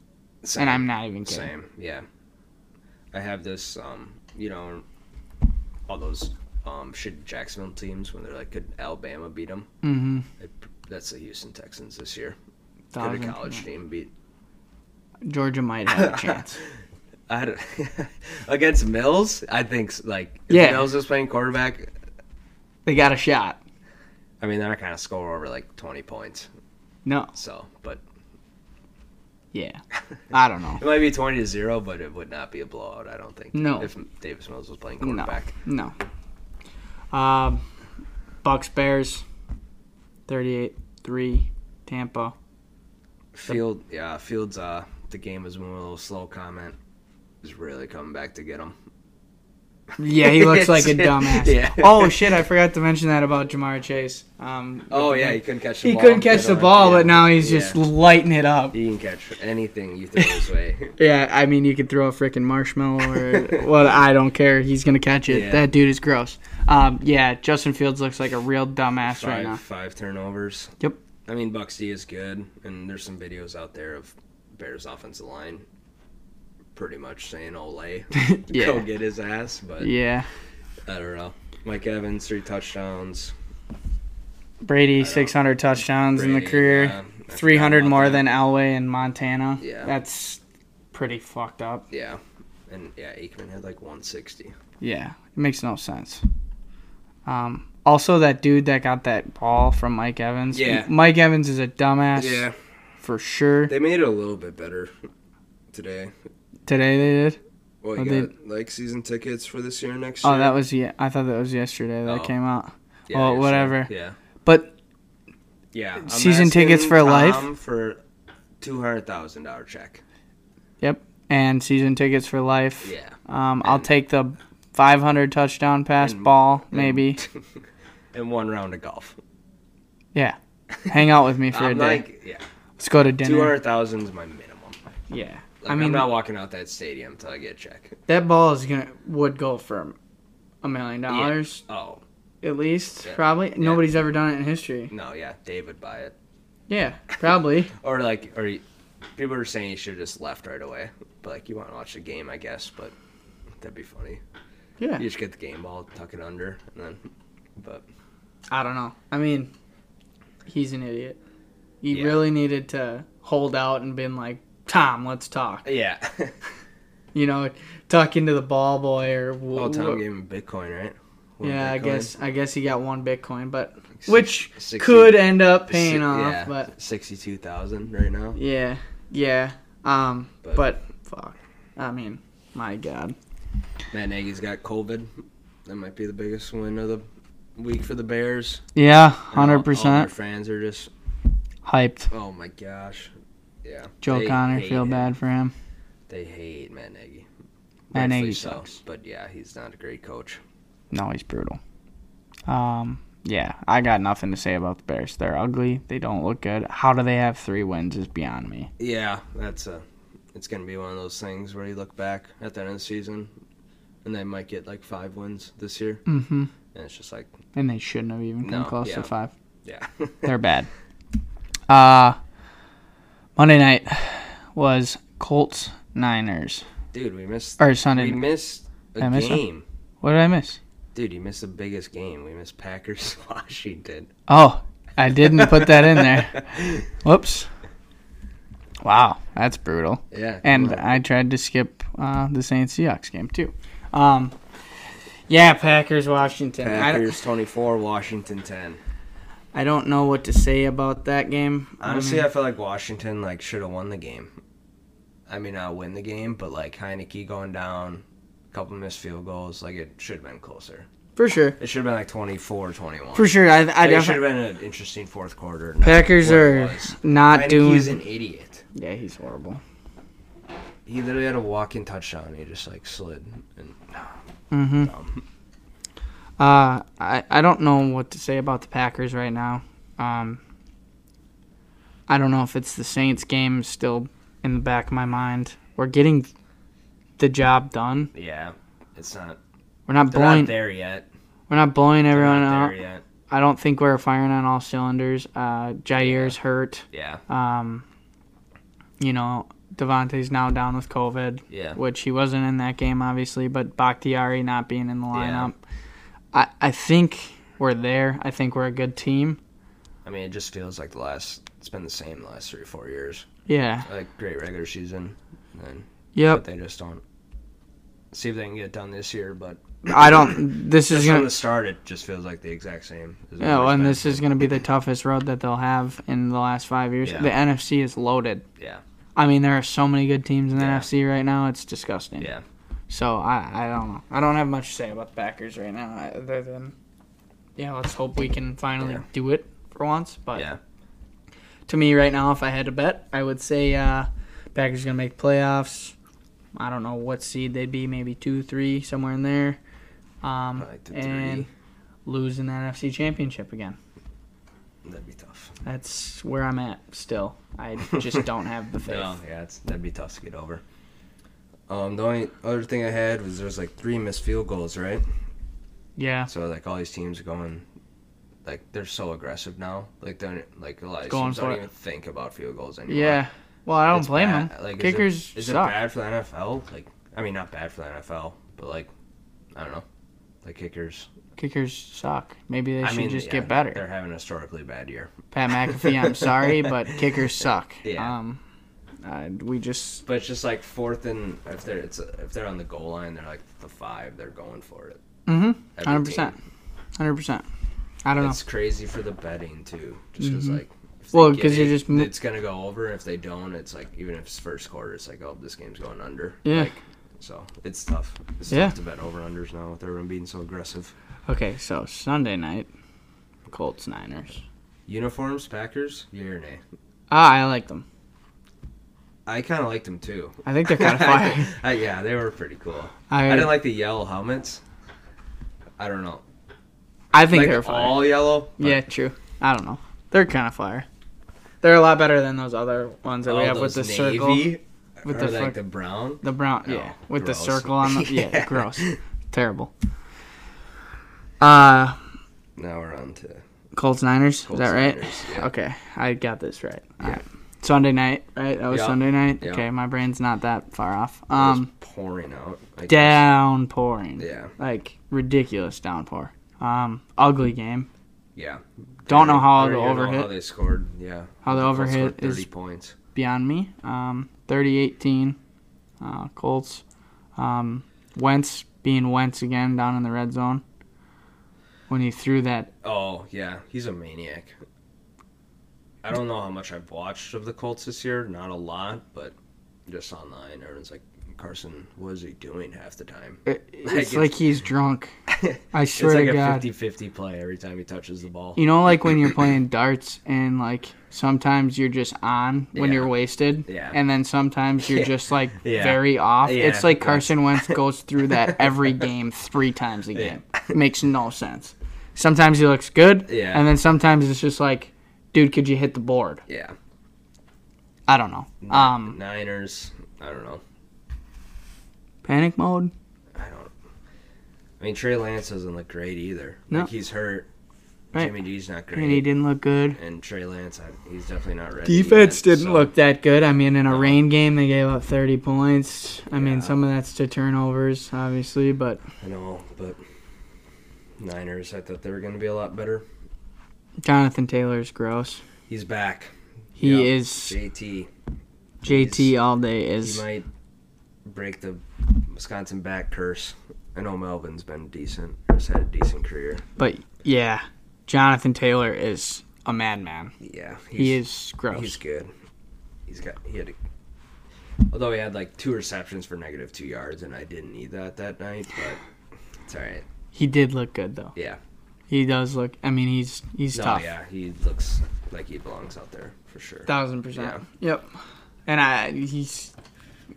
[SPEAKER 2] same,
[SPEAKER 1] and I'm not even kidding.
[SPEAKER 2] same. Yeah, I have this. Um, you know, all those um shit Jacksonville teams when they're like, could Alabama beat them?
[SPEAKER 1] Mm-hmm.
[SPEAKER 2] They, That's the Houston Texans this year. Could
[SPEAKER 1] Thousand,
[SPEAKER 2] a college team beat?
[SPEAKER 1] Georgia might have a chance.
[SPEAKER 2] I don't, against Mills, I think s- like if
[SPEAKER 1] Yeah.
[SPEAKER 2] Mills is playing quarterback.
[SPEAKER 1] they got a shot.
[SPEAKER 2] I mean, they're not gonna score over like twenty points.
[SPEAKER 1] No.
[SPEAKER 2] So, but
[SPEAKER 1] Yeah. I don't know.
[SPEAKER 2] it might be twenty to zero, but it would not be a blowout. I don't think.
[SPEAKER 1] No.
[SPEAKER 2] If Davis Mills was playing
[SPEAKER 1] No.
[SPEAKER 2] quarterback,
[SPEAKER 1] No. Um, Bucks Bears, thirty-eight three, Tampa.
[SPEAKER 2] Field, yeah, Fields. Uh, the game has been a little slow. Comment is really coming back to get him.
[SPEAKER 1] Yeah, he looks like a dumbass.
[SPEAKER 2] Yeah.
[SPEAKER 1] Oh shit, I forgot to mention that about Jamar Chase. Um,
[SPEAKER 2] Oh yeah, he couldn't catch the
[SPEAKER 1] he
[SPEAKER 2] ball.
[SPEAKER 1] couldn't catch the
[SPEAKER 2] Yeah.
[SPEAKER 1] ball, but now he's just
[SPEAKER 2] Yeah.
[SPEAKER 1] lighting it up.
[SPEAKER 2] He can catch anything you throw his way.
[SPEAKER 1] Yeah, I mean, you could throw a freaking marshmallow or what? I don't care. He's gonna catch it.
[SPEAKER 2] Yeah.
[SPEAKER 1] That dude is gross. Um, yeah, Justin Fields looks like a real dumbass right
[SPEAKER 2] five,
[SPEAKER 1] now.
[SPEAKER 2] five turnovers.
[SPEAKER 1] Yep.
[SPEAKER 2] I mean, Bucks D is good, and there's some videos out there of Bears offensive line pretty much saying "Ole, go
[SPEAKER 1] Yeah,
[SPEAKER 2] get his ass." But
[SPEAKER 1] yeah.
[SPEAKER 2] I don't know. Mike Evans three touchdowns.
[SPEAKER 1] Brady, six hundred touchdowns in the
[SPEAKER 2] Brady, uh,
[SPEAKER 1] career.
[SPEAKER 2] yeah, I forgot
[SPEAKER 1] 300
[SPEAKER 2] about
[SPEAKER 1] more
[SPEAKER 2] that.
[SPEAKER 1] than Elway in Montana.
[SPEAKER 2] Yeah.
[SPEAKER 1] That's pretty fucked up.
[SPEAKER 2] Yeah, and yeah, Aikman had like 160.
[SPEAKER 1] Yeah. It makes no sense. Um, also, that dude that got that ball from Mike Evans.
[SPEAKER 2] Yeah.
[SPEAKER 1] Mike Evans is a dumbass
[SPEAKER 2] Yeah,
[SPEAKER 1] for sure.
[SPEAKER 2] they made it a little bit better today.
[SPEAKER 1] Today they did.
[SPEAKER 2] Well,
[SPEAKER 1] Oh,
[SPEAKER 2] you
[SPEAKER 1] they-
[SPEAKER 2] got like season tickets for this year, next year.
[SPEAKER 1] Oh, that was, yeah. I thought that was yesterday that
[SPEAKER 2] Oh.
[SPEAKER 1] came out.
[SPEAKER 2] Yeah,
[SPEAKER 1] well,
[SPEAKER 2] you're saying-
[SPEAKER 1] whatever.
[SPEAKER 2] Yeah.
[SPEAKER 1] But
[SPEAKER 2] Yeah. I'm
[SPEAKER 1] Season
[SPEAKER 2] asking
[SPEAKER 1] tickets for
[SPEAKER 2] Tom
[SPEAKER 1] life?
[SPEAKER 2] for two hundred thousand dollar check.
[SPEAKER 1] and season tickets for life.
[SPEAKER 2] Yeah.
[SPEAKER 1] Um, I'll
[SPEAKER 2] And-
[SPEAKER 1] take the 500 touchdown pass
[SPEAKER 2] And-
[SPEAKER 1] ball,
[SPEAKER 2] and-
[SPEAKER 1] maybe.
[SPEAKER 2] And one round of golf.
[SPEAKER 1] yeah. Hang out with me for
[SPEAKER 2] I'm
[SPEAKER 1] a day.
[SPEAKER 2] like, yeah,
[SPEAKER 1] Let's go to
[SPEAKER 2] two
[SPEAKER 1] dinner.
[SPEAKER 2] hundred thousand is my minimum.
[SPEAKER 1] Yeah.
[SPEAKER 2] Like, I
[SPEAKER 1] I
[SPEAKER 2] am
[SPEAKER 1] mean,
[SPEAKER 2] not walking out that stadium until I get a check.
[SPEAKER 1] that ball is gonna would go for a million dollars
[SPEAKER 2] Oh
[SPEAKER 1] at least
[SPEAKER 2] Yeah.
[SPEAKER 1] probably nobody's ever done it in history
[SPEAKER 2] no, yeah, Dave would buy it.
[SPEAKER 1] yeah probably
[SPEAKER 2] Or like, or you- people are saying you should have just left right away. But like, you want to watch the game, I guess. But that'd be funny.
[SPEAKER 1] yeah
[SPEAKER 2] You just get the game ball, tuck it under, and then. But
[SPEAKER 1] i don't know i mean he's an idiot he
[SPEAKER 2] Yeah.
[SPEAKER 1] really needed to hold out and been like tom let's talk
[SPEAKER 2] yeah,
[SPEAKER 1] you know talk into the ball boy or wh-
[SPEAKER 2] all
[SPEAKER 1] wh-
[SPEAKER 2] time gave him Bitcoin, right? One
[SPEAKER 1] yeah i
[SPEAKER 2] Bitcoin.
[SPEAKER 1] guess i guess he got one bitcoin but
[SPEAKER 2] Six-
[SPEAKER 1] which
[SPEAKER 2] sixty-
[SPEAKER 1] could end up paying
[SPEAKER 2] Si-
[SPEAKER 1] off
[SPEAKER 2] yeah,
[SPEAKER 1] but
[SPEAKER 2] sixty-two thousand right now.
[SPEAKER 1] Yeah, yeah. Um, but,
[SPEAKER 2] But-
[SPEAKER 1] fuck. I mean, my God.
[SPEAKER 2] Matt Nagy's got COVID. That might be the biggest win of the week for the Bears.
[SPEAKER 1] Yeah,
[SPEAKER 2] And all-
[SPEAKER 1] hundred
[SPEAKER 2] All their
[SPEAKER 1] percent
[SPEAKER 2] fans are just,
[SPEAKER 1] hyped.
[SPEAKER 2] oh my gosh, yeah.
[SPEAKER 1] Joe
[SPEAKER 2] They
[SPEAKER 1] Connor,
[SPEAKER 2] hate
[SPEAKER 1] feel
[SPEAKER 2] him.
[SPEAKER 1] bad for him.
[SPEAKER 2] They hate Matt Nagy.
[SPEAKER 1] Matt
[SPEAKER 2] Rightfully
[SPEAKER 1] Nagy
[SPEAKER 2] so,
[SPEAKER 1] sucks.
[SPEAKER 2] but yeah, he's not a great coach.
[SPEAKER 1] No, he's brutal. Um, yeah, I got nothing to say about the Bears. They're ugly. They don't look good. How do they have three wins? Is beyond me.
[SPEAKER 2] Yeah, that's a. It's gonna be one of those things where you look back at the end of the season, and they might get like five wins this year,
[SPEAKER 1] Mm-hmm.
[SPEAKER 2] and it's just like,
[SPEAKER 1] And they shouldn't have even come
[SPEAKER 2] No,
[SPEAKER 1] close
[SPEAKER 2] yeah.
[SPEAKER 1] to five.
[SPEAKER 2] yeah,
[SPEAKER 1] They're bad. Uh Monday night was Colts Niners
[SPEAKER 2] dude, we missed.
[SPEAKER 1] or Sunday.
[SPEAKER 2] We missed a
[SPEAKER 1] I missed one?
[SPEAKER 2] game,
[SPEAKER 1] what did I miss?
[SPEAKER 2] dude. You missed the biggest game. We missed Packers Washington.
[SPEAKER 1] Oh, I didn't put that in there. Whoops. Wow, that's brutal.
[SPEAKER 2] Yeah,
[SPEAKER 1] And
[SPEAKER 2] come on.
[SPEAKER 1] I tried to skip uh, the Saints Seahawks game too. Um, yeah, Packers Washington. I don't,
[SPEAKER 2] Packers 24, Washington 10.
[SPEAKER 1] I don't know what to say about that game. I
[SPEAKER 2] Honestly,
[SPEAKER 1] mean,
[SPEAKER 2] I feel like Washington like should have won the game. I mean, not win the game, but like Heineke going down, a couple missed field goals, like it should have been closer.
[SPEAKER 1] for sure,
[SPEAKER 2] It should have been like 24, 21.
[SPEAKER 1] for sure. I, I
[SPEAKER 2] Like, it should have
[SPEAKER 1] definitely
[SPEAKER 2] been an interesting fourth quarter. not
[SPEAKER 1] Packers
[SPEAKER 2] what it
[SPEAKER 1] are
[SPEAKER 2] was.
[SPEAKER 1] not
[SPEAKER 2] Heineke's
[SPEAKER 1] doing.
[SPEAKER 2] an idiot.
[SPEAKER 1] Yeah, he's horrible.
[SPEAKER 2] He literally had a walk-in touchdown. He just like slid and
[SPEAKER 1] Mm-hmm.
[SPEAKER 2] um,
[SPEAKER 1] Uh, I, I don't know what to say about the Packers right now. Um, I don't know if it's the Saints game still in the back of my mind. We're getting the job done.
[SPEAKER 2] yeah, it's not.
[SPEAKER 1] We're not
[SPEAKER 2] They're
[SPEAKER 1] blowing.
[SPEAKER 2] not there yet.
[SPEAKER 1] we're not blowing
[SPEAKER 2] They're
[SPEAKER 1] everyone
[SPEAKER 2] not
[SPEAKER 1] out.
[SPEAKER 2] there yet.
[SPEAKER 1] I don't think we're firing on all cylinders. Uh, Jair's hurt.
[SPEAKER 2] Yeah,
[SPEAKER 1] Um, you know, Devontae's now down with COVID
[SPEAKER 2] yeah.
[SPEAKER 1] which he wasn't in that game, obviously, but Bakhtiari not being in the lineup. I, I think we're there. I think we're a good team.
[SPEAKER 2] I mean, it just feels like the last. It's been the same the last three or four years.
[SPEAKER 1] Yeah.
[SPEAKER 2] Like great regular season, and then but
[SPEAKER 1] Yep.
[SPEAKER 2] they just don't. See if they can get it done this year, but
[SPEAKER 1] I don't. This
[SPEAKER 2] just
[SPEAKER 1] is
[SPEAKER 2] from
[SPEAKER 1] gonna.
[SPEAKER 2] the start, it just feels like the exact same. as it's
[SPEAKER 1] Yeah, well,
[SPEAKER 2] always
[SPEAKER 1] and
[SPEAKER 2] been.
[SPEAKER 1] this is going to be the toughest road that they'll have in the last five years.
[SPEAKER 2] Yeah.
[SPEAKER 1] The NFC is loaded.
[SPEAKER 2] Yeah.
[SPEAKER 1] I mean, there are so many good teams in the
[SPEAKER 2] Yeah.
[SPEAKER 1] NFC right now. It's disgusting.
[SPEAKER 2] Yeah.
[SPEAKER 1] So I, I don't know. I don't have much to say about the Packers right now, other than, yeah, let's hope we can finally
[SPEAKER 2] Yeah.
[SPEAKER 1] do it for once. But
[SPEAKER 2] Yeah.
[SPEAKER 1] to me right now, if I had to bet, I would say uh, Packers going to make playoffs. I don't know what seed they'd be, maybe two, three, somewhere in there. Um,
[SPEAKER 2] Like the
[SPEAKER 1] and
[SPEAKER 2] three.
[SPEAKER 1] lose in the NFC Championship again.
[SPEAKER 2] That'd be tough.
[SPEAKER 1] That's where I'm at still. I just don't have the faith.
[SPEAKER 2] No, yeah, it's, that'd be tough to get over. Um, the only other thing I had was there's like three missed field goals, right?
[SPEAKER 1] Yeah.
[SPEAKER 2] So like all these teams are going, like they're so aggressive now. Like they're like a lot of
[SPEAKER 1] Going
[SPEAKER 2] teams don't
[SPEAKER 1] for it.
[SPEAKER 2] even think about field goals anymore.
[SPEAKER 1] Yeah. Well, I don't
[SPEAKER 2] It's
[SPEAKER 1] blame
[SPEAKER 2] bad.
[SPEAKER 1] them.
[SPEAKER 2] Like, is it-
[SPEAKER 1] Kickers
[SPEAKER 2] Is, it
[SPEAKER 1] suck.
[SPEAKER 2] bad for the NFL? Like, I mean, not bad for the NFL, but like, I don't know. Like kickers.
[SPEAKER 1] Kickers suck. Maybe they
[SPEAKER 2] I
[SPEAKER 1] should
[SPEAKER 2] mean,
[SPEAKER 1] just
[SPEAKER 2] yeah,
[SPEAKER 1] get better.
[SPEAKER 2] They're having a historically bad year.
[SPEAKER 1] Pat McAfee, I'm sorry, but kickers suck.
[SPEAKER 2] Yeah.
[SPEAKER 1] Um, uh, we just
[SPEAKER 2] But it's just like fourth and if they're it's if they're on the goal line, they're like the five. They're going for it.
[SPEAKER 1] mm-hmm,
[SPEAKER 2] Every
[SPEAKER 1] hundred percent,
[SPEAKER 2] team.
[SPEAKER 1] hundred percent. I don't know. Mm-hmm.
[SPEAKER 2] It's crazy for the betting too, just because like. if
[SPEAKER 1] Well,
[SPEAKER 2] they get
[SPEAKER 1] 'cause you're
[SPEAKER 2] it,
[SPEAKER 1] just mo-
[SPEAKER 2] it's gonna go over. If they don't, it's like even if it's first quarter, it's like oh this game's going under.
[SPEAKER 1] Yeah.
[SPEAKER 2] Like, so it's tough. It's
[SPEAKER 1] Yeah.
[SPEAKER 2] tough to bet over unders now with everyone being so aggressive.
[SPEAKER 1] Okay, so Sunday night, Colts Niners.
[SPEAKER 2] Uniforms, Packers, yeah or nay?
[SPEAKER 1] Ah, I like them.
[SPEAKER 2] I kind of liked them too.
[SPEAKER 1] I think they're kind of fire.
[SPEAKER 2] I- yeah, they were pretty cool. I
[SPEAKER 1] I,
[SPEAKER 2] didn't like the yellow helmets. I don't know.
[SPEAKER 1] I think
[SPEAKER 2] like
[SPEAKER 1] they're fire.
[SPEAKER 2] all yellow. but
[SPEAKER 1] yeah, true. I don't know. They're kind of fire. They're a lot better than those other ones that we
[SPEAKER 2] all
[SPEAKER 1] have with the
[SPEAKER 2] Oh, those
[SPEAKER 1] circle,
[SPEAKER 2] navy
[SPEAKER 1] with
[SPEAKER 2] or
[SPEAKER 1] the
[SPEAKER 2] like
[SPEAKER 1] fuck-
[SPEAKER 2] the brown.
[SPEAKER 1] the brown,
[SPEAKER 2] No,
[SPEAKER 1] yeah, with
[SPEAKER 2] gross.
[SPEAKER 1] the circle on the yeah,
[SPEAKER 2] Yeah.
[SPEAKER 1] gross, terrible. Uh,
[SPEAKER 2] Now we're on to
[SPEAKER 1] Colts Niners.
[SPEAKER 2] Colts
[SPEAKER 1] is that right?
[SPEAKER 2] Niners, yeah.
[SPEAKER 1] Okay, I got this right. All
[SPEAKER 2] Yeah.
[SPEAKER 1] right. Sunday night, right? That was
[SPEAKER 2] Yeah.
[SPEAKER 1] Sunday night.
[SPEAKER 2] Yeah.
[SPEAKER 1] Okay, my brain's not that far off.
[SPEAKER 2] um,
[SPEAKER 1] Um,
[SPEAKER 2] pouring out. I guess.
[SPEAKER 1] downpouring.
[SPEAKER 2] Yeah,
[SPEAKER 1] Like ridiculous downpour. Um, ugly game.
[SPEAKER 2] yeah.
[SPEAKER 1] Don't know how
[SPEAKER 2] I
[SPEAKER 1] the
[SPEAKER 2] don't even know
[SPEAKER 1] overhit-
[SPEAKER 2] How they scored? Yeah.
[SPEAKER 1] How the
[SPEAKER 2] They
[SPEAKER 1] overhit
[SPEAKER 2] scored
[SPEAKER 1] is-
[SPEAKER 2] thirty points.
[SPEAKER 1] Beyond me. Um, 30-18, uh, Colts. Um, Wentz being Wentz again down in the red zone. When he threw that,
[SPEAKER 2] Oh yeah, he's a maniac. I don't know how much I've watched of the Colts this year. Not a lot, but just online, everyone's like, Carson, what is he doing half the time?
[SPEAKER 1] it-
[SPEAKER 2] Like
[SPEAKER 1] it's
[SPEAKER 2] it's-
[SPEAKER 1] like he's drunk. I
[SPEAKER 2] It's
[SPEAKER 1] swear
[SPEAKER 2] like
[SPEAKER 1] to God.
[SPEAKER 2] a 50-50 play every time he touches the ball.
[SPEAKER 1] You know, like when you're playing darts and like sometimes you're just on when
[SPEAKER 2] Yeah.
[SPEAKER 1] you're wasted,
[SPEAKER 2] Yeah.
[SPEAKER 1] and then sometimes you're
[SPEAKER 2] Yeah.
[SPEAKER 1] just like
[SPEAKER 2] Yeah.
[SPEAKER 1] very off.
[SPEAKER 2] Yeah,
[SPEAKER 1] It's like
[SPEAKER 2] that's-
[SPEAKER 1] Carson Wentz goes through that every game three times a game. Makes no sense. Sometimes he looks good,
[SPEAKER 2] Yeah.
[SPEAKER 1] and then sometimes it's just like, dude, could you hit the board?
[SPEAKER 2] Yeah.
[SPEAKER 1] I don't know. Um,
[SPEAKER 2] Niners. I don't know.
[SPEAKER 1] panic mode.
[SPEAKER 2] I don't. I mean, Trey Lance doesn't look great either.
[SPEAKER 1] No.
[SPEAKER 2] Like he's hurt.
[SPEAKER 1] Right.
[SPEAKER 2] Jimmy G's not great.
[SPEAKER 1] And he didn't look good.
[SPEAKER 2] And Trey Lance, I- he's definitely not ready.
[SPEAKER 1] Defense
[SPEAKER 2] yet,
[SPEAKER 1] didn't
[SPEAKER 2] so-
[SPEAKER 1] look that good. I mean, in a rain game, they gave up 30 points. I
[SPEAKER 2] Yeah.
[SPEAKER 1] mean, some of that's to turnovers, obviously, but
[SPEAKER 2] I know, but Niners. I thought they were going to be a lot better.
[SPEAKER 1] Jonathan Taylor's gross.
[SPEAKER 2] He's back.
[SPEAKER 1] He
[SPEAKER 2] Yeah.
[SPEAKER 1] is
[SPEAKER 2] JT.
[SPEAKER 1] JT all day
[SPEAKER 2] He
[SPEAKER 1] is
[SPEAKER 2] might break the Wisconsin back curse. I know Melvin's been decent. He's had a decent career.
[SPEAKER 1] but yeah, Jonathan Taylor is a madman.
[SPEAKER 2] Yeah,
[SPEAKER 1] He is gross.
[SPEAKER 2] He's good. He's got. He had. A, although he had like two receptions for negative two yards, and I didn't need that that night, but it's all right.
[SPEAKER 1] he did look good though.
[SPEAKER 2] Yeah.
[SPEAKER 1] He does look I mean he's he's
[SPEAKER 2] No,
[SPEAKER 1] tough.
[SPEAKER 2] yeah, he looks like he belongs out there for sure.
[SPEAKER 1] Thousand percent. Yep. And I he's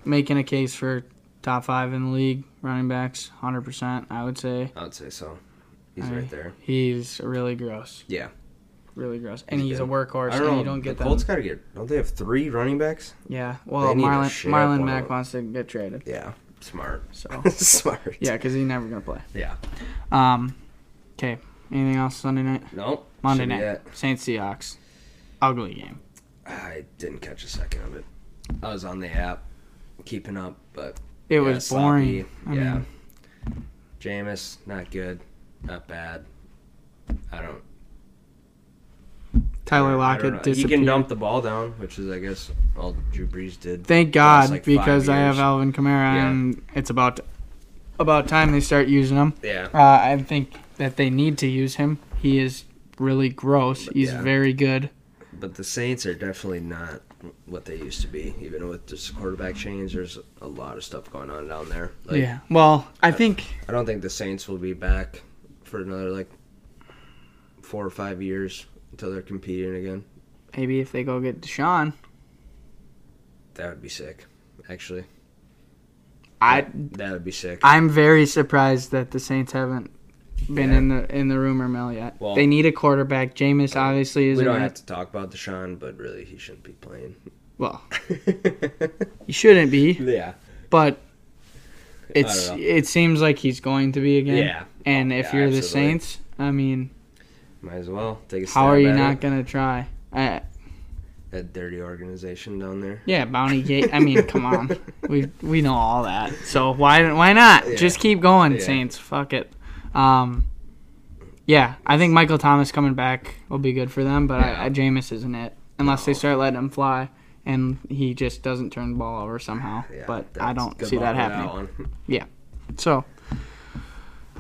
[SPEAKER 1] making a case for top five in the league, running backs, hundred percent, I would say.
[SPEAKER 2] I would say so. He's
[SPEAKER 1] I-
[SPEAKER 2] right there.
[SPEAKER 1] He's really gross.
[SPEAKER 2] Yeah.
[SPEAKER 1] Really gross. And
[SPEAKER 2] He's
[SPEAKER 1] he's a
[SPEAKER 2] good.
[SPEAKER 1] workhorse
[SPEAKER 2] I don't
[SPEAKER 1] and
[SPEAKER 2] know.
[SPEAKER 1] you don't get
[SPEAKER 2] the
[SPEAKER 1] that.
[SPEAKER 2] Colts got to get. Don't they have three running backs?
[SPEAKER 1] Yeah. Well
[SPEAKER 2] need to
[SPEAKER 1] Marlon
[SPEAKER 2] share up
[SPEAKER 1] Marlon
[SPEAKER 2] one of
[SPEAKER 1] Mack
[SPEAKER 2] them.
[SPEAKER 1] wants to get traded.
[SPEAKER 2] Yeah. Smart.
[SPEAKER 1] So
[SPEAKER 2] Smart.
[SPEAKER 1] Oh. Yeah, because he's never gonna play.
[SPEAKER 2] Yeah.
[SPEAKER 1] Um, okay. Anything else Sunday night?
[SPEAKER 2] Nope.
[SPEAKER 1] Monday
[SPEAKER 2] Should be
[SPEAKER 1] night.
[SPEAKER 2] it.
[SPEAKER 1] Saints Seahawks. Ugly game.
[SPEAKER 2] I didn't catch a second of it. I was on the app, keeping up, but
[SPEAKER 1] It
[SPEAKER 2] Yeah,
[SPEAKER 1] was
[SPEAKER 2] sloppy.
[SPEAKER 1] boring. I
[SPEAKER 2] yeah.
[SPEAKER 1] mean,
[SPEAKER 2] Jameis, not good, not bad. I don't.
[SPEAKER 1] Tyler
[SPEAKER 2] I don't know.
[SPEAKER 1] Lockett
[SPEAKER 2] He can
[SPEAKER 1] disappeared.
[SPEAKER 2] dump the ball down, which is, I guess, all Drew Brees did.
[SPEAKER 1] Thank
[SPEAKER 2] the last,
[SPEAKER 1] God
[SPEAKER 2] like, five
[SPEAKER 1] because I have
[SPEAKER 2] years.
[SPEAKER 1] Alvin Kamara
[SPEAKER 2] Yeah.
[SPEAKER 1] and it's about about time they start using him.
[SPEAKER 2] Yeah.
[SPEAKER 1] Uh, I think that they need to use him. He is really gross. He's
[SPEAKER 2] yeah.
[SPEAKER 1] very good.
[SPEAKER 2] But the Saints are definitely not what they used to be. Even with this quarterback change, there's a lot of stuff going on down there. Like,
[SPEAKER 1] yeah. Well, I think
[SPEAKER 2] I don't think the Saints will be back for another like four or five years until they're competing again.
[SPEAKER 1] maybe if they go get Deshaun,
[SPEAKER 2] That would be sick, actually.
[SPEAKER 1] I
[SPEAKER 2] That would be sick.
[SPEAKER 1] I'm very surprised that the Saints haven't been
[SPEAKER 2] Yeah.
[SPEAKER 1] in the in the rumor mill yet.
[SPEAKER 2] Well- uh,
[SPEAKER 1] they need a quarterback. Jameis obviously
[SPEAKER 2] we
[SPEAKER 1] isn't.
[SPEAKER 2] don't
[SPEAKER 1] it.
[SPEAKER 2] have to talk about Deshaun, but really, he shouldn't be playing.
[SPEAKER 1] Well, he shouldn't be,
[SPEAKER 2] yeah.
[SPEAKER 1] but it's
[SPEAKER 2] know.
[SPEAKER 1] it seems like he's going to be again.
[SPEAKER 2] Yeah.
[SPEAKER 1] And
[SPEAKER 2] Oh,
[SPEAKER 1] if
[SPEAKER 2] yeah,
[SPEAKER 1] you're the
[SPEAKER 2] absolutely.
[SPEAKER 1] Saints, I mean,
[SPEAKER 2] Might as well take a stab
[SPEAKER 1] how are you
[SPEAKER 2] at
[SPEAKER 1] not
[SPEAKER 2] it.
[SPEAKER 1] gonna try? Uh,
[SPEAKER 2] that dirty organization down there?
[SPEAKER 1] yeah, Bounty Gate. I mean, come on, we we know all that. So why why not?
[SPEAKER 2] Yeah.
[SPEAKER 1] Just keep going,
[SPEAKER 2] Yeah.
[SPEAKER 1] Saints. Fuck it. Um, yeah, I think Michael Thomas coming back will be good for them, but I, I, Jameis isn't it unless they
[SPEAKER 2] No.
[SPEAKER 1] start letting him fly and he just doesn't turn the ball over somehow.
[SPEAKER 2] Yeah,
[SPEAKER 1] but I
[SPEAKER 2] that's-
[SPEAKER 1] don't
[SPEAKER 2] good
[SPEAKER 1] see that
[SPEAKER 2] luck with
[SPEAKER 1] happening.
[SPEAKER 2] one.
[SPEAKER 1] So,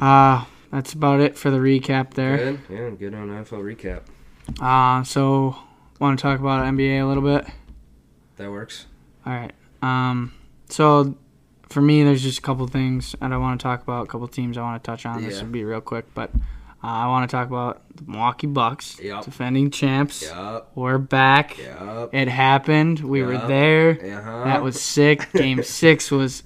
[SPEAKER 1] uh, that's about it for the recap there.
[SPEAKER 2] Good, yeah, good on NFL recap.
[SPEAKER 1] Uh, so, want to talk about NBA a little bit?
[SPEAKER 2] That works.
[SPEAKER 1] All right. Um, so, for me, there's just a couple things that I want to talk about, a couple teams I want to touch on. This
[SPEAKER 2] Yeah.
[SPEAKER 1] would be real quick, but uh, I want to talk about the Milwaukee Bucks,
[SPEAKER 2] Yep.
[SPEAKER 1] defending champs.
[SPEAKER 2] Yup,
[SPEAKER 1] We're back.
[SPEAKER 2] yup.
[SPEAKER 1] It happened. We
[SPEAKER 2] Yep.
[SPEAKER 1] were there.
[SPEAKER 2] Uh-huh.
[SPEAKER 1] That was sick. Game six was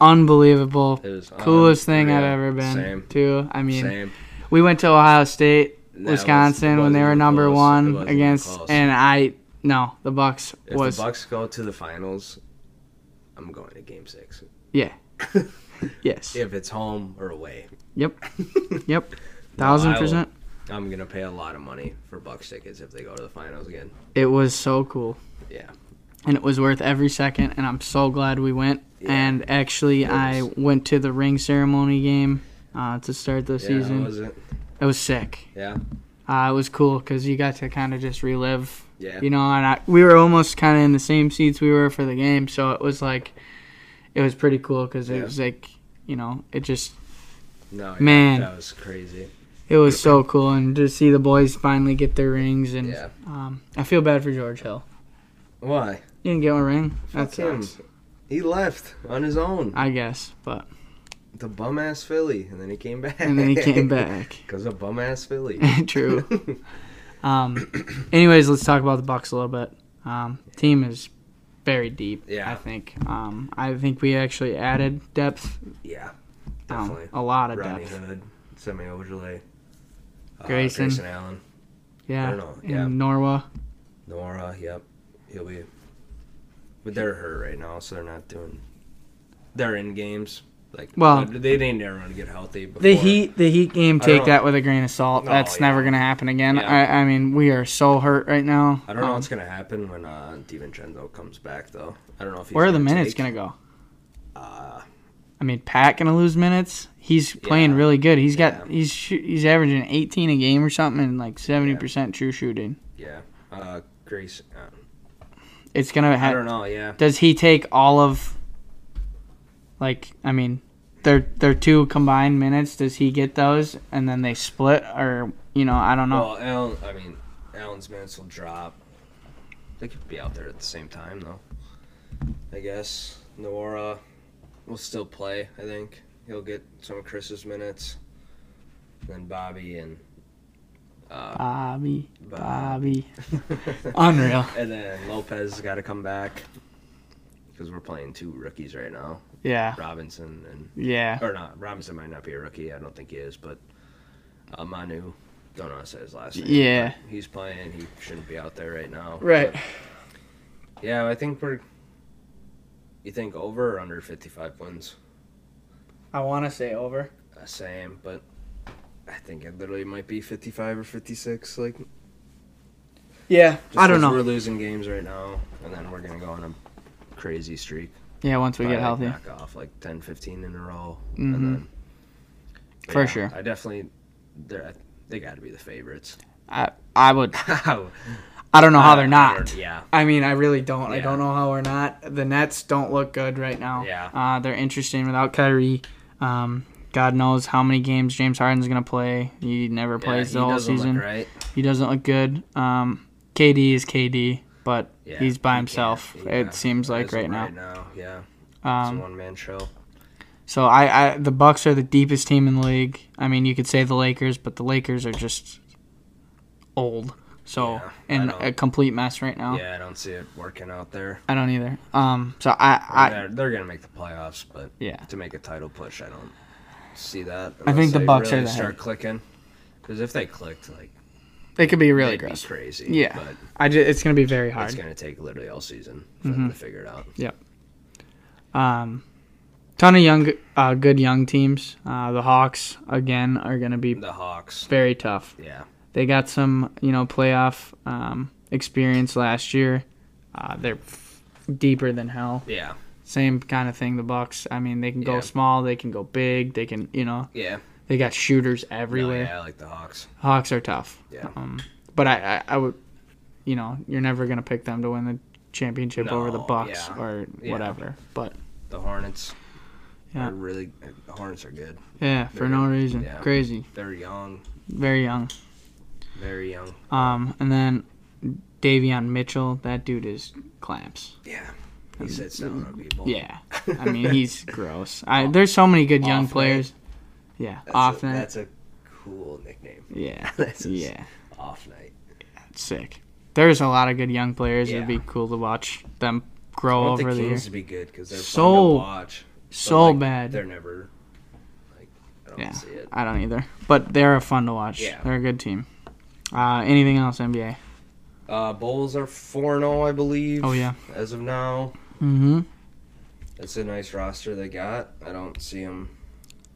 [SPEAKER 1] unbelievable.
[SPEAKER 2] It was
[SPEAKER 1] Coolest thing I've
[SPEAKER 2] unreal.
[SPEAKER 1] ever been
[SPEAKER 2] Same.
[SPEAKER 1] to. I mean,
[SPEAKER 2] Same.
[SPEAKER 1] we went to Ohio State,
[SPEAKER 2] That
[SPEAKER 1] Wisconsin
[SPEAKER 2] was- it
[SPEAKER 1] when they
[SPEAKER 2] wasn't
[SPEAKER 1] were
[SPEAKER 2] even
[SPEAKER 1] number
[SPEAKER 2] close. It
[SPEAKER 1] one
[SPEAKER 2] wasn't even
[SPEAKER 1] against,
[SPEAKER 2] close.
[SPEAKER 1] and I no, the Bucks
[SPEAKER 2] If
[SPEAKER 1] was
[SPEAKER 2] the Bucks go to the finals, I'm going to Game Six.
[SPEAKER 1] yes,
[SPEAKER 2] If it's home or away,
[SPEAKER 1] yep, thousand
[SPEAKER 2] I will-
[SPEAKER 1] percent.
[SPEAKER 2] I'm gonna pay a lot of money for Bucks tickets if they go to the finals again.
[SPEAKER 1] It was so cool.
[SPEAKER 2] Yeah.
[SPEAKER 1] and it was worth every second, and I'm so glad we went.
[SPEAKER 2] Yeah.
[SPEAKER 1] And actually,
[SPEAKER 2] It
[SPEAKER 1] I
[SPEAKER 2] was-
[SPEAKER 1] went to the ring ceremony game uh, to start the
[SPEAKER 2] Yeah,
[SPEAKER 1] season.
[SPEAKER 2] how was it?
[SPEAKER 1] it was sick.
[SPEAKER 2] Yeah.
[SPEAKER 1] Uh, it was cool because you got to kind of just relive
[SPEAKER 2] Yeah.
[SPEAKER 1] you know, and I, we were almost kind of in the same seats we were for the game, so it was like, it was pretty cool because it
[SPEAKER 2] Yeah.
[SPEAKER 1] was like, you know, it just,
[SPEAKER 2] no, yeah,
[SPEAKER 1] man.
[SPEAKER 2] that was crazy.
[SPEAKER 1] it was so cool, and to see the boys finally get their rings, and
[SPEAKER 2] Yeah.
[SPEAKER 1] um, I feel bad for George Hill.
[SPEAKER 2] Why?
[SPEAKER 1] He didn't get one ring.
[SPEAKER 2] Fuck
[SPEAKER 1] That's
[SPEAKER 2] him.
[SPEAKER 1] him,
[SPEAKER 2] He left on his own.
[SPEAKER 1] I guess, but
[SPEAKER 2] The bum ass Philly, and then he came back.
[SPEAKER 1] and then he came back.
[SPEAKER 2] Cause of bum ass Philly.
[SPEAKER 1] True. Um, anyways, let's talk about the Bucks a little bit. Um, team is very deep.
[SPEAKER 2] Yeah.
[SPEAKER 1] I think. Um, I think we actually added depth.
[SPEAKER 2] yeah.
[SPEAKER 1] um,
[SPEAKER 2] Definitely.
[SPEAKER 1] a lot of
[SPEAKER 2] Rodney
[SPEAKER 1] depth.
[SPEAKER 2] Hood, Semi Ojale, uh,
[SPEAKER 1] Grayson.
[SPEAKER 2] Grayson Allen,
[SPEAKER 1] Yeah.
[SPEAKER 2] don't know,
[SPEAKER 1] And
[SPEAKER 2] yeah.
[SPEAKER 1] Norwa.
[SPEAKER 2] Nora. Yep, he'll be. But they're hurt right now, so they're not doing. They're in games. Like
[SPEAKER 1] Well-
[SPEAKER 2] they didn't ever want to get healthy. Before.
[SPEAKER 1] The Heat, the Heat game.
[SPEAKER 2] I
[SPEAKER 1] Take
[SPEAKER 2] don't-
[SPEAKER 1] that with a grain of salt.
[SPEAKER 2] No,
[SPEAKER 1] That's
[SPEAKER 2] yeah.
[SPEAKER 1] never gonna happen again.
[SPEAKER 2] Yeah.
[SPEAKER 1] I, I mean, we are so hurt right now.
[SPEAKER 2] I don't know
[SPEAKER 1] Um,
[SPEAKER 2] what's gonna happen when uh, Divincenzo comes back though. I don't know if he's
[SPEAKER 1] where are the
[SPEAKER 2] gonna
[SPEAKER 1] minutes
[SPEAKER 2] take-
[SPEAKER 1] gonna go?
[SPEAKER 2] Uh,
[SPEAKER 1] I mean, Pat gonna lose minutes. He's playing
[SPEAKER 2] Yeah.
[SPEAKER 1] really good. He's got
[SPEAKER 2] Yeah.
[SPEAKER 1] he's shoo- he's averaging 18 a game or something, and like 70 percent true shooting.
[SPEAKER 2] yeah, uh, Grace. Uh,
[SPEAKER 1] It's gonna.
[SPEAKER 2] I
[SPEAKER 1] Ha-
[SPEAKER 2] don't know. Yeah,
[SPEAKER 1] Does he take all of? Like, I mean, their their two combined minutes. Does he get those, and then they split, or you know, I don't know.
[SPEAKER 2] Well, Allen, I mean, Allen's minutes will drop. They could be out there at the same time, though. I guess Nora will still play. I think he'll get some of Chris's minutes. Then Bobby and uh,
[SPEAKER 1] Bobby,
[SPEAKER 2] Bobby.
[SPEAKER 1] Bobby, unreal.
[SPEAKER 2] and then Lopez got to come back because we're playing two rookies right now,
[SPEAKER 1] Yeah,
[SPEAKER 2] Robinson and
[SPEAKER 1] yeah.
[SPEAKER 2] or not. Robinson might not be a rookie. I don't think he is, but uh, Manu. Don't know how to say his last name.
[SPEAKER 1] Yeah.
[SPEAKER 2] but He's playing. He shouldn't be out there right now.
[SPEAKER 1] Right.
[SPEAKER 2] But, yeah, I think we're. You think over or under 55 wins?
[SPEAKER 1] I want to say over.
[SPEAKER 2] Uh, same, but I think it literally might be 55 or 56. Like, just
[SPEAKER 1] Yeah, I don't
[SPEAKER 2] 'cause We're
[SPEAKER 1] know.
[SPEAKER 2] losing games right now, and then we're gonna go on a crazy streak.
[SPEAKER 1] Yeah, once we get
[SPEAKER 2] Probably, like,
[SPEAKER 1] healthy,
[SPEAKER 2] Knock off like 10, 15 in a row,
[SPEAKER 1] Mhm.
[SPEAKER 2] and then. but
[SPEAKER 1] For sure.
[SPEAKER 2] I definitely. They're, they got to be the favorites.
[SPEAKER 1] I, I would. I don't know how
[SPEAKER 2] Uh,
[SPEAKER 1] they're not.
[SPEAKER 4] Yeah.
[SPEAKER 1] I mean, I really don't. I
[SPEAKER 4] Yeah.
[SPEAKER 1] don't know how we're not. The Nets don't look good right now.
[SPEAKER 4] Yeah.
[SPEAKER 1] Uh, they're interesting without Kyrie. Um, God knows how many games James Harden's gonna play. He never plays
[SPEAKER 2] he
[SPEAKER 1] the whole
[SPEAKER 2] doesn't look
[SPEAKER 1] season.
[SPEAKER 2] right.
[SPEAKER 1] He doesn't look good. Um, KD is KD, but
[SPEAKER 2] Yeah,
[SPEAKER 1] he's by
[SPEAKER 2] he
[SPEAKER 1] himself.
[SPEAKER 2] can't- yeah,
[SPEAKER 1] It seems
[SPEAKER 2] he
[SPEAKER 1] like
[SPEAKER 2] isn't
[SPEAKER 1] right now.
[SPEAKER 2] Right now, yeah. it's
[SPEAKER 1] Um,
[SPEAKER 2] a one-man show.
[SPEAKER 1] So I, I the Bucks are the deepest team in the league. I mean, you could say the Lakers, but the Lakers are just old. So
[SPEAKER 2] Yeah, I
[SPEAKER 1] and
[SPEAKER 2] don't-
[SPEAKER 1] a complete mess right now.
[SPEAKER 2] Yeah, I don't see it working out there.
[SPEAKER 1] I don't either. Um, so I, I
[SPEAKER 2] they're, they're gonna make the playoffs, but
[SPEAKER 1] yeah.
[SPEAKER 2] to make a title push, I don't see that.
[SPEAKER 1] I
[SPEAKER 2] unless
[SPEAKER 1] think the
[SPEAKER 2] they
[SPEAKER 1] Bucks are
[SPEAKER 2] really
[SPEAKER 1] the
[SPEAKER 2] start
[SPEAKER 1] head.
[SPEAKER 2] clicking. Because if they clicked, like
[SPEAKER 1] It could be really
[SPEAKER 2] they'd be
[SPEAKER 1] gross.
[SPEAKER 2] crazy.
[SPEAKER 1] Yeah.
[SPEAKER 2] but
[SPEAKER 1] I ju- it's gonna be very
[SPEAKER 2] it's
[SPEAKER 1] hard. Mm-hmm.
[SPEAKER 2] gonna take literally all season for them to figure it out.
[SPEAKER 1] Um, ton of young, uh, good young teams. Uh, the Hawks again are gonna be
[SPEAKER 2] The Hawks,
[SPEAKER 1] very tough.
[SPEAKER 2] yeah,
[SPEAKER 1] They got some you know playoff um, experience last year. Uh, they're f- deeper than hell.
[SPEAKER 2] yeah,
[SPEAKER 1] same kind of thing the bucks i mean they can go
[SPEAKER 2] Yeah.
[SPEAKER 1] small they can go big they can you know
[SPEAKER 2] yeah.
[SPEAKER 1] they got shooters
[SPEAKER 2] No,
[SPEAKER 1] everywhere
[SPEAKER 2] Oh, yeah, I like the Hawks.
[SPEAKER 1] hawks are tough
[SPEAKER 2] Yeah.
[SPEAKER 1] um, but I, I i would you know you're never gonna pick them to win the championship over the
[SPEAKER 2] No,
[SPEAKER 1] bucks
[SPEAKER 2] yeah.
[SPEAKER 1] or
[SPEAKER 2] Yeah.
[SPEAKER 1] whatever but
[SPEAKER 2] The Hornets,
[SPEAKER 1] Yeah.
[SPEAKER 2] yeah, really. The Hornets are good.
[SPEAKER 1] yeah for
[SPEAKER 2] They're
[SPEAKER 1] no
[SPEAKER 2] young.
[SPEAKER 1] reason
[SPEAKER 2] Yeah.
[SPEAKER 1] crazy
[SPEAKER 2] They're young,
[SPEAKER 1] very young
[SPEAKER 2] very young.
[SPEAKER 1] um and then Davion Mitchell, that dude is clamps.
[SPEAKER 2] Yeah, he sits down on people.
[SPEAKER 1] Yeah, I mean he's gross. I, there's so many good young
[SPEAKER 2] Off night.
[SPEAKER 1] players. Yeah,
[SPEAKER 2] that's
[SPEAKER 1] off
[SPEAKER 2] a,
[SPEAKER 1] night.
[SPEAKER 2] That's a cool nickname.
[SPEAKER 1] yeah,
[SPEAKER 2] that's just-
[SPEAKER 1] yeah.
[SPEAKER 2] Off night.
[SPEAKER 1] sick. There's a lot of good young players. It'd
[SPEAKER 2] Yeah.
[SPEAKER 1] be cool to watch them
[SPEAKER 2] I
[SPEAKER 1] grow
[SPEAKER 2] want the
[SPEAKER 1] over the
[SPEAKER 2] Kings
[SPEAKER 1] years.
[SPEAKER 2] to be good because they're
[SPEAKER 1] So-
[SPEAKER 2] fun to watch. but,
[SPEAKER 1] So
[SPEAKER 2] like, They're
[SPEAKER 1] bad.
[SPEAKER 2] never like I don't
[SPEAKER 1] Yeah.
[SPEAKER 2] see it.
[SPEAKER 1] I don't either. But they're fun to watch.
[SPEAKER 2] Yeah.
[SPEAKER 1] They're a good team. Uh, anything else NBA?
[SPEAKER 2] Uh, Bulls are four zero, I believe.
[SPEAKER 1] Oh, yeah.
[SPEAKER 2] As of now,
[SPEAKER 1] Mm-hmm.
[SPEAKER 2] it's a nice roster they got. I don't see them.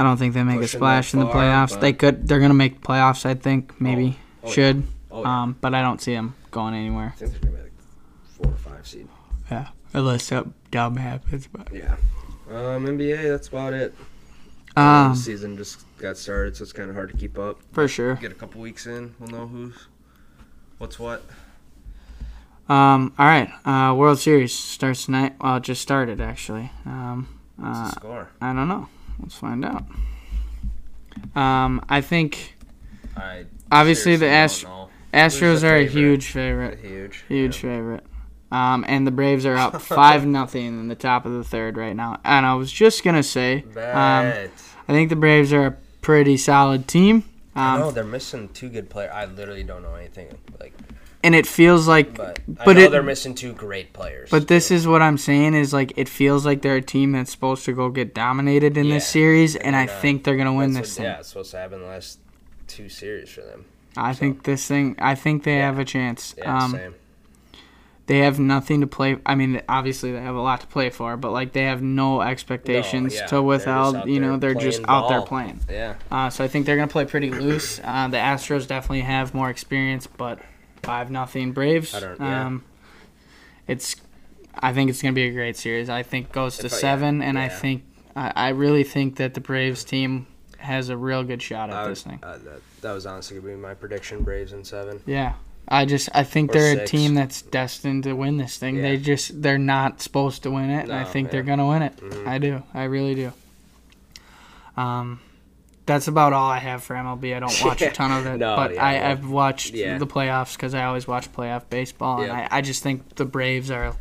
[SPEAKER 1] I don't think they make a
[SPEAKER 2] Pushing
[SPEAKER 1] splash
[SPEAKER 2] that
[SPEAKER 1] in the
[SPEAKER 2] far,
[SPEAKER 1] playoffs.
[SPEAKER 2] but-
[SPEAKER 1] they could. They're gonna make playoffs. I think maybe
[SPEAKER 2] Oh, yeah.
[SPEAKER 1] should.
[SPEAKER 2] Oh, yeah.
[SPEAKER 1] Um, but I don't see them going anywhere
[SPEAKER 2] I think they're gonna be like four or five seed.
[SPEAKER 1] unless something dumb happens. But
[SPEAKER 2] Yeah. Um, NBA. That's about it. the
[SPEAKER 1] um,
[SPEAKER 2] season just got started, so it's kind of hard to keep up.
[SPEAKER 1] for sure.
[SPEAKER 2] Get a couple weeks in, we'll know who's what's what.
[SPEAKER 1] Um, all right. Uh, World Series starts tonight. Well, it just started actually. Um,
[SPEAKER 2] What's
[SPEAKER 1] uh,
[SPEAKER 2] the score?
[SPEAKER 1] I don't know. Let's find out. Um, I think
[SPEAKER 2] I
[SPEAKER 1] obviously the
[SPEAKER 2] seriously
[SPEAKER 1] Ast-
[SPEAKER 2] don't Who's
[SPEAKER 1] Astros
[SPEAKER 2] the
[SPEAKER 1] are a
[SPEAKER 2] favorite?
[SPEAKER 1] huge
[SPEAKER 2] know.
[SPEAKER 1] favorite,
[SPEAKER 2] Huge.
[SPEAKER 1] huge favorite. Um, and the Braves are up five nothing in the top of the third right now. And I was just gonna say,
[SPEAKER 2] Yeah.
[SPEAKER 1] um, I
[SPEAKER 2] Bet.
[SPEAKER 1] think the Braves are a pretty solid team.
[SPEAKER 2] I know
[SPEAKER 1] Um,
[SPEAKER 2] they're missing two good players. I literally don't know anything. Like,
[SPEAKER 1] and it feels like,
[SPEAKER 2] but, I
[SPEAKER 1] But
[SPEAKER 2] know
[SPEAKER 1] it-
[SPEAKER 2] they're missing two great players.
[SPEAKER 1] but this is what I'm saying is like it feels like they're a team that's supposed to go get dominated in this
[SPEAKER 2] Yeah,
[SPEAKER 1] series, and
[SPEAKER 2] they're
[SPEAKER 1] I
[SPEAKER 2] not.
[SPEAKER 1] think they're gonna win
[SPEAKER 2] That's
[SPEAKER 1] this
[SPEAKER 2] what-
[SPEAKER 1] thing.
[SPEAKER 2] Yeah, it's supposed to happen the last two series for them.
[SPEAKER 1] I
[SPEAKER 2] so-
[SPEAKER 1] think this thing. I think they have a chance.
[SPEAKER 2] Yeah,
[SPEAKER 1] um,
[SPEAKER 2] same.
[SPEAKER 1] they have nothing to play. I mean, obviously they have a lot to play for, but like they have no expectations
[SPEAKER 2] No, yeah,
[SPEAKER 1] to
[SPEAKER 2] they're just
[SPEAKER 1] without.
[SPEAKER 2] out
[SPEAKER 1] You know,
[SPEAKER 2] there
[SPEAKER 1] they're just
[SPEAKER 2] playing
[SPEAKER 1] out there
[SPEAKER 2] ball.
[SPEAKER 1] playing.
[SPEAKER 2] Yeah,
[SPEAKER 1] Uh, so I think they're gonna play pretty loose. Uh, the Astros definitely have more experience, but five nothing Braves.
[SPEAKER 2] I don't- yeah.
[SPEAKER 1] Um, it's. I think it's gonna be a great series. I think goes to
[SPEAKER 2] If I- yeah,
[SPEAKER 1] seven, and I
[SPEAKER 2] yeah.
[SPEAKER 1] think I, I really think that the Braves team has a real good shot at
[SPEAKER 2] I would-
[SPEAKER 1] this thing.
[SPEAKER 2] uh, that, that was honestly gonna be my prediction. Braves in seven.
[SPEAKER 1] Yeah. I just I think
[SPEAKER 2] Or
[SPEAKER 1] they're
[SPEAKER 2] six.
[SPEAKER 1] a team that's destined to win this thing. They
[SPEAKER 2] Yeah.
[SPEAKER 1] just they're not supposed to win it. and I
[SPEAKER 2] No,
[SPEAKER 1] think they're
[SPEAKER 2] yeah.
[SPEAKER 1] gonna win it.
[SPEAKER 2] Mhm.
[SPEAKER 1] I do. I really do. Um, that's about all I have for MLB. I don't watch
[SPEAKER 2] Yeah.
[SPEAKER 1] a ton of it,
[SPEAKER 2] No,
[SPEAKER 1] but
[SPEAKER 2] yeah,
[SPEAKER 1] I,
[SPEAKER 2] yeah.
[SPEAKER 1] I've watched
[SPEAKER 2] Yeah.
[SPEAKER 1] the playoffs because I always watch playoff baseball, and
[SPEAKER 2] Yeah.
[SPEAKER 1] I, I just think the Braves are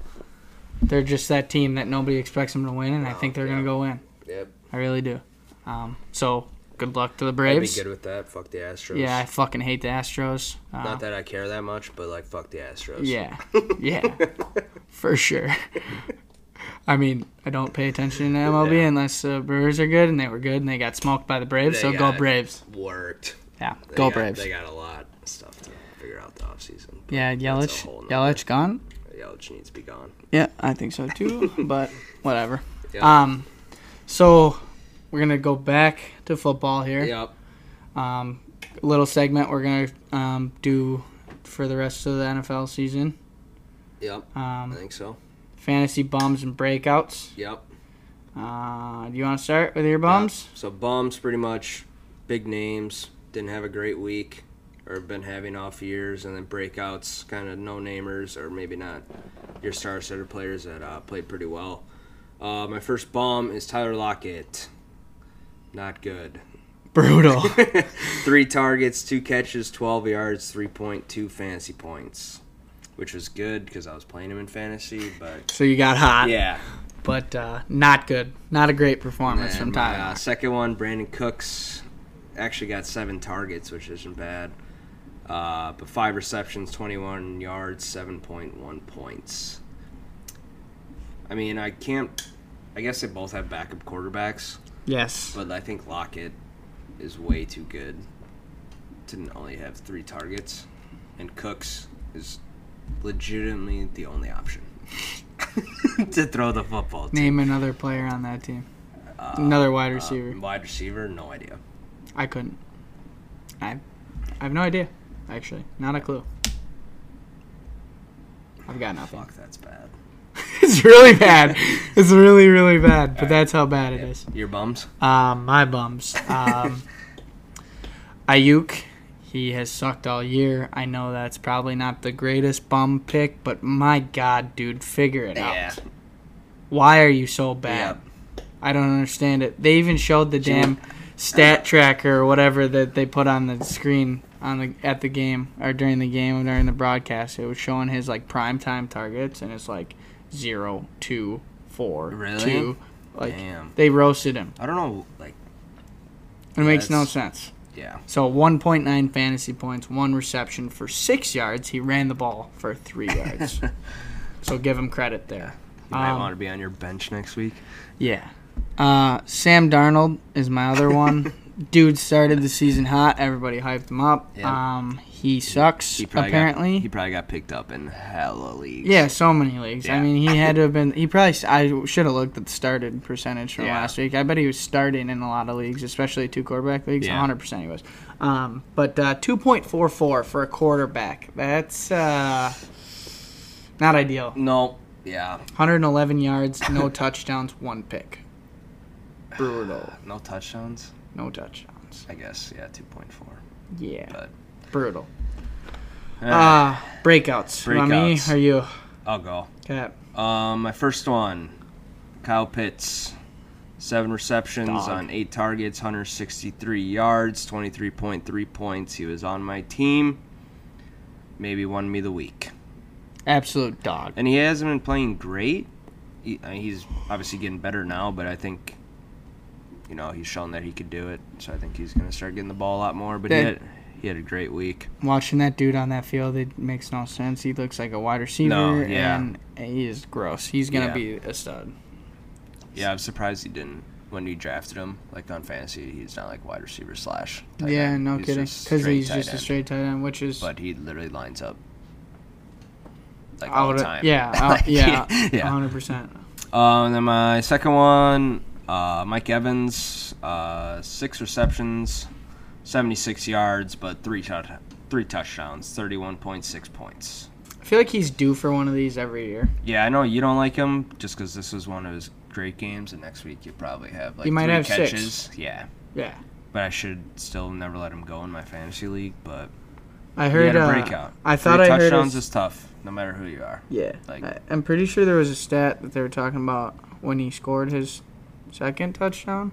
[SPEAKER 1] they're just that team that nobody expects them to win, and I
[SPEAKER 2] No,
[SPEAKER 1] think they're
[SPEAKER 2] Oh, yeah.
[SPEAKER 1] gonna go win.
[SPEAKER 2] Yep,
[SPEAKER 1] I really do. Um, so good luck to the
[SPEAKER 2] I'd be
[SPEAKER 1] Braves.
[SPEAKER 2] good with that. Fuck the Astros.
[SPEAKER 1] Yeah, I fucking hate the Astros. Uh,
[SPEAKER 2] Not that I care that much, but like, fuck the Astros.
[SPEAKER 1] Yeah, yeah, for sure. I mean, I don't pay attention to MLB
[SPEAKER 2] Yeah.
[SPEAKER 1] unless the Brewers are good, and they were good, and they got smoked by the Braves.
[SPEAKER 2] They
[SPEAKER 1] so go
[SPEAKER 2] got-
[SPEAKER 1] Braves!
[SPEAKER 2] Worked.
[SPEAKER 1] Yeah,
[SPEAKER 2] They
[SPEAKER 1] go
[SPEAKER 2] got,
[SPEAKER 1] Braves!
[SPEAKER 2] They got a lot of stuff to figure out the offseason. but
[SPEAKER 1] yeah,
[SPEAKER 2] that's
[SPEAKER 1] Yelich,
[SPEAKER 2] a whole nother-
[SPEAKER 1] Yelich gone.
[SPEAKER 2] Yelich needs to be gone.
[SPEAKER 1] Yeah, I think so too. but whatever.
[SPEAKER 2] Yeah.
[SPEAKER 1] Um, so we're gonna go back to football here.
[SPEAKER 2] Yep.
[SPEAKER 1] Um, little segment we're gonna um, do for the rest of the NFL season.
[SPEAKER 2] Yep. I
[SPEAKER 1] Um,
[SPEAKER 2] think so.
[SPEAKER 1] fantasy bums and breakouts.
[SPEAKER 2] Yep.
[SPEAKER 1] Uh, do you want to start with your bums?
[SPEAKER 2] So bums, pretty much, big names. Didn't have a great week. or been having off years, and then breakouts, kind of no namers, or maybe not your star setter players that uh, played pretty well. Uh, my first bomb is Tyler Lockett. Not good.
[SPEAKER 1] Brutal.
[SPEAKER 2] three targets, two catches, 12 yards, 3.2 fantasy points, which was good because I was playing him in fantasy, but
[SPEAKER 1] so you got hot,
[SPEAKER 2] yeah.
[SPEAKER 1] but uh, not good. Not a great performance
[SPEAKER 2] And
[SPEAKER 1] from
[SPEAKER 2] my,
[SPEAKER 1] Tyler.
[SPEAKER 2] uh, second one, Brandon Cooks actually got seven targets, which isn't bad. Uh, but five receptions, 21 yards, 7.1 points. I mean, I can't. I guess they both have backup quarterbacks,
[SPEAKER 1] yes.
[SPEAKER 2] but I think Lockett is way too good to only have three targets, and Cooks is legitimately the only option to throw the football. To.
[SPEAKER 1] Name another player on that team. another wide receiver.
[SPEAKER 2] Uh, wide receiver, no idea.
[SPEAKER 1] I couldn't. I, I have no idea. Actually, not a clue. I've got nothing.
[SPEAKER 2] Fuck, that's bad.
[SPEAKER 1] it's really bad. It's really, really bad. But that's how bad it is.
[SPEAKER 2] Your bums?
[SPEAKER 1] Um, my bums. Um, Ayuk, he has sucked all year. I know that's probably not the greatest bum pick, but my God, dude, figure it out. Why are you so bad? I don't understand it. They even showed the damn stat tracker or whatever that they put on the screen on the at the game or during the game or during the broadcast. It was showing his like prime time targets and it's like zero, two, four, two.
[SPEAKER 2] Really?
[SPEAKER 1] Like
[SPEAKER 2] Damn.
[SPEAKER 1] they roasted him.
[SPEAKER 2] I don't know, like,
[SPEAKER 1] It makes no
[SPEAKER 2] that's-
[SPEAKER 1] sense.
[SPEAKER 2] yeah.
[SPEAKER 1] So 1.9 fantasy points, one reception for six yards. He ran the ball for three yards. so give him credit there.
[SPEAKER 2] You might
[SPEAKER 1] Um,
[SPEAKER 2] want to be on your bench next week.
[SPEAKER 1] Yeah. Uh, Sam Darnold is my other one. Dude started the season hot. Everybody hyped him up.
[SPEAKER 2] Yeah.
[SPEAKER 1] Um, he sucks, apparently.
[SPEAKER 2] Got, he probably got picked up in hella leagues.
[SPEAKER 1] yeah, so many leagues. I
[SPEAKER 2] Yeah.
[SPEAKER 1] mean, he had to have been. He probably. I should have looked at the started percentage from
[SPEAKER 2] Yeah.
[SPEAKER 1] last week. I bet he was starting in a lot of leagues, especially two quarterback leagues.
[SPEAKER 2] Yeah.
[SPEAKER 1] 100% he was. Um, but uh, 2.44 for a quarterback. That's uh, not ideal.
[SPEAKER 2] No. Yeah.
[SPEAKER 1] 111 yards, no touchdowns, one pick. Brutal.
[SPEAKER 2] No touchdowns.
[SPEAKER 1] No touchdowns.
[SPEAKER 2] I guess. Yeah. Two point four.
[SPEAKER 1] Yeah.
[SPEAKER 2] But
[SPEAKER 1] Brutal.
[SPEAKER 2] eh,
[SPEAKER 1] Uh, breakouts. Breakouts. me
[SPEAKER 2] Breakouts.
[SPEAKER 1] or you?
[SPEAKER 2] I'll go.
[SPEAKER 1] Cap.
[SPEAKER 2] Um, my first one, Kyle Pitts, seven receptions on eight targets, 163 yards, 23.3 points. He was on my team. Maybe won me the week.
[SPEAKER 1] Absolute dog.
[SPEAKER 2] and he hasn't been playing great. He, I mean, he's obviously getting better now, but I think, you know, he's shown that he could do it. So I think he's going to start getting the ball a lot more. But he
[SPEAKER 1] Yeah.
[SPEAKER 2] had, he had a great week.
[SPEAKER 1] Watching that dude on that field, it makes no sense. He looks like a wide receiver,
[SPEAKER 2] No, yeah.
[SPEAKER 1] and he is gross. He's gonna
[SPEAKER 2] Yeah.
[SPEAKER 1] be a stud.
[SPEAKER 2] Yeah, I'm surprised he didn't. When you drafted him, like on fantasy, he's not like wide receiver slash. tight
[SPEAKER 1] yeah,
[SPEAKER 2] end.
[SPEAKER 1] no
[SPEAKER 2] He's
[SPEAKER 1] kidding.
[SPEAKER 2] just
[SPEAKER 1] Because
[SPEAKER 2] straight
[SPEAKER 1] he's
[SPEAKER 2] tight
[SPEAKER 1] just a
[SPEAKER 2] end.
[SPEAKER 1] straight tight end, which is
[SPEAKER 2] But he literally lines up like
[SPEAKER 1] I
[SPEAKER 2] all the
[SPEAKER 1] would-
[SPEAKER 2] time.
[SPEAKER 1] yeah, uh,
[SPEAKER 2] Like,
[SPEAKER 1] yeah, Uh-huh.
[SPEAKER 2] yeah.
[SPEAKER 1] hundred percent.
[SPEAKER 2] Um, then my second one, uh, Mike Evans, uh, six receptions, 76 yards, but three shot, three touchdowns, 31.6 points.
[SPEAKER 1] I feel like he's due for one of these every year.
[SPEAKER 2] Yeah, I know you don't like him just because this was one of his great games, and next week you probably have like
[SPEAKER 1] You might
[SPEAKER 2] three
[SPEAKER 1] have six.
[SPEAKER 2] catches. Yeah,
[SPEAKER 1] Yeah,
[SPEAKER 2] but I should still never let him go in my fantasy league. But
[SPEAKER 1] I
[SPEAKER 2] he
[SPEAKER 1] heard.
[SPEAKER 2] had a
[SPEAKER 1] uh,
[SPEAKER 2] breakout.
[SPEAKER 1] I thought
[SPEAKER 2] three
[SPEAKER 1] I heard. Uh,
[SPEAKER 2] touchdowns
[SPEAKER 1] a-
[SPEAKER 2] is tough, no matter who you are.
[SPEAKER 1] Yeah.
[SPEAKER 2] Like-
[SPEAKER 1] I, I'm pretty sure there was a stat that they were talking about when he scored his second touchdown.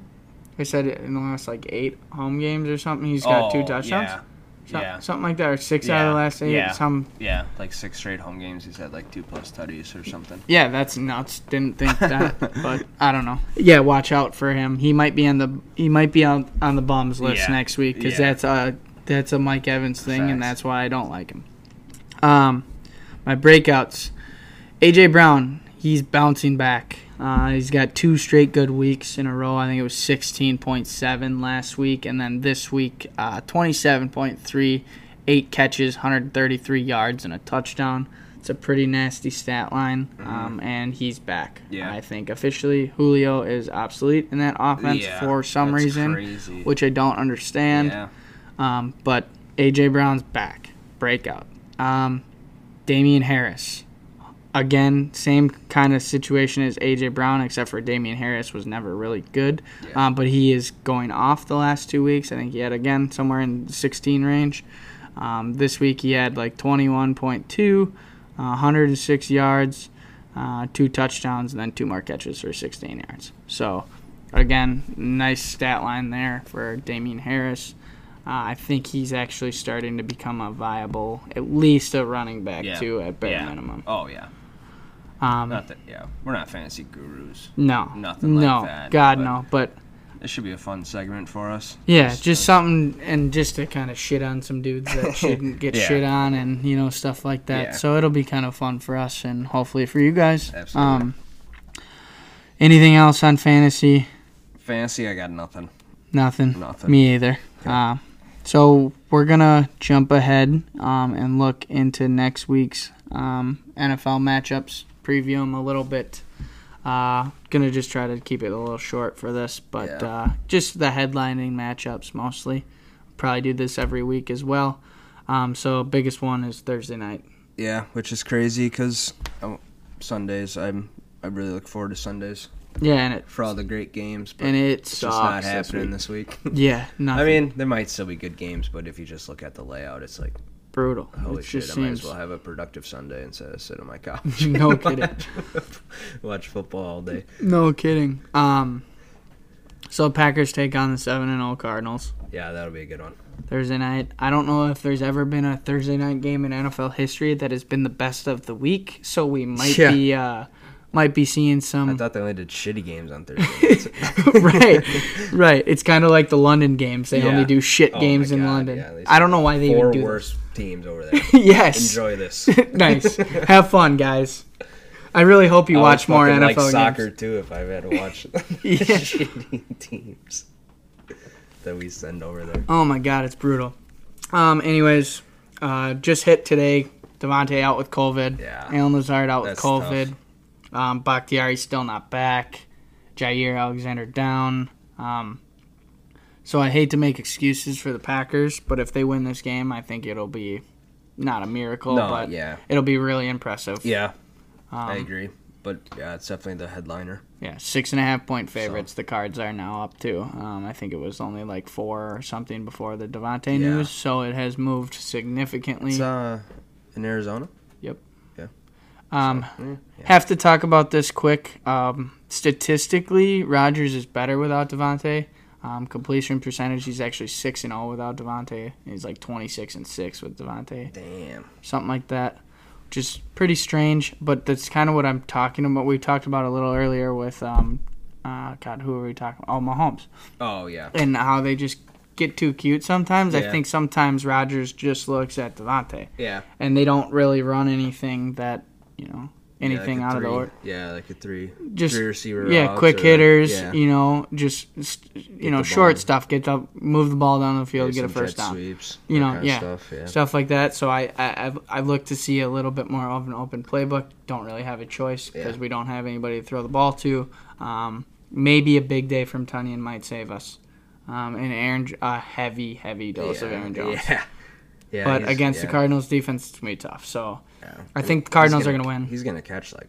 [SPEAKER 1] They said it in the last like eight home games or something, he's got two
[SPEAKER 2] Oh,
[SPEAKER 1] touchdowns. So-
[SPEAKER 2] Yeah, yeah,
[SPEAKER 1] Something like that, or six out of the
[SPEAKER 2] Yeah,
[SPEAKER 1] last eight.
[SPEAKER 2] yeah.
[SPEAKER 1] Some
[SPEAKER 2] yeah. Like six straight home games, he's had like two plus tutties or something.
[SPEAKER 1] yeah, that's nuts. Didn't think that, but I don't know. Yeah, watch out for him. He might be on the he might be on on the bums list
[SPEAKER 2] Yeah,
[SPEAKER 1] next week because
[SPEAKER 2] yeah.
[SPEAKER 1] that's a that's a Mike Evans thing, and
[SPEAKER 2] Facts.
[SPEAKER 1] that's why I don't like him. Um, my breakouts. AJ Brown, he's bouncing back. Uh, he's got two straight good weeks in a row. I think it was 16.7 last week, and then this week, uh, 27.3, eight catches, 133 yards, and a touchdown. It's a pretty nasty stat line, um, and he's back.
[SPEAKER 2] Mm-hmm. Yeah.
[SPEAKER 1] I think officially Julio is obsolete in that offense
[SPEAKER 2] Yeah,
[SPEAKER 1] for some
[SPEAKER 2] that's
[SPEAKER 1] reason,
[SPEAKER 2] crazy.
[SPEAKER 1] which I don't understand.
[SPEAKER 2] yeah.
[SPEAKER 1] Um, but AJ Brown's back, breakout. Um, Damian Harris, again, same kind of situation as AJ Brown, except for Damian Harris was never really good.
[SPEAKER 2] Yeah.
[SPEAKER 1] Um, but he is going off the last two weeks. I think he had again somewhere in the 16 range. Um, this week he had like 21.2, uh, 106 yards, uh, two touchdowns, and then two more catches for 16 yards. So, again, nice stat line there for Damien Harris. Uh, I think he's actually starting to become a viable, at least a running back
[SPEAKER 2] Yeah.
[SPEAKER 1] too, at bare
[SPEAKER 2] yeah.
[SPEAKER 1] minimum.
[SPEAKER 2] Oh yeah.
[SPEAKER 1] Um,
[SPEAKER 2] Not that. Yeah, we're not fantasy gurus.
[SPEAKER 1] no,
[SPEAKER 2] nothing like
[SPEAKER 1] no,
[SPEAKER 2] that,
[SPEAKER 1] God
[SPEAKER 2] but-
[SPEAKER 1] no. But
[SPEAKER 2] This should be a fun segment for us.
[SPEAKER 1] Yeah, just, something, and just to kind of shit on some dudes that shouldn't get
[SPEAKER 2] Yeah.
[SPEAKER 1] shit on, and you know stuff like that.
[SPEAKER 2] Yeah.
[SPEAKER 1] So it'll be kind of fun for us, and hopefully for you guys. Um,
[SPEAKER 2] Absolutely.
[SPEAKER 1] anything else on fantasy?
[SPEAKER 2] fantasy. I got nothing.
[SPEAKER 1] Nothing.
[SPEAKER 2] Nothing.
[SPEAKER 1] Me either. Uh, so we're gonna jump ahead um, and look into next week's um, NFL matchups. Preview them a little bit. Uh, gonna just try to keep it a little short for this, but
[SPEAKER 2] Yeah.
[SPEAKER 1] uh, just the headlining matchups mostly. Probably do this every week as well. Um, so biggest one is Thursday night.
[SPEAKER 2] Yeah, which is crazy because Sundays. I'm. I really look forward to Sundays
[SPEAKER 1] Yeah, and it
[SPEAKER 2] for all the great games. But
[SPEAKER 1] and it
[SPEAKER 2] it's
[SPEAKER 1] sucks.
[SPEAKER 2] just not
[SPEAKER 1] this
[SPEAKER 2] happening
[SPEAKER 1] week.
[SPEAKER 2] this week.
[SPEAKER 1] Yeah,
[SPEAKER 2] I
[SPEAKER 1] nothing.
[SPEAKER 2] mean, there might still be good games, but if you just look at the layout, it's like,
[SPEAKER 1] brutal.
[SPEAKER 2] holy
[SPEAKER 1] it
[SPEAKER 2] shit,
[SPEAKER 1] just
[SPEAKER 2] I might
[SPEAKER 1] seems
[SPEAKER 2] as well have a productive Sunday instead of sit on my couch.
[SPEAKER 1] No
[SPEAKER 2] and
[SPEAKER 1] kidding.
[SPEAKER 2] watch- Watch football all day.
[SPEAKER 1] No kidding. Um, so Packers take on the seven and all Cardinals
[SPEAKER 2] Yeah, that'll be a good one.
[SPEAKER 1] Thursday night. I don't know if there's ever been a Thursday night game in NFL history that has been the best of the week. So we might
[SPEAKER 2] Yeah.
[SPEAKER 1] be uh, might be seeing
[SPEAKER 2] I
[SPEAKER 1] some
[SPEAKER 2] thought they only did shitty games on Thursday.
[SPEAKER 1] right, right. It's kind of like the London games. They
[SPEAKER 2] Yeah.
[SPEAKER 1] only do shit
[SPEAKER 2] Oh my
[SPEAKER 1] games in
[SPEAKER 2] God,
[SPEAKER 1] London.
[SPEAKER 2] yeah, they
[SPEAKER 1] I don't know why they
[SPEAKER 2] Four
[SPEAKER 1] even do
[SPEAKER 2] worst teams over there.
[SPEAKER 1] this. yes.
[SPEAKER 2] Enjoy this.
[SPEAKER 1] nice. Have fun, guys. I really hope you
[SPEAKER 2] I would
[SPEAKER 1] watch more
[SPEAKER 2] fucking
[SPEAKER 1] NFL
[SPEAKER 2] like
[SPEAKER 1] games.
[SPEAKER 2] soccer too if I've had to watch shitty teams that we send over there.
[SPEAKER 1] Oh my god, it's brutal. Um, anyways, uh, just hit today. Devontae out with COVID.
[SPEAKER 2] Yeah.
[SPEAKER 1] Alan Lazard out with
[SPEAKER 2] That's
[SPEAKER 1] COVID. Um, Bakhtiari still not back. Jair Alexander down. Um, so I hate to make excuses for the Packers, but if they win this game, I think it'll be not a miracle,
[SPEAKER 2] No,
[SPEAKER 1] but
[SPEAKER 2] yeah.
[SPEAKER 1] it'll be really impressive.
[SPEAKER 2] Yeah, I
[SPEAKER 1] Um,
[SPEAKER 2] agree. But yeah, it's definitely the headliner.
[SPEAKER 1] yeah, six and a half point favorites. The Cards are now up to. Um, I think it was only like four or something before the Devontae
[SPEAKER 2] Yeah.
[SPEAKER 1] news, so it has moved significantly.
[SPEAKER 2] It's uh in Arizona.
[SPEAKER 1] Um,
[SPEAKER 2] Mm, yeah.
[SPEAKER 1] Have to talk about this quick. Um, statistically, Rodgers is better without Devontae. Um, completion percentage, he's actually six and zero without Devontae. He's like twenty six and six with Devontae,
[SPEAKER 2] Damn.
[SPEAKER 1] something like that. Which is pretty strange, but that's kind of what I'm talking about. We talked about a little earlier with, um, uh, God, who are we talking? Oh, Mahomes
[SPEAKER 2] Oh yeah.
[SPEAKER 1] and how they just get too cute sometimes. I
[SPEAKER 2] Yeah.
[SPEAKER 1] think sometimes Rodgers just looks at Devontae,
[SPEAKER 2] Yeah.
[SPEAKER 1] and they don't really run anything that you know
[SPEAKER 2] Yeah,
[SPEAKER 1] anything
[SPEAKER 2] like a
[SPEAKER 1] out of the
[SPEAKER 2] three-
[SPEAKER 1] order.
[SPEAKER 2] Yeah, like a three.
[SPEAKER 1] Just
[SPEAKER 2] three receiver.
[SPEAKER 1] yeah,
[SPEAKER 2] routes
[SPEAKER 1] quick
[SPEAKER 2] or-
[SPEAKER 1] hitters.
[SPEAKER 2] yeah.
[SPEAKER 1] You know, just st- you know,
[SPEAKER 2] the
[SPEAKER 1] short
[SPEAKER 2] ball.
[SPEAKER 1] stuff. Get the move the ball down the
[SPEAKER 2] Do
[SPEAKER 1] field, get a
[SPEAKER 2] some
[SPEAKER 1] first
[SPEAKER 2] jet
[SPEAKER 1] down,
[SPEAKER 2] Sweeps.
[SPEAKER 1] You
[SPEAKER 2] that
[SPEAKER 1] know,
[SPEAKER 2] kinda
[SPEAKER 1] yeah.
[SPEAKER 2] Stuff, yeah.
[SPEAKER 1] stuff like that. So I I I've, I look to see a little bit more of an open playbook. Don't really have a choice because
[SPEAKER 2] Yeah.
[SPEAKER 1] we don't have anybody to throw the ball to. Um, maybe a big day from Tunyon might save us. Um, and Aaron, J- a heavy, heavy dose of Aaron Jones.
[SPEAKER 2] Yeah. Yeah,
[SPEAKER 1] but
[SPEAKER 2] he's-
[SPEAKER 1] against the
[SPEAKER 2] yeah,
[SPEAKER 1] Cardinals defense, it's gonna be tough. So
[SPEAKER 2] yeah.
[SPEAKER 1] I think the
[SPEAKER 2] He's
[SPEAKER 1] Cardinals are gonna win.
[SPEAKER 2] He's gonna catch like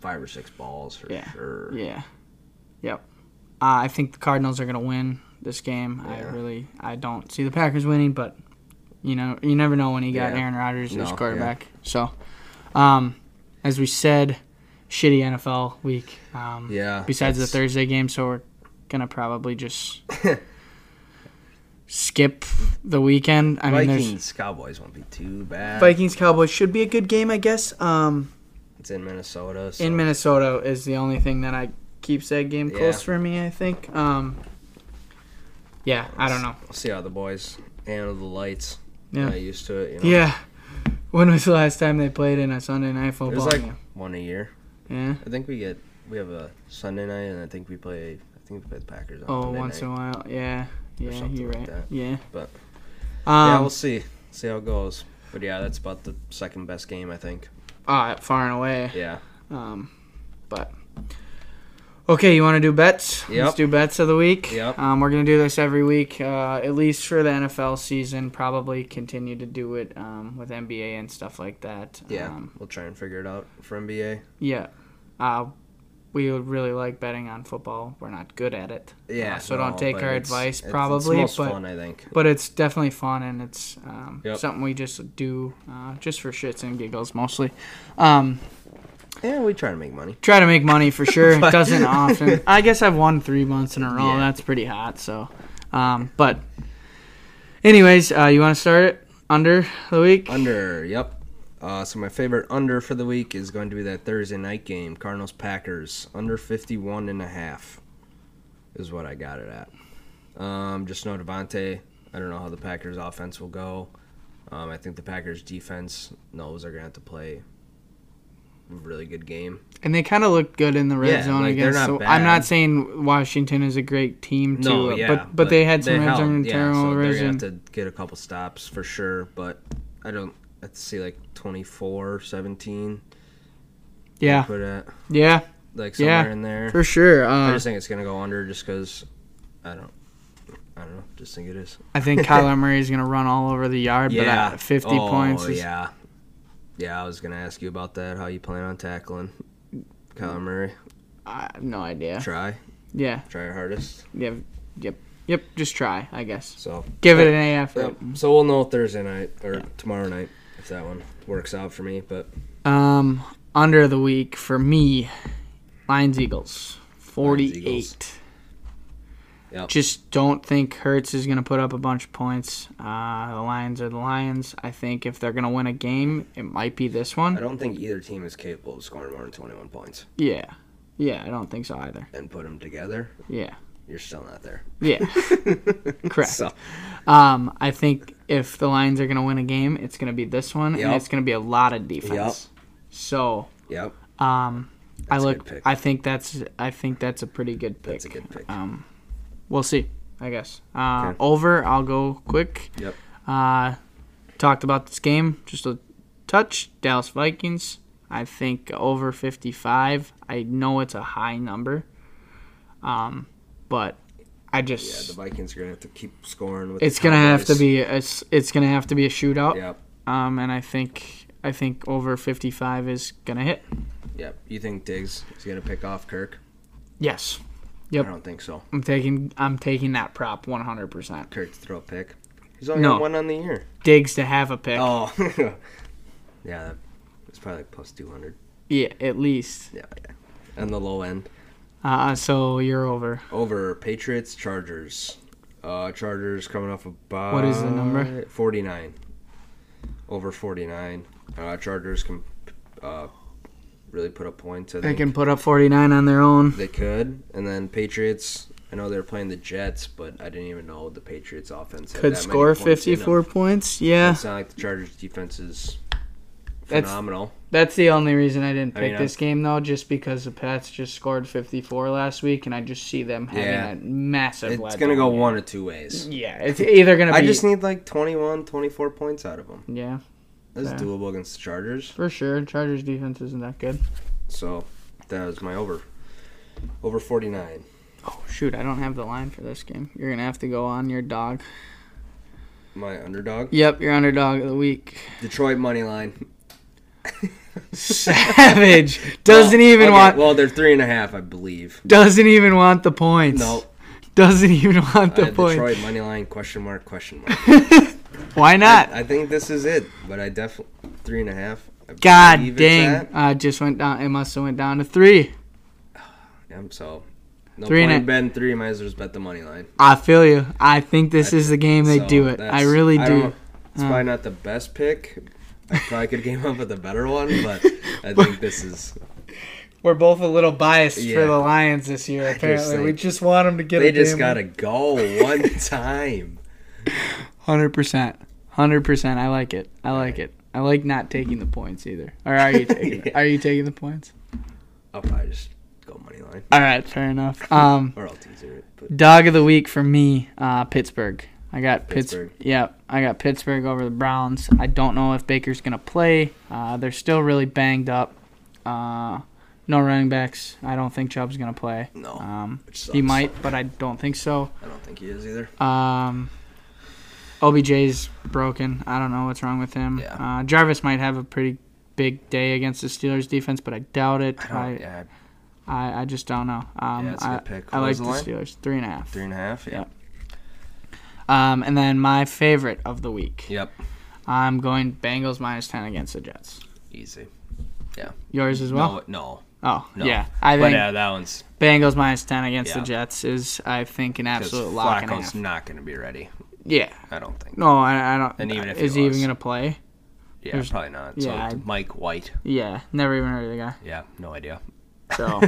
[SPEAKER 2] five or six balls for
[SPEAKER 1] Yeah.
[SPEAKER 2] sure.
[SPEAKER 1] yeah, yep. Uh, I think the Cardinals are gonna win this game. I
[SPEAKER 2] Yeah.
[SPEAKER 1] really, I don't see the Packers winning, but you know, you never know when you got
[SPEAKER 2] Yeah.
[SPEAKER 1] Aaron Rodgers
[SPEAKER 2] No,
[SPEAKER 1] as
[SPEAKER 2] yeah.
[SPEAKER 1] quarterback. So, um, as we said, shitty NFL week. Um,
[SPEAKER 2] Yeah,
[SPEAKER 1] Besides the
[SPEAKER 2] it's-
[SPEAKER 1] Thursday game, so we're gonna probably just. Skip the weekend. I mean, there's
[SPEAKER 2] Vikings Cowboys won't be too bad.
[SPEAKER 1] Vikings Cowboys should be a good game, I guess. Um,
[SPEAKER 2] It's in Minnesota. So.
[SPEAKER 1] in Minnesota is the only thing that I keeps that game
[SPEAKER 2] Yeah.
[SPEAKER 1] close for me. I think. Um, yeah, I don't know.
[SPEAKER 2] We'll see how the boys handle the lights.
[SPEAKER 1] Yeah.
[SPEAKER 2] Not used to it. You know?
[SPEAKER 1] Yeah, when was the last time they played in a Sunday night
[SPEAKER 2] It
[SPEAKER 1] football
[SPEAKER 2] was like
[SPEAKER 1] game?
[SPEAKER 2] one a year.
[SPEAKER 1] Yeah.
[SPEAKER 2] I think we get we have a Sunday night, and I think we play. I think we play the Packers on
[SPEAKER 1] Oh,
[SPEAKER 2] Monday
[SPEAKER 1] once in
[SPEAKER 2] night.
[SPEAKER 1] a while. Yeah. Yeah,
[SPEAKER 2] something
[SPEAKER 1] you're
[SPEAKER 2] like
[SPEAKER 1] right.
[SPEAKER 2] that.
[SPEAKER 1] yeah.
[SPEAKER 2] But- yeah,
[SPEAKER 1] Um,
[SPEAKER 2] we'll see. See how it goes. But yeah, that's about the second best game I think.
[SPEAKER 1] ah, far and away.
[SPEAKER 2] Yeah.
[SPEAKER 1] Um, but okay, you want to do bets? Let's
[SPEAKER 2] Yep.
[SPEAKER 1] do bets of the week.
[SPEAKER 2] Yep.
[SPEAKER 1] Um, we're gonna do this every week, uh, at least for the NFL season. Probably continue to do it um, with NBA and stuff like that.
[SPEAKER 2] Yeah.
[SPEAKER 1] Um,
[SPEAKER 2] we'll try and figure it out for NBA.
[SPEAKER 1] yeah. Uh, we would really like betting on football. We're not good at it.
[SPEAKER 2] Yeah.
[SPEAKER 1] Uh, so
[SPEAKER 2] no,
[SPEAKER 1] don't take
[SPEAKER 2] but
[SPEAKER 1] our
[SPEAKER 2] it's-
[SPEAKER 1] advice
[SPEAKER 2] it's-
[SPEAKER 1] probably,
[SPEAKER 2] It's most
[SPEAKER 1] but
[SPEAKER 2] fun, I think.
[SPEAKER 1] but it's definitely fun and it's um,
[SPEAKER 2] Yep.
[SPEAKER 1] something we just do uh, just for shits and giggles mostly. Um,
[SPEAKER 2] Yeah, we try to make money.
[SPEAKER 1] try to make money for sure. It doesn't often. I guess I've won three months in a row.
[SPEAKER 2] Yeah.
[SPEAKER 1] That's pretty hot. So, um, but anyways, uh, you want to start it under the week?
[SPEAKER 2] Under, yep. Uh, so my favorite under for the week is going to be that Thursday night game, Cardinals Packers under 51 and a half is what I got it at. Um, just know Devontae. I don't know how the Packers offense will go. Um, I think the Packers defense knows they're gonna have to play a really good game.
[SPEAKER 1] and they kind of looked good in the red
[SPEAKER 2] Yeah,
[SPEAKER 1] zone
[SPEAKER 2] like, they're
[SPEAKER 1] against.
[SPEAKER 2] not
[SPEAKER 1] So
[SPEAKER 2] bad.
[SPEAKER 1] I'm not saying Washington is a great team too,
[SPEAKER 2] No,
[SPEAKER 1] uh,
[SPEAKER 2] yeah,
[SPEAKER 1] but but they had some red
[SPEAKER 2] held,
[SPEAKER 1] zone
[SPEAKER 2] yeah, so they're
[SPEAKER 1] turnovers
[SPEAKER 2] gonna have
[SPEAKER 1] and
[SPEAKER 2] to get a couple stops for sure. But I don't. I'd see like 24, 17.
[SPEAKER 1] yeah,
[SPEAKER 2] Put it at,
[SPEAKER 1] yeah,
[SPEAKER 2] like
[SPEAKER 1] Yeah,
[SPEAKER 2] somewhere in there.
[SPEAKER 1] for sure.
[SPEAKER 2] I
[SPEAKER 1] Uh,
[SPEAKER 2] just think it's gonna go under just because I don't. I don't know. Just think it is.
[SPEAKER 1] I think Kyler Murray is gonna run all over the yard, but uh, 50
[SPEAKER 2] Oh,
[SPEAKER 1] points is
[SPEAKER 2] yeah. Yeah, I was gonna ask you about that. How you plan on tackling Kyler Murray?
[SPEAKER 1] I have no idea.
[SPEAKER 2] Try,
[SPEAKER 1] Yeah,
[SPEAKER 2] try your hardest.
[SPEAKER 1] yeah, yep, yep. Just try, I guess.
[SPEAKER 2] So
[SPEAKER 1] Give it an A effort.
[SPEAKER 2] Yep. So we'll know Thursday night or tomorrow night if that one works out for me. But
[SPEAKER 1] Um, under the week for me, Lions Eagles,
[SPEAKER 2] Lions,
[SPEAKER 1] forty-eight.
[SPEAKER 2] Eagles. Yep.
[SPEAKER 1] Just don't think Hertz is gonna put up a bunch of points. Uh, the Lions are the Lions. I think if they're gonna win a game, it might be this
[SPEAKER 2] I
[SPEAKER 1] one.
[SPEAKER 2] don't think either team is capable of scoring more than 21 points.
[SPEAKER 1] Yeah, yeah, I don't think so either.
[SPEAKER 2] And put them together,
[SPEAKER 1] Yeah,
[SPEAKER 2] you're still not there.
[SPEAKER 1] yeah, correct.
[SPEAKER 2] So
[SPEAKER 1] Um, I think if the Lions are gonna win a game, it's gonna be this one, and
[SPEAKER 2] Yep.
[SPEAKER 1] it's gonna be a lot of defense. So,
[SPEAKER 2] yep,
[SPEAKER 1] um, I
[SPEAKER 2] That's a
[SPEAKER 1] look.
[SPEAKER 2] good pick.
[SPEAKER 1] I think that's. I think that's a pretty good pick.
[SPEAKER 2] that's a good pick.
[SPEAKER 1] Um, we'll see. I guess. Uh,
[SPEAKER 2] Okay.
[SPEAKER 1] Over. I'll go quick.
[SPEAKER 2] Yep.
[SPEAKER 1] Uh, talked about this game just a touch. Dallas Vikings. I think over 55. I know it's a high number. Um, but I
[SPEAKER 2] Yeah,
[SPEAKER 1] just
[SPEAKER 2] the Vikings are gonna have to keep scoring. With
[SPEAKER 1] it's
[SPEAKER 2] the
[SPEAKER 1] gonna have to
[SPEAKER 2] Cowboys.
[SPEAKER 1] be a, s- it's gonna have to be a shootout.
[SPEAKER 2] Yep,
[SPEAKER 1] Um, and I think I think over 55 is gonna hit.
[SPEAKER 2] yep. You think Diggs is gonna pick off Kirk?
[SPEAKER 1] Yes.
[SPEAKER 2] I don't think so.
[SPEAKER 1] I'm taking I'm taking that prop 100%.
[SPEAKER 2] Kirk to throw a pick. He's only
[SPEAKER 1] No.
[SPEAKER 2] got one on the year.
[SPEAKER 1] Diggs to have a pick.
[SPEAKER 2] Oh, yeah. that- It's probably like plus 200.
[SPEAKER 1] Yeah, at least.
[SPEAKER 2] Yeah, yeah. And the low end
[SPEAKER 1] Uh, so you're over.
[SPEAKER 2] over Patriots Chargers. Uh, Chargers coming off a bye.
[SPEAKER 1] What is the number?
[SPEAKER 2] 49. Over 49. Uh, Chargers can uh, really put up points. I
[SPEAKER 1] They
[SPEAKER 2] think
[SPEAKER 1] can put up 49 on their own.
[SPEAKER 2] they could. And then Patriots. I know they're playing the Jets, but I didn't even know the Patriots offense had
[SPEAKER 1] Could
[SPEAKER 2] that many
[SPEAKER 1] score
[SPEAKER 2] points in them.
[SPEAKER 1] 54 points. Yeah,
[SPEAKER 2] It's not like the Chargers defense is
[SPEAKER 1] That's-
[SPEAKER 2] phenomenal.
[SPEAKER 1] that's the only reason I didn't
[SPEAKER 2] I
[SPEAKER 1] pick
[SPEAKER 2] mean,
[SPEAKER 1] this game though, just because the Pats just scored 54 last week, and I just see them having
[SPEAKER 2] Yeah.
[SPEAKER 1] a massive.
[SPEAKER 2] It's
[SPEAKER 1] letdown.
[SPEAKER 2] going to go one or two ways.
[SPEAKER 1] Yeah, it's either gonna be.
[SPEAKER 2] I just need like 21, 24 points out of them.
[SPEAKER 1] yeah,
[SPEAKER 2] That's
[SPEAKER 1] Yeah.
[SPEAKER 2] doable against the Chargers.
[SPEAKER 1] for sure. Chargers defense isn't that good.
[SPEAKER 2] So that was my over. Over 49.
[SPEAKER 1] Oh shoot, I don't have the line for this game. You're gonna have to go on your dog.
[SPEAKER 2] My underdog.
[SPEAKER 1] Yep, your underdog of the week.
[SPEAKER 2] Detroit money line.
[SPEAKER 1] Savage doesn't even
[SPEAKER 2] Okay,
[SPEAKER 1] want
[SPEAKER 2] Well, they're three and a half, I believe.
[SPEAKER 1] doesn't even want the points.
[SPEAKER 2] No,
[SPEAKER 1] Doesn't even want
[SPEAKER 2] I
[SPEAKER 1] the
[SPEAKER 2] had
[SPEAKER 1] points.
[SPEAKER 2] Detroit money line question mark question mark.
[SPEAKER 1] Why not?
[SPEAKER 2] I, I think this is it, but I definitely three and a half. I believe
[SPEAKER 1] God
[SPEAKER 2] it's
[SPEAKER 1] dang!
[SPEAKER 2] at.
[SPEAKER 1] Uh, just went down. It must have went down to three.
[SPEAKER 2] Yeah, so no
[SPEAKER 1] Three and
[SPEAKER 2] point
[SPEAKER 1] a-
[SPEAKER 2] in betting three. Might as well just bet the money line.
[SPEAKER 1] I feel you. I think this
[SPEAKER 2] I-
[SPEAKER 1] is the game they
[SPEAKER 2] So
[SPEAKER 1] do it. I
[SPEAKER 2] that's-
[SPEAKER 1] really
[SPEAKER 2] I
[SPEAKER 1] do.
[SPEAKER 2] don't- It's
[SPEAKER 1] Uh.
[SPEAKER 2] probably not the best pick. I probably could have came up with a better one, but I think this is.
[SPEAKER 1] We're both a little biased
[SPEAKER 2] Yeah.
[SPEAKER 1] for the Lions this year. Apparently, we
[SPEAKER 2] think-
[SPEAKER 1] just want them to get.
[SPEAKER 2] They
[SPEAKER 1] a
[SPEAKER 2] just gotta go one time.
[SPEAKER 1] Hundred percent. Hundred percent. I like it. I like it. I like not taking the points either. Or are you taking?
[SPEAKER 2] Yeah.
[SPEAKER 1] Are you taking the points?
[SPEAKER 2] I'll probably just go money line,
[SPEAKER 1] All right, fair enough. Um,
[SPEAKER 2] or I'll teaser it. But
[SPEAKER 1] dog of the week for me, uh, Pittsburgh. I got Pittsburgh.
[SPEAKER 2] Pittsburgh.
[SPEAKER 1] Yeah, I got Pittsburgh over the Browns. I don't know if Baker's gonna play. Uh, they're still really banged up. Uh, no running backs. I don't think Chubb's gonna play.
[SPEAKER 2] no,
[SPEAKER 1] Um,
[SPEAKER 2] which
[SPEAKER 1] he
[SPEAKER 2] Oh, sucks.
[SPEAKER 1] might, but I don't think so.
[SPEAKER 2] I don't think he is either.
[SPEAKER 1] Um, OBJ's broken. I don't know what's wrong with him.
[SPEAKER 2] Yeah.
[SPEAKER 1] Uh, Jarvis might have a pretty big day against the Steelers defense, but I doubt it.
[SPEAKER 2] I don't.
[SPEAKER 1] I,
[SPEAKER 2] yeah,
[SPEAKER 1] I, I just don't know. Um,
[SPEAKER 2] Yeah, it's a good
[SPEAKER 1] I-
[SPEAKER 2] pick.
[SPEAKER 1] I,
[SPEAKER 2] What
[SPEAKER 1] like
[SPEAKER 2] was
[SPEAKER 1] the
[SPEAKER 2] the line?
[SPEAKER 1] Steelers three and a half.
[SPEAKER 2] Three and a half. Yeah.
[SPEAKER 1] Um, and then my favorite of the week.
[SPEAKER 2] Yep.
[SPEAKER 1] I'm going Bengals minus ten against the Jets.
[SPEAKER 2] Easy.
[SPEAKER 1] Yours as well.
[SPEAKER 2] no. No.
[SPEAKER 1] oh
[SPEAKER 2] no.
[SPEAKER 1] yeah, I
[SPEAKER 2] But
[SPEAKER 1] think
[SPEAKER 2] yeah, that one's
[SPEAKER 1] Bengals minus ten against the
[SPEAKER 2] Yeah.
[SPEAKER 1] Jets is I think an
[SPEAKER 2] 'cause
[SPEAKER 1] absolute lock. And a
[SPEAKER 2] Flacco's
[SPEAKER 1] half.
[SPEAKER 2] not going to be ready.
[SPEAKER 1] Yeah.
[SPEAKER 2] I don't think.
[SPEAKER 1] No, I, I don't. uh,
[SPEAKER 2] And even if he
[SPEAKER 1] is he even
[SPEAKER 2] was.
[SPEAKER 1] gonna play?
[SPEAKER 2] Yeah,
[SPEAKER 1] There's-
[SPEAKER 2] probably not.
[SPEAKER 1] yeah,
[SPEAKER 2] so
[SPEAKER 1] I-
[SPEAKER 2] it's Mike White.
[SPEAKER 1] Yeah, never even heard of the guy.
[SPEAKER 2] Yeah, no idea.
[SPEAKER 1] So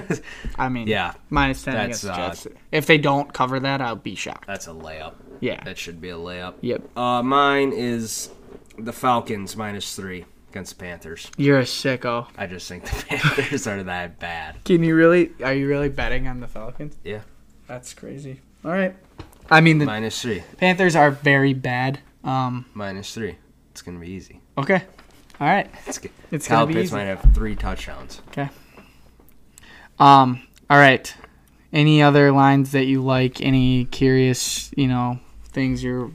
[SPEAKER 1] I mean,
[SPEAKER 2] Yeah,
[SPEAKER 1] minus ten
[SPEAKER 2] That's,
[SPEAKER 1] against the
[SPEAKER 2] uh,
[SPEAKER 1] Jets. If they don't cover that, I'll be shocked.
[SPEAKER 2] that's a layup.
[SPEAKER 1] Yeah.
[SPEAKER 2] That should be a layup.
[SPEAKER 1] Yep.
[SPEAKER 2] Uh, mine is the Falcons minus three against the Panthers.
[SPEAKER 1] You're a sicko.
[SPEAKER 2] I just think the Panthers are that bad.
[SPEAKER 1] Can you really? Are you really betting on the Falcons?
[SPEAKER 2] Yeah.
[SPEAKER 1] That's crazy. All right. I mean, the
[SPEAKER 2] Minus three.
[SPEAKER 1] Panthers are very bad. Um.
[SPEAKER 2] Minus three. It's gonna be easy.
[SPEAKER 1] Okay. All right.
[SPEAKER 2] It's, g-
[SPEAKER 1] It's
[SPEAKER 2] Kyle
[SPEAKER 1] gonna be
[SPEAKER 2] Pitts
[SPEAKER 1] easy.
[SPEAKER 2] might have three touchdowns.
[SPEAKER 1] Um. All right. Any other lines that you like? Any curious, you know, things you're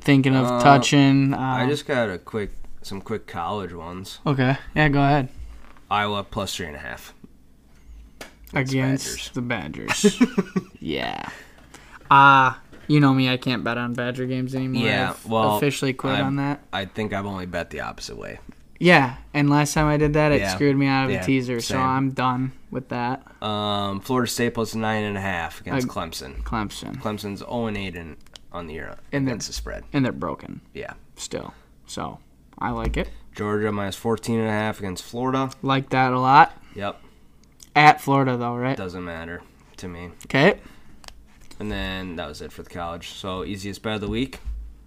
[SPEAKER 1] thinking of
[SPEAKER 2] Uh,
[SPEAKER 1] touching? Um,
[SPEAKER 2] I just got a quick, some quick college ones.
[SPEAKER 1] Okay. Yeah. Go ahead.
[SPEAKER 2] Iowa plus three and a half.
[SPEAKER 1] against the Badgers. yeah. Uh you know me, I can't bet on Badger games anymore.
[SPEAKER 2] Yeah,
[SPEAKER 1] I've
[SPEAKER 2] well,
[SPEAKER 1] officially quit
[SPEAKER 2] I'm-
[SPEAKER 1] on that.
[SPEAKER 2] I think I've only bet the opposite way.
[SPEAKER 1] Yeah, and last time I did that, it
[SPEAKER 2] Yeah,
[SPEAKER 1] screwed me out of
[SPEAKER 2] yeah,
[SPEAKER 1] a teaser, so
[SPEAKER 2] same.
[SPEAKER 1] I'm done with that.
[SPEAKER 2] Um, Florida State plus nine and a half against
[SPEAKER 1] Ag-
[SPEAKER 2] Clemson.
[SPEAKER 1] Clemson,
[SPEAKER 2] Clemson's 0 and 8 in, on the year
[SPEAKER 1] And
[SPEAKER 2] against the spread.
[SPEAKER 1] and they're broken
[SPEAKER 2] Yeah.
[SPEAKER 1] still, so I like it.
[SPEAKER 2] Georgia minus 14 and a half against Florida.
[SPEAKER 1] Like that a lot.
[SPEAKER 2] Yep.
[SPEAKER 1] At Florida though, right?
[SPEAKER 2] Doesn't matter to me.
[SPEAKER 1] Okay.
[SPEAKER 2] And then that was it for the college. So easiest bet of the week,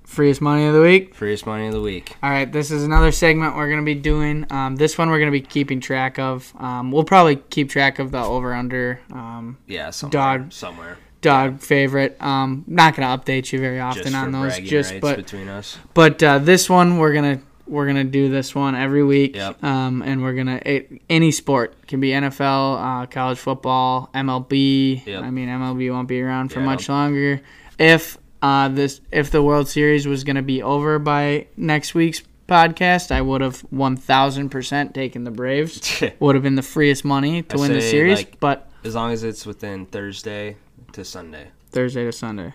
[SPEAKER 1] Freest money of the week.
[SPEAKER 2] freest money of the week.
[SPEAKER 1] All right, this is another segment we're going to be doing. Um, this one we're going to be keeping track of. Um, we'll probably keep track of the over under um,
[SPEAKER 2] Yeah, somewhere.
[SPEAKER 1] Dog.
[SPEAKER 2] Somewhere.
[SPEAKER 1] dog favorite. Um, not gonna update you very often
[SPEAKER 2] Just for
[SPEAKER 1] on those.
[SPEAKER 2] bragging
[SPEAKER 1] Just
[SPEAKER 2] rights
[SPEAKER 1] but
[SPEAKER 2] between us.
[SPEAKER 1] but uh, this one we're gonna we're gonna do this one every week.
[SPEAKER 2] Yep.
[SPEAKER 1] Um, and we're gonna it, any sport can be NFL, uh, college football, MLB.
[SPEAKER 2] Yep.
[SPEAKER 1] I mean MLB won't be around for
[SPEAKER 2] Yeah, I
[SPEAKER 1] much longer. If uh, this if the World Series was gonna be over by next week's podcast, I would have one thousand percent taken the Braves. would have been the freest money to
[SPEAKER 2] I
[SPEAKER 1] win the
[SPEAKER 2] say,
[SPEAKER 1] series,
[SPEAKER 2] like-
[SPEAKER 1] but
[SPEAKER 2] as long as it's within Thursday to Sunday.
[SPEAKER 1] Thursday to Sunday,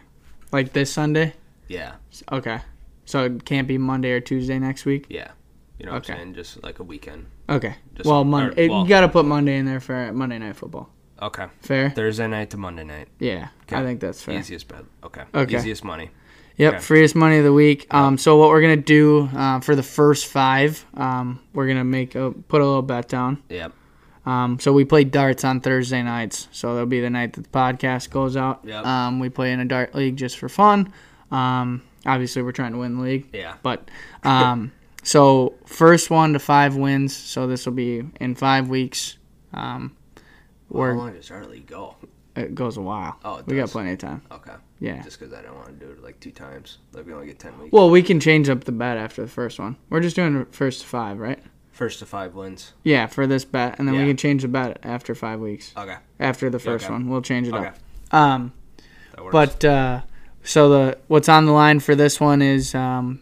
[SPEAKER 1] like this Sunday.
[SPEAKER 2] Yeah.
[SPEAKER 1] Okay. So it can't be Monday or Tuesday next week.
[SPEAKER 2] Yeah. You know what
[SPEAKER 1] Okay.
[SPEAKER 2] I'm saying? Just like a weekend.
[SPEAKER 1] Okay.
[SPEAKER 2] Just-
[SPEAKER 1] well, Monday.
[SPEAKER 2] or- well-
[SPEAKER 1] you gotta put Monday in there for Monday Night Football.
[SPEAKER 2] Okay.
[SPEAKER 1] Fair.
[SPEAKER 2] Thursday night to Monday night.
[SPEAKER 1] Yeah, I
[SPEAKER 2] Okay.
[SPEAKER 1] think that's fair.
[SPEAKER 2] Easiest bet. Okay.
[SPEAKER 1] Okay.
[SPEAKER 2] Easiest money.
[SPEAKER 1] Yep.
[SPEAKER 2] okay.
[SPEAKER 1] Freest money of the week. Um. So what we're gonna do um, for the first five, um, we're gonna make a put a little bet down.
[SPEAKER 2] Yep.
[SPEAKER 1] Um. So we play darts on Thursday nights. So that'll be the night that the podcast goes out.
[SPEAKER 2] Yep.
[SPEAKER 1] Um. We play in a dart league just for fun. Um. Obviously, we're trying to win the league.
[SPEAKER 2] Yeah.
[SPEAKER 1] But um, so first one to five wins. So this will be in five weeks. Um,
[SPEAKER 2] How
[SPEAKER 1] or
[SPEAKER 2] long does our league go?
[SPEAKER 1] it goes a while.
[SPEAKER 2] Oh, it
[SPEAKER 1] we got
[SPEAKER 2] does.
[SPEAKER 1] plenty of time.
[SPEAKER 2] Okay.
[SPEAKER 1] Yeah.
[SPEAKER 2] Just because I don't want to do it like two times. Like we only get ten weeks.
[SPEAKER 1] Well, we can change up the bet after the first one. We're just doing first to five, right?
[SPEAKER 2] First to five wins.
[SPEAKER 1] Yeah, for this bet, and then we
[SPEAKER 2] Yeah.
[SPEAKER 1] can change the bet after five weeks.
[SPEAKER 2] Okay.
[SPEAKER 1] After the first
[SPEAKER 2] okay.
[SPEAKER 1] one, we'll change it
[SPEAKER 2] Okay.
[SPEAKER 1] up. Um,
[SPEAKER 2] That works.
[SPEAKER 1] but uh, so the what's on the line for this one is um,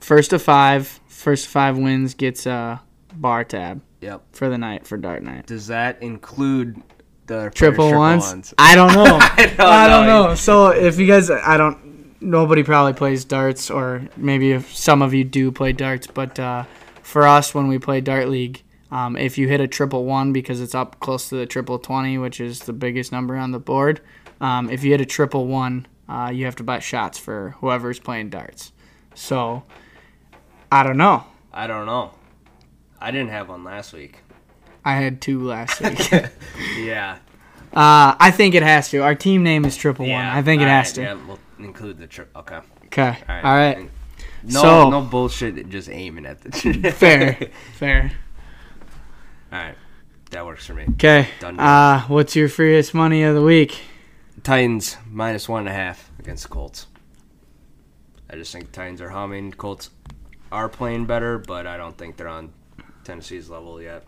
[SPEAKER 1] first to five. First to five wins gets a bar tab
[SPEAKER 2] Yep.
[SPEAKER 1] for the night for dart night.
[SPEAKER 2] Does that include the
[SPEAKER 1] triple
[SPEAKER 2] triple
[SPEAKER 1] ones?
[SPEAKER 2] ones?
[SPEAKER 1] I don't know.
[SPEAKER 2] I don't
[SPEAKER 1] I don't
[SPEAKER 2] know.
[SPEAKER 1] know. So if you guys, I don't. Nobody probably plays darts, or maybe if some of you do play darts. But uh, for us, when we play dart league, um, if you hit a triple one because it's up close to the triple twenty, which is the biggest number on the board, um, if you hit a triple one, uh, you have to buy shots for whoever's playing darts. So I don't know.
[SPEAKER 2] I don't know. I didn't have one last week.
[SPEAKER 1] I had two last week.
[SPEAKER 2] Yeah.
[SPEAKER 1] uh, I think it has to. Our team name is triple
[SPEAKER 2] yeah.
[SPEAKER 1] one. I think it
[SPEAKER 2] All
[SPEAKER 1] has
[SPEAKER 2] right,
[SPEAKER 1] to.
[SPEAKER 2] Yeah, we'll include the tri- okay. All
[SPEAKER 1] Okay.
[SPEAKER 2] right.
[SPEAKER 1] All right.
[SPEAKER 2] No,
[SPEAKER 1] So-
[SPEAKER 2] no bullshit. Just aiming at the.
[SPEAKER 1] Fair. Fair.
[SPEAKER 2] All right. That works for me.
[SPEAKER 1] Okay.
[SPEAKER 2] Done deal.
[SPEAKER 1] Uh, what's your freest money of the week?
[SPEAKER 2] Titans minus one and a half against the Colts. I just think Titans are humming. Colts are playing better, but I don't think they're on Tennessee's level yet.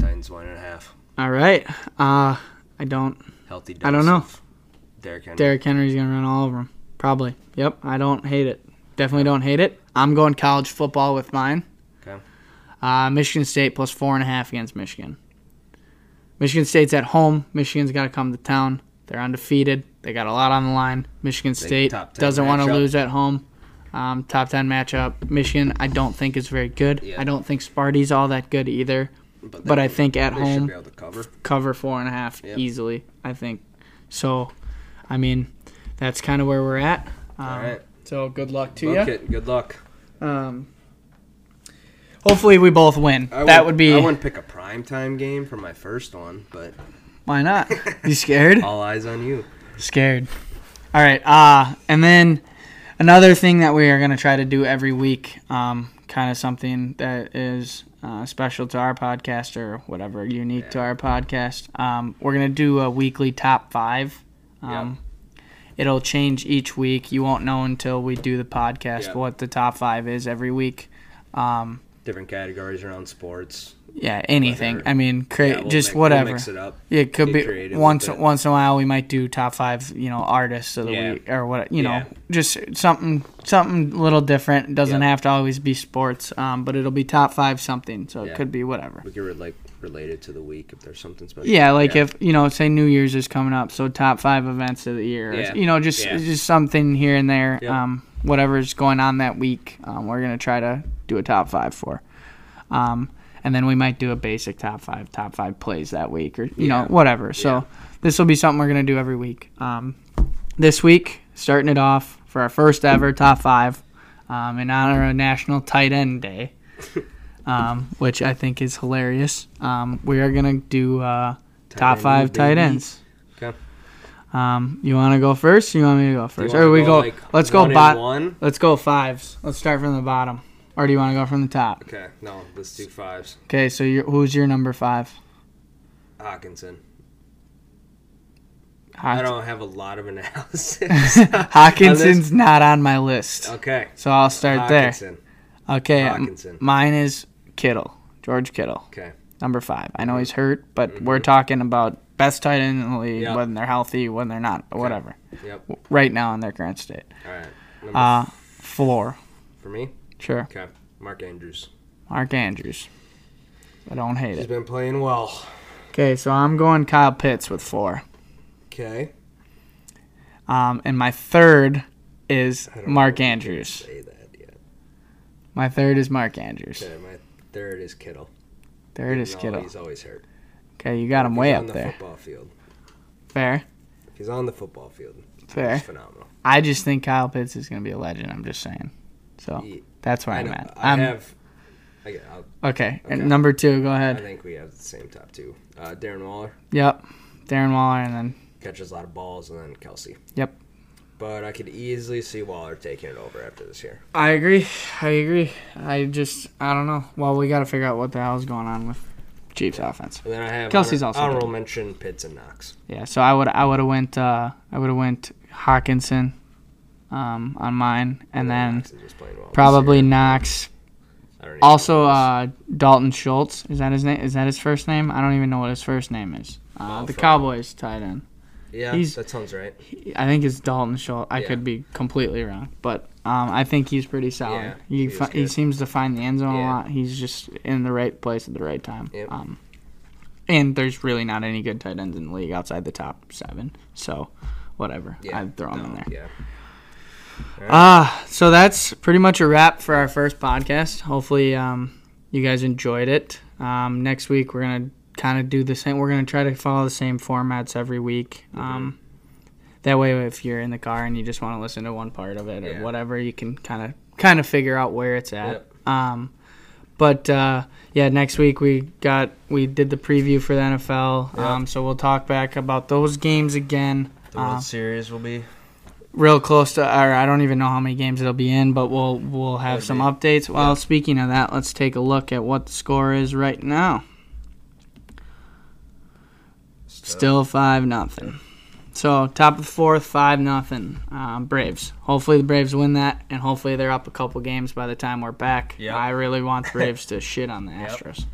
[SPEAKER 2] Titans one and a half.
[SPEAKER 1] All right. Uh, I don't.
[SPEAKER 2] Healthy. Dose
[SPEAKER 1] I don't know.
[SPEAKER 2] of Derrick Henry.
[SPEAKER 1] Derrick Henry's gonna run all over them. Probably. Yep. I don't hate it. Definitely don't hate it. I'm going college football with mine.
[SPEAKER 2] Okay.
[SPEAKER 1] Uh, Michigan State plus four and a half against Michigan. Michigan State's at home. Michigan's got to come to town. They're undefeated. They got a lot on the line. Michigan State
[SPEAKER 2] top 10
[SPEAKER 1] doesn't want to
[SPEAKER 2] matchup.
[SPEAKER 1] lose at home. Um, top 10 matchup. Michigan, I don't think is very good.
[SPEAKER 2] Yeah.
[SPEAKER 1] I don't think Sparty's all that good either.
[SPEAKER 2] But,
[SPEAKER 1] But
[SPEAKER 2] they-
[SPEAKER 1] I think at
[SPEAKER 2] they
[SPEAKER 1] home-
[SPEAKER 2] should be able to cover.
[SPEAKER 1] Cover four and a half
[SPEAKER 2] Yeah.
[SPEAKER 1] easily, I think. So, I mean, that's kind of where we're at. Um,
[SPEAKER 2] All right,
[SPEAKER 1] So, good luck to
[SPEAKER 2] book
[SPEAKER 1] you.
[SPEAKER 2] it. Good luck.
[SPEAKER 1] Um, hopefully, we both win.
[SPEAKER 2] I
[SPEAKER 1] that
[SPEAKER 2] wouldn't-
[SPEAKER 1] would be.
[SPEAKER 2] I wouldn't pick a prime time game for my first one, but
[SPEAKER 1] Why not? You scared?
[SPEAKER 2] all eyes on you.
[SPEAKER 1] scared. All right. Uh, and then another thing that we are going to try to do every week, um, kind of something that is uh, special to our podcast or whatever, unique to our podcast. Um, we're going to do a weekly top five. Um, It'll change each week. You won't know until we do the podcast
[SPEAKER 2] Yeah.
[SPEAKER 1] what the top five is every week. Um,
[SPEAKER 2] Different categories around sports.
[SPEAKER 1] yeah, anything.
[SPEAKER 2] Whatever.
[SPEAKER 1] I mean, cra-
[SPEAKER 2] Yeah, we'll
[SPEAKER 1] just
[SPEAKER 2] mix- we'll
[SPEAKER 1] whatever.
[SPEAKER 2] mix it up.
[SPEAKER 1] Yeah, it could
[SPEAKER 2] Get
[SPEAKER 1] be
[SPEAKER 2] creative
[SPEAKER 1] once
[SPEAKER 2] with it.
[SPEAKER 1] once in a while we might do top five, you know, artists of the
[SPEAKER 2] Yeah.
[SPEAKER 1] week or what you know,
[SPEAKER 2] Yeah.
[SPEAKER 1] just something something a little different. It doesn't
[SPEAKER 2] Yep.
[SPEAKER 1] have to always be sports, um, but it'll be top five something. So
[SPEAKER 2] Yeah.
[SPEAKER 1] it could be whatever.
[SPEAKER 2] We could re- like relate it to the week if there's something special.
[SPEAKER 1] Yeah, like if you know, say New Year's is coming up, so top five events of the year, or,
[SPEAKER 2] Yeah.
[SPEAKER 1] you know, just
[SPEAKER 2] Yeah.
[SPEAKER 1] just something here and there,
[SPEAKER 2] Yep.
[SPEAKER 1] um, whatever's going on that week, um, we're gonna try to do a top five for, um, and then we might do a basic top five, top five plays that week, or you know, whatever. So this will be something we're gonna do every week. Um, this week, starting it off for our first ever top five, um, in honor of National Tight End Day um, which I think is hilarious. Um, we are gonna do uh, top
[SPEAKER 2] end,
[SPEAKER 1] five tight
[SPEAKER 2] baby.
[SPEAKER 1] ends.
[SPEAKER 2] Okay.
[SPEAKER 1] Um, you want to go first? You want me to go first?
[SPEAKER 2] wanna
[SPEAKER 1] Or we
[SPEAKER 2] go,
[SPEAKER 1] go?
[SPEAKER 2] like,
[SPEAKER 1] let's go
[SPEAKER 2] one and
[SPEAKER 1] bot.
[SPEAKER 2] one?
[SPEAKER 1] Let's go fives. Let's start from the bottom. Or do you want to go from the top?
[SPEAKER 2] Okay. No, let's do fives.
[SPEAKER 1] Okay, so you who's your number five?
[SPEAKER 2] Hawkinson. I
[SPEAKER 1] Hawk-
[SPEAKER 2] don't have a lot of analysis.
[SPEAKER 1] Hawkinson's not on my list,
[SPEAKER 2] okay.
[SPEAKER 1] so I'll start
[SPEAKER 2] Hawkinson.
[SPEAKER 1] there. Okay, m-
[SPEAKER 2] Hawkinson.
[SPEAKER 1] mine is Kittle, George Kittle,
[SPEAKER 2] Okay.
[SPEAKER 1] number five. I
[SPEAKER 2] Mm-hmm.
[SPEAKER 1] know he's hurt, but we're talking about best tight end in the league
[SPEAKER 2] Yeah.
[SPEAKER 1] when they're healthy, when they're not, whatever.
[SPEAKER 2] Yep.
[SPEAKER 1] right now in their current state.
[SPEAKER 2] All right. Number
[SPEAKER 1] Uh, floor,
[SPEAKER 2] for me.
[SPEAKER 1] sure.
[SPEAKER 2] Okay. Mark Andrews.
[SPEAKER 1] Mark Andrews. I don't hate
[SPEAKER 2] He's
[SPEAKER 1] it.
[SPEAKER 2] been playing well.
[SPEAKER 1] Okay, so I'm going Kyle Pitts with floor.
[SPEAKER 2] Okay.
[SPEAKER 1] Um, and my third is
[SPEAKER 2] I don't
[SPEAKER 1] Mark
[SPEAKER 2] know if you can
[SPEAKER 1] Andrews.
[SPEAKER 2] Say that yet.
[SPEAKER 1] My third is Mark Andrews.
[SPEAKER 2] Okay. My third is Kittle.
[SPEAKER 1] Third is
[SPEAKER 2] No,
[SPEAKER 1] Kittle.
[SPEAKER 2] He's always hurt.
[SPEAKER 1] Okay, you got him
[SPEAKER 2] He's
[SPEAKER 1] way
[SPEAKER 2] on
[SPEAKER 1] up
[SPEAKER 2] the
[SPEAKER 1] there.
[SPEAKER 2] football field.
[SPEAKER 1] Fair,
[SPEAKER 2] If He's on the football field.
[SPEAKER 1] fair.
[SPEAKER 2] He's phenomenal.
[SPEAKER 1] I just think Kyle Pitts is going to be a legend. I'm just saying. So
[SPEAKER 2] Ye-
[SPEAKER 1] that's where
[SPEAKER 2] I,
[SPEAKER 1] I'm
[SPEAKER 2] know-
[SPEAKER 1] at.
[SPEAKER 2] I
[SPEAKER 1] I'm,
[SPEAKER 2] have. I, I'll-
[SPEAKER 1] okay, and
[SPEAKER 2] okay.
[SPEAKER 1] number two, go
[SPEAKER 2] I
[SPEAKER 1] ahead.
[SPEAKER 2] think we have the same top two. Uh, Darren Waller
[SPEAKER 1] Yep, Darren Waller, and then
[SPEAKER 2] catches a lot of balls, and then Kelsey.
[SPEAKER 1] Yep.
[SPEAKER 2] But I could easily see Waller taking it over after this year.
[SPEAKER 1] I agree. I agree. I just I don't know. Well, we got to figure out what the hell's going on with Chiefs offense.
[SPEAKER 2] And then I have
[SPEAKER 1] Kelsey's
[SPEAKER 2] honor-
[SPEAKER 1] also
[SPEAKER 2] honorable
[SPEAKER 1] good.
[SPEAKER 2] mention Pitts and Knox.
[SPEAKER 1] Yeah. So I would I would have went uh I would have went Hawkinson, um on mine, and then
[SPEAKER 2] Knox is just playing well this
[SPEAKER 1] probably
[SPEAKER 2] year.
[SPEAKER 1] Knox.
[SPEAKER 2] I don't even
[SPEAKER 1] Also
[SPEAKER 2] know who else.
[SPEAKER 1] uh Dalton Schultz is that his name? Is that his first name? I don't even know what his first name is. Uh,
[SPEAKER 2] Oh,
[SPEAKER 1] the
[SPEAKER 2] fuck.
[SPEAKER 1] Cowboys tight end.
[SPEAKER 2] yeah,
[SPEAKER 1] he's-
[SPEAKER 2] that sounds right.
[SPEAKER 1] I think it's Dalton Schultz. I
[SPEAKER 2] Yeah.
[SPEAKER 1] could be completely wrong, but um, I think he's pretty solid.
[SPEAKER 2] Yeah,
[SPEAKER 1] he
[SPEAKER 2] he
[SPEAKER 1] fi-
[SPEAKER 2] is
[SPEAKER 1] he
[SPEAKER 2] good.
[SPEAKER 1] seems to find the end zone a
[SPEAKER 2] Yeah.
[SPEAKER 1] lot. He's just in the right place at the right time.
[SPEAKER 2] Yep.
[SPEAKER 1] Um, and there's really not any good tight ends in the league outside the top seven. So, whatever.
[SPEAKER 2] Yeah,
[SPEAKER 1] I'd throw him in
[SPEAKER 2] no,
[SPEAKER 1] there.
[SPEAKER 2] Yeah,
[SPEAKER 1] Ah, so that's pretty much a wrap for our first podcast. Hopefully, um, you guys enjoyed it. Um, next week, we're going to kind of do the same. We're going to try to follow the same formats every week.
[SPEAKER 2] Mm-hmm.
[SPEAKER 1] Um, That way, if you're in the car and you just want to listen to one part of it or
[SPEAKER 2] Yeah.
[SPEAKER 1] whatever, you can kind of kind of figure out where it's at.
[SPEAKER 2] Yep.
[SPEAKER 1] Um, but uh, yeah, next week we got we did the preview for the NFL. Um, so we'll talk back about those games again.
[SPEAKER 2] the World
[SPEAKER 1] Uh,
[SPEAKER 2] Series will be
[SPEAKER 1] real close to or I don't even know how many games it'll be in, but we'll we'll have some updates. Well, speaking of that, let's take a look at what the score is right now. Still five nothing. So top of the fourth, five nothing. Um, Braves. Hopefully the Braves win that, and hopefully they're up a couple games by the time we're back.
[SPEAKER 2] Yep.
[SPEAKER 1] I really want the Braves to shit on the Astros.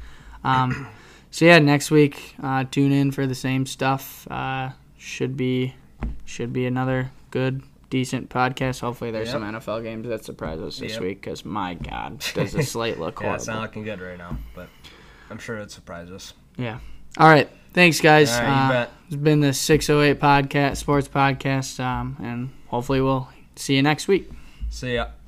[SPEAKER 1] Um, so yeah, next week uh, tune in for the same stuff. Uh, should be should be another good decent podcast. Hopefully there's
[SPEAKER 2] Yep.
[SPEAKER 1] some NFL games that surprise us this
[SPEAKER 2] Yep.
[SPEAKER 1] week because my god, does the slate look
[SPEAKER 2] Yeah,
[SPEAKER 1] horrible?
[SPEAKER 2] it's not looking good right now, but I'm sure it surprises.
[SPEAKER 1] Yeah. All right. Thanks, guys.
[SPEAKER 2] All right, you
[SPEAKER 1] Uh,
[SPEAKER 2] bet.
[SPEAKER 1] It's been the 608 podcast, sports podcast, um, and hopefully we'll see you next week.
[SPEAKER 4] See ya.